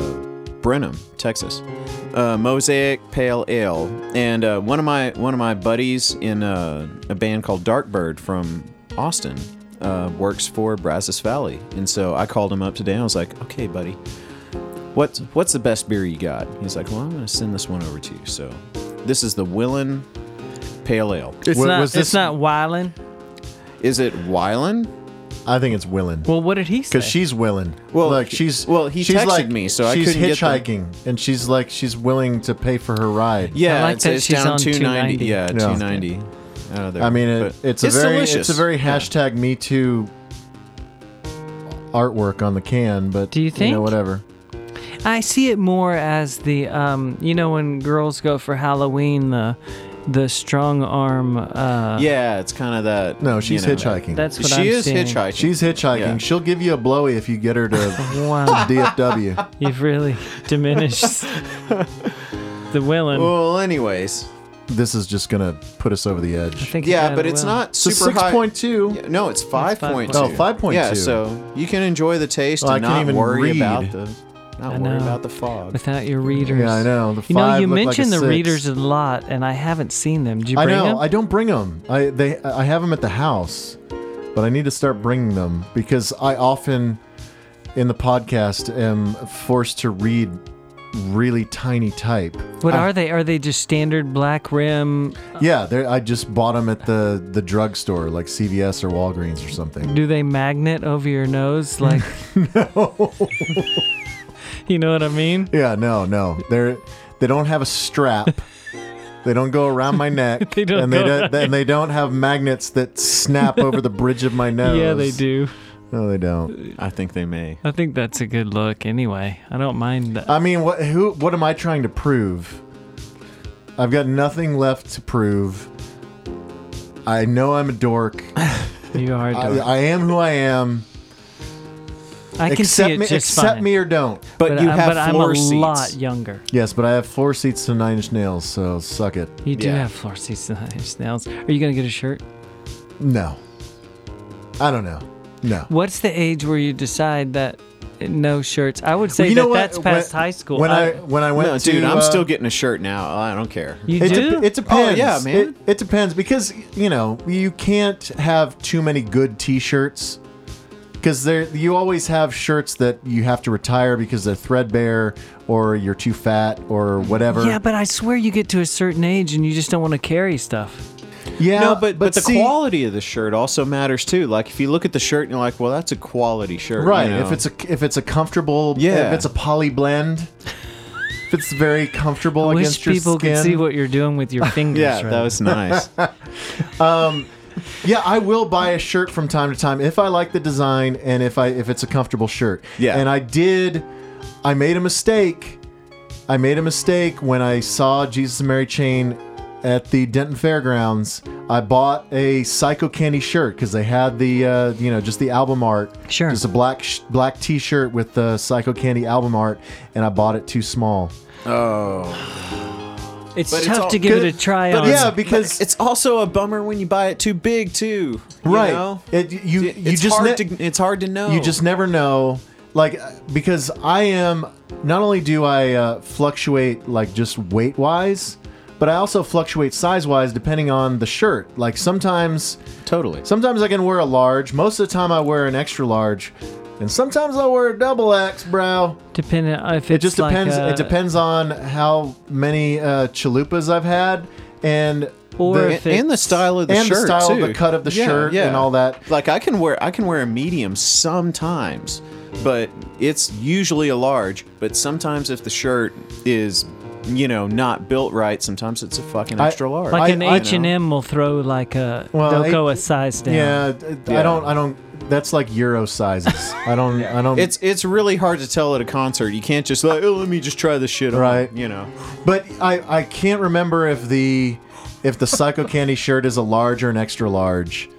Brenham, Texas. Uh, Mosaic Pale Ale, and uh, one of my one of my buddies in uh, a band called Darkbird from Austin uh, works for Brazos Valley, and so I called him up today. and I was like, "Okay, buddy, what's what's the best beer you got?" He's like, "Well, I'm gonna send this one over to you." So this is the Willen Pale Ale. It's Wa- not. was this- It's not Wylan. Is it Wylan? I think it's Willen. Well, what did he say? Because she's willing. Well, Look, she's well, he she's texted like, me, so I she's couldn't get the- hitchhiking, and she's like she's willing to pay for her ride. Yeah, I like it's, that it's she's down on 290. 290. Yeah, Yeah. 290. out of there. I mean, it, But it's a very it's a delicious. very hashtag Me Too artwork on the can, but Do you you know, think? whatever. I see it more as the um, you know when girls go for Halloween the the strong arm uh Yeah, it's kind of that. No, you she's know, hitchhiking. that's what she I'm is seeing. hitchhiking. she's hitchhiking. Yeah. She'll give you a blowy if you get her to Wow, DFW. you've really diminished the willing. Well, anyways. This is just gonna put us over the edge. Yeah, but it's not So super six high. point two. Yeah, No, it's 5.2. Oh, 5.2. Yeah, so you can enjoy the taste Well, I and can't not even worry read. about the not I know. worry about the fog. without your readers. Yeah, I know. The you know, five you look like a mentioned the six. readers a lot, and I haven't seen them. Did you I bring know. them? I don't bring them. I they I have them at the house, but I need to start bringing them because I often in the podcast am forced to read really tiny type. what are they? Are they just standard black rim? Yeah, they're- I just bought them at the the drugstore, like CVS or Walgreens or something. Do they magnet over your nose? Like, you know what I mean? Yeah, no, no, they're they don't have a strap. They don't go around my neck, They don't and they go don't, around and they don't have magnets that snap over the bridge of my nose. Yeah, they do. No, they don't. I think they may. I think that's a good look anyway. I don't mind that. I mean, what who? What am I trying to prove? I've got nothing left to prove. I know I'm a dork. you are. I, dope. I am who I am. I, can accept see it me, just accept fine. me or don't. But, you I- have but I'm floor a seats. lot younger. Yes, but I have floor seats to nine inch nails, so suck it. You do Yeah. have floor seats and high nails. Are you gonna get a shirt? No, I don't know. No. What's the age where you decide that no shirts? I would say you that know what? that's past When- high school. When I, when I went No, to, dude, I'm uh, still getting a shirt now. I don't care. you It, do. dep- it depends. Oh, yeah, man. It, it depends because you know you can't have too many good T-shirts because there you always have shirts that you have to retire because they're threadbare or you're too fat or whatever. yeah, but I swear you get to a certain age and you just don't want to carry stuff. yeah. No, but, but, the see- quality of the shirt also matters too. Like if you look at the shirt and you're like, well, that's a quality shirt, you Right. know? If it's a if it's a comfortable Yeah. if it's a poly blend. If it's very comfortable I wish against your people skin. could see what you're doing with your fingers. yeah, right? that was nice. Yeah, I will buy a shirt from time to time if I like the design and if I if it's a comfortable shirt. Yeah. And I did I made a mistake. I made a mistake when I saw Jesus and Mary Chain at the Denton Fairgrounds. I bought a Psycho Candy shirt because they had the uh, you know just the album art, Sure. just a black sh- black T-shirt with the Psycho Candy album art, and I bought it too small. it's But it's tough all to give good- it a try but on. yeah, because it's also a bummer when you buy it too big too. you right, know? it, you It- you it's just hard ne- to it's hard to know. Oh. You just never know. Like, uh, because I am, not only do I uh, fluctuate, like, just weight wise, but I also fluctuate size wise depending on the shirt. Like, sometimes, totally. sometimes I can wear a large. Most of the time, I wear an extra large. And sometimes I wear a double X, bro. depending if it's It just like uh, depends. a- it depends on how many uh, chalupas I've had, and Or the- if and, and the it's- style of the and the shirt style, too. the cut of the shirt and all that. Like I can wear I can wear a medium sometimes, but it's usually a large. But sometimes if the shirt is you know not built right, sometimes it's a fucking I- extra large. Like I- an I- H and M will throw like a Well, they'll I- go a size down. yeah, I don't. I don't. That's like Euro sizes. I don't. I don't. It's it's really hard to tell at a concert. You can't just like, oh, let me just try this shit on. Right. You know. But I, I can't remember if the if the Psycho Candy shirt is a large or an extra large.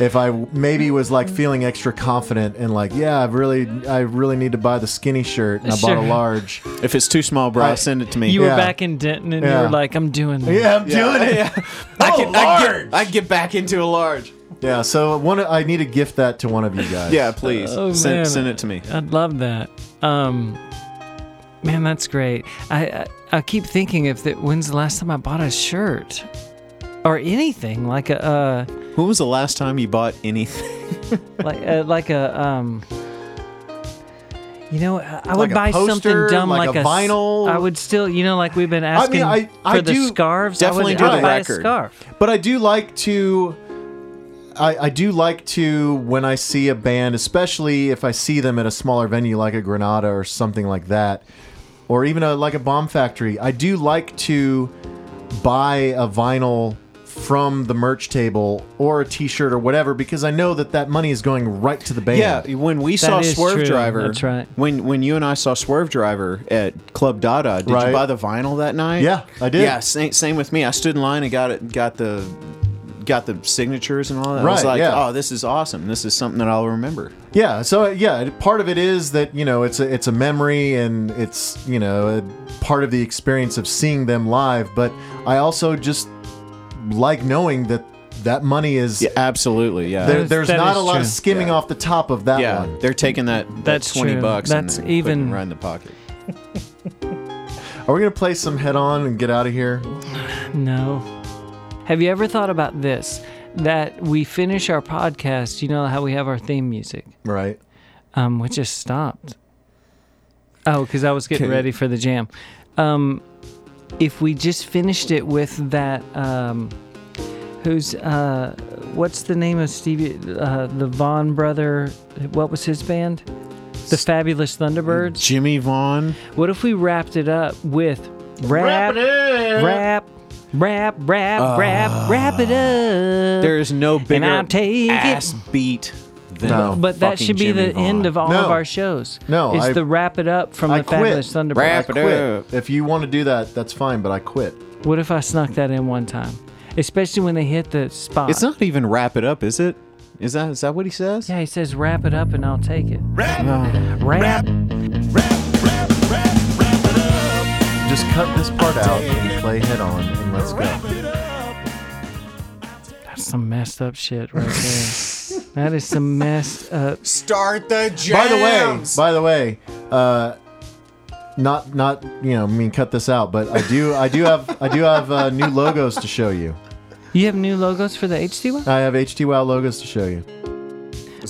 if I maybe was like feeling extra confident and like, yeah, I really, I really need to buy the skinny shirt, and I Sure. bought a large. If it's too small, bro, I- send it to me. You Yeah. were back in Denton and you Yeah. were like, I'm doing this. Yeah, I'm doing it. Oh, Yeah. I can I large. get, I get back into a large. Yeah, so one, I need to gift that to one of you guys. Yeah, please Oh, man. send, send it to me. I'd love that. Um, man, that's great. I, I I keep thinking if that when's the last time I bought a shirt or anything like a uh, When was the last time you bought anything? like uh, like a um. You know, I I Like would a buy poster, something dumb like like, a s- vinyl? I would still, you know, like we've been I asking mean, I- I for the do scarves. definitely I would, do I would the buy record. a scarf. But I do like to. I, I do like to when I see a band, especially if I see them at a smaller venue like a Granada or something like that, or even a, like a Bomb Factory. I do like to buy a vinyl from the merch table or a T-shirt or whatever because I know that that money is going right to the band. Yeah, when we saw is Swerve true. Driver, That's right. When when you and I saw Swerve Driver at Club Dada, did Right. you buy the vinyl that night? Yeah, I did. Yeah, same, same with me. I stood in line and got it, got the, got the signatures and all that. I was Right, like, yeah. oh, this is awesome. This is something that I'll remember. Yeah, so uh, yeah, it- part of it is that you know it's a it's a memory and it's you know a part of the experience of seeing them live. But I also just like knowing that that money is Yeah, absolutely. Yeah. there, That there's is not a lot of true. skimming Yeah. off the top of that yeah, one. they're taking that, that That's twenty true. bucks. That's and then putting even- it right in the pocket. Are we gonna play some head on and get out of here? No. Have you ever thought about this? That we finish our podcast, you know how we have our theme music, Right. um, which just stopped. Oh, because I was getting Okay. ready for the jam. Um, if we just finished it with that, um, who's uh, what's the name of Stevie? Uh, the Vaughn brother. What was his band? The Fabulous Thunderbirds. Jimmy Vaughn. What if we wrapped it up with rap, rap, rap, rap, Ah. rap, wrap it up? There is no bigger I'll take it. ass beat than No. but that fucking should be Jimmy the Vaughn. end of all No. of our shows. No, is I- the wrap it up from I the quit. Fabulous Thunderbirds. I Wrap it quit. up. If you want to do that, that's fine. But I quit. What if I snuck that in one time? Especially when they hit the spot. It's not even wrap it up, is it? Is that is that what he says? Yeah, he says wrap it up and I'll take it. Wrap, wrap, Just cut this part out and play head on and let's go. That's some messed up shit right there. that is some messed up. Start the By the way, by the way, uh, not not you know, I mean, cut this out, but I do I do have I do have uh, new logos to show you. You have new logos for the HTY? I have HTWOW logos to show you.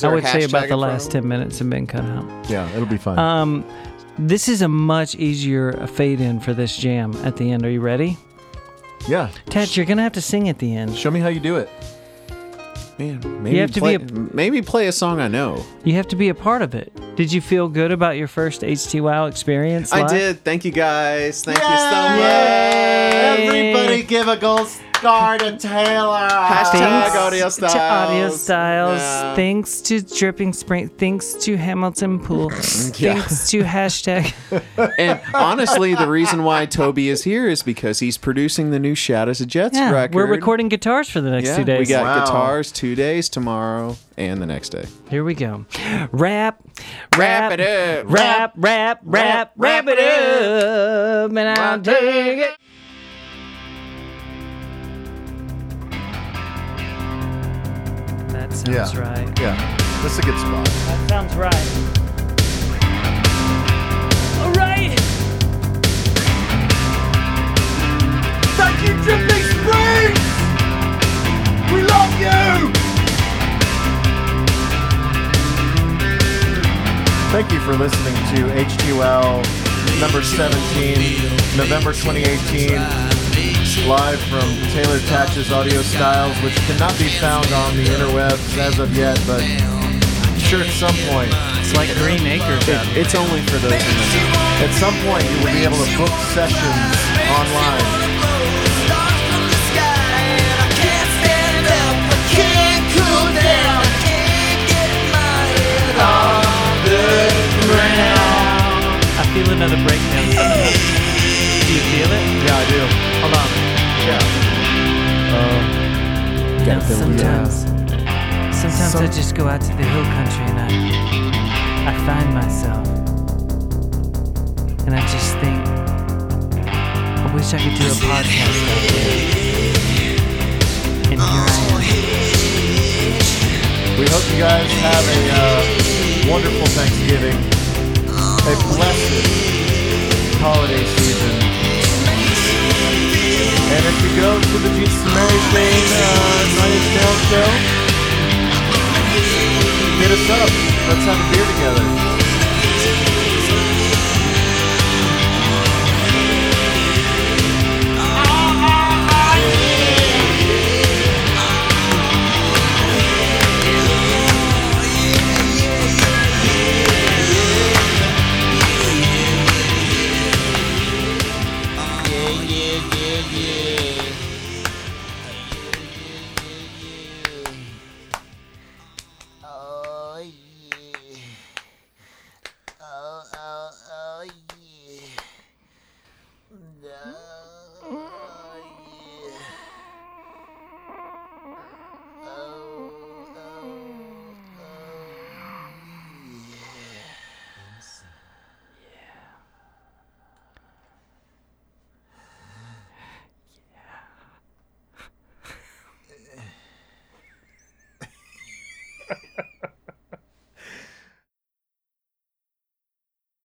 I would say about the last 10 minutes have been cut out. Yeah, it'll be fun. Um, this is a much easier fade in for this jam at the end. Are you ready? yeah, Ted, you're going to have to sing at the end. show me how you do it. Man, maybe You have to play, be a- maybe play a song I know. You have to be a part of it. Did you feel good about your first HT Wow experience? I live? did. Thank you guys. Thank you so much. Everybody, give a gold star to Taylor. Hashtag Thanks audio to Audio styles. Styles. Yeah. Thanks to Dripping Spring. Thanks to Hamilton Pool. Thanks to hashtag. And honestly, the reason why Toby is here is because he's producing the new Shadows of Jets Yeah, record. we're recording guitars for the next Yeah, two days. we got Wow. guitars two days tomorrow and the next day. Here we go. Rap, Wrap it up. Rap, rap, rap, Wrap- wrap it up. And I'll take it. That sounds Yeah. right. Yeah, that's a good spot. That sounds right. All right. Thank you, Dripping Springs! We love you! Thank you for listening to HTL number 17, November 2018, live from Taylor Tatch's Audio Styles, which cannot be found on the interwebs as of yet, but I'm sure at some point, It's like Green Acres out It's only for those in the at some point you will be able to book sessions online. I feel another breakdown coming up. Do you feel it? Yeah, I do. Hold on. Yeah. Um, Now sometimes, Sometimes Some- I just go out to the hill country and I, I find myself. And I just think, I wish I could do a podcast like this. And here I We hope you guys have a uh, wonderful Thanksgiving, a blessed holiday season. And if you go to the Jesus and Mary thing, uh, Nine Inch Nails show, hit us up. Let's have a beer together. Oh yeah. Oh oh oh yeah. No. Oh yeah. Oh oh oh yeah. am.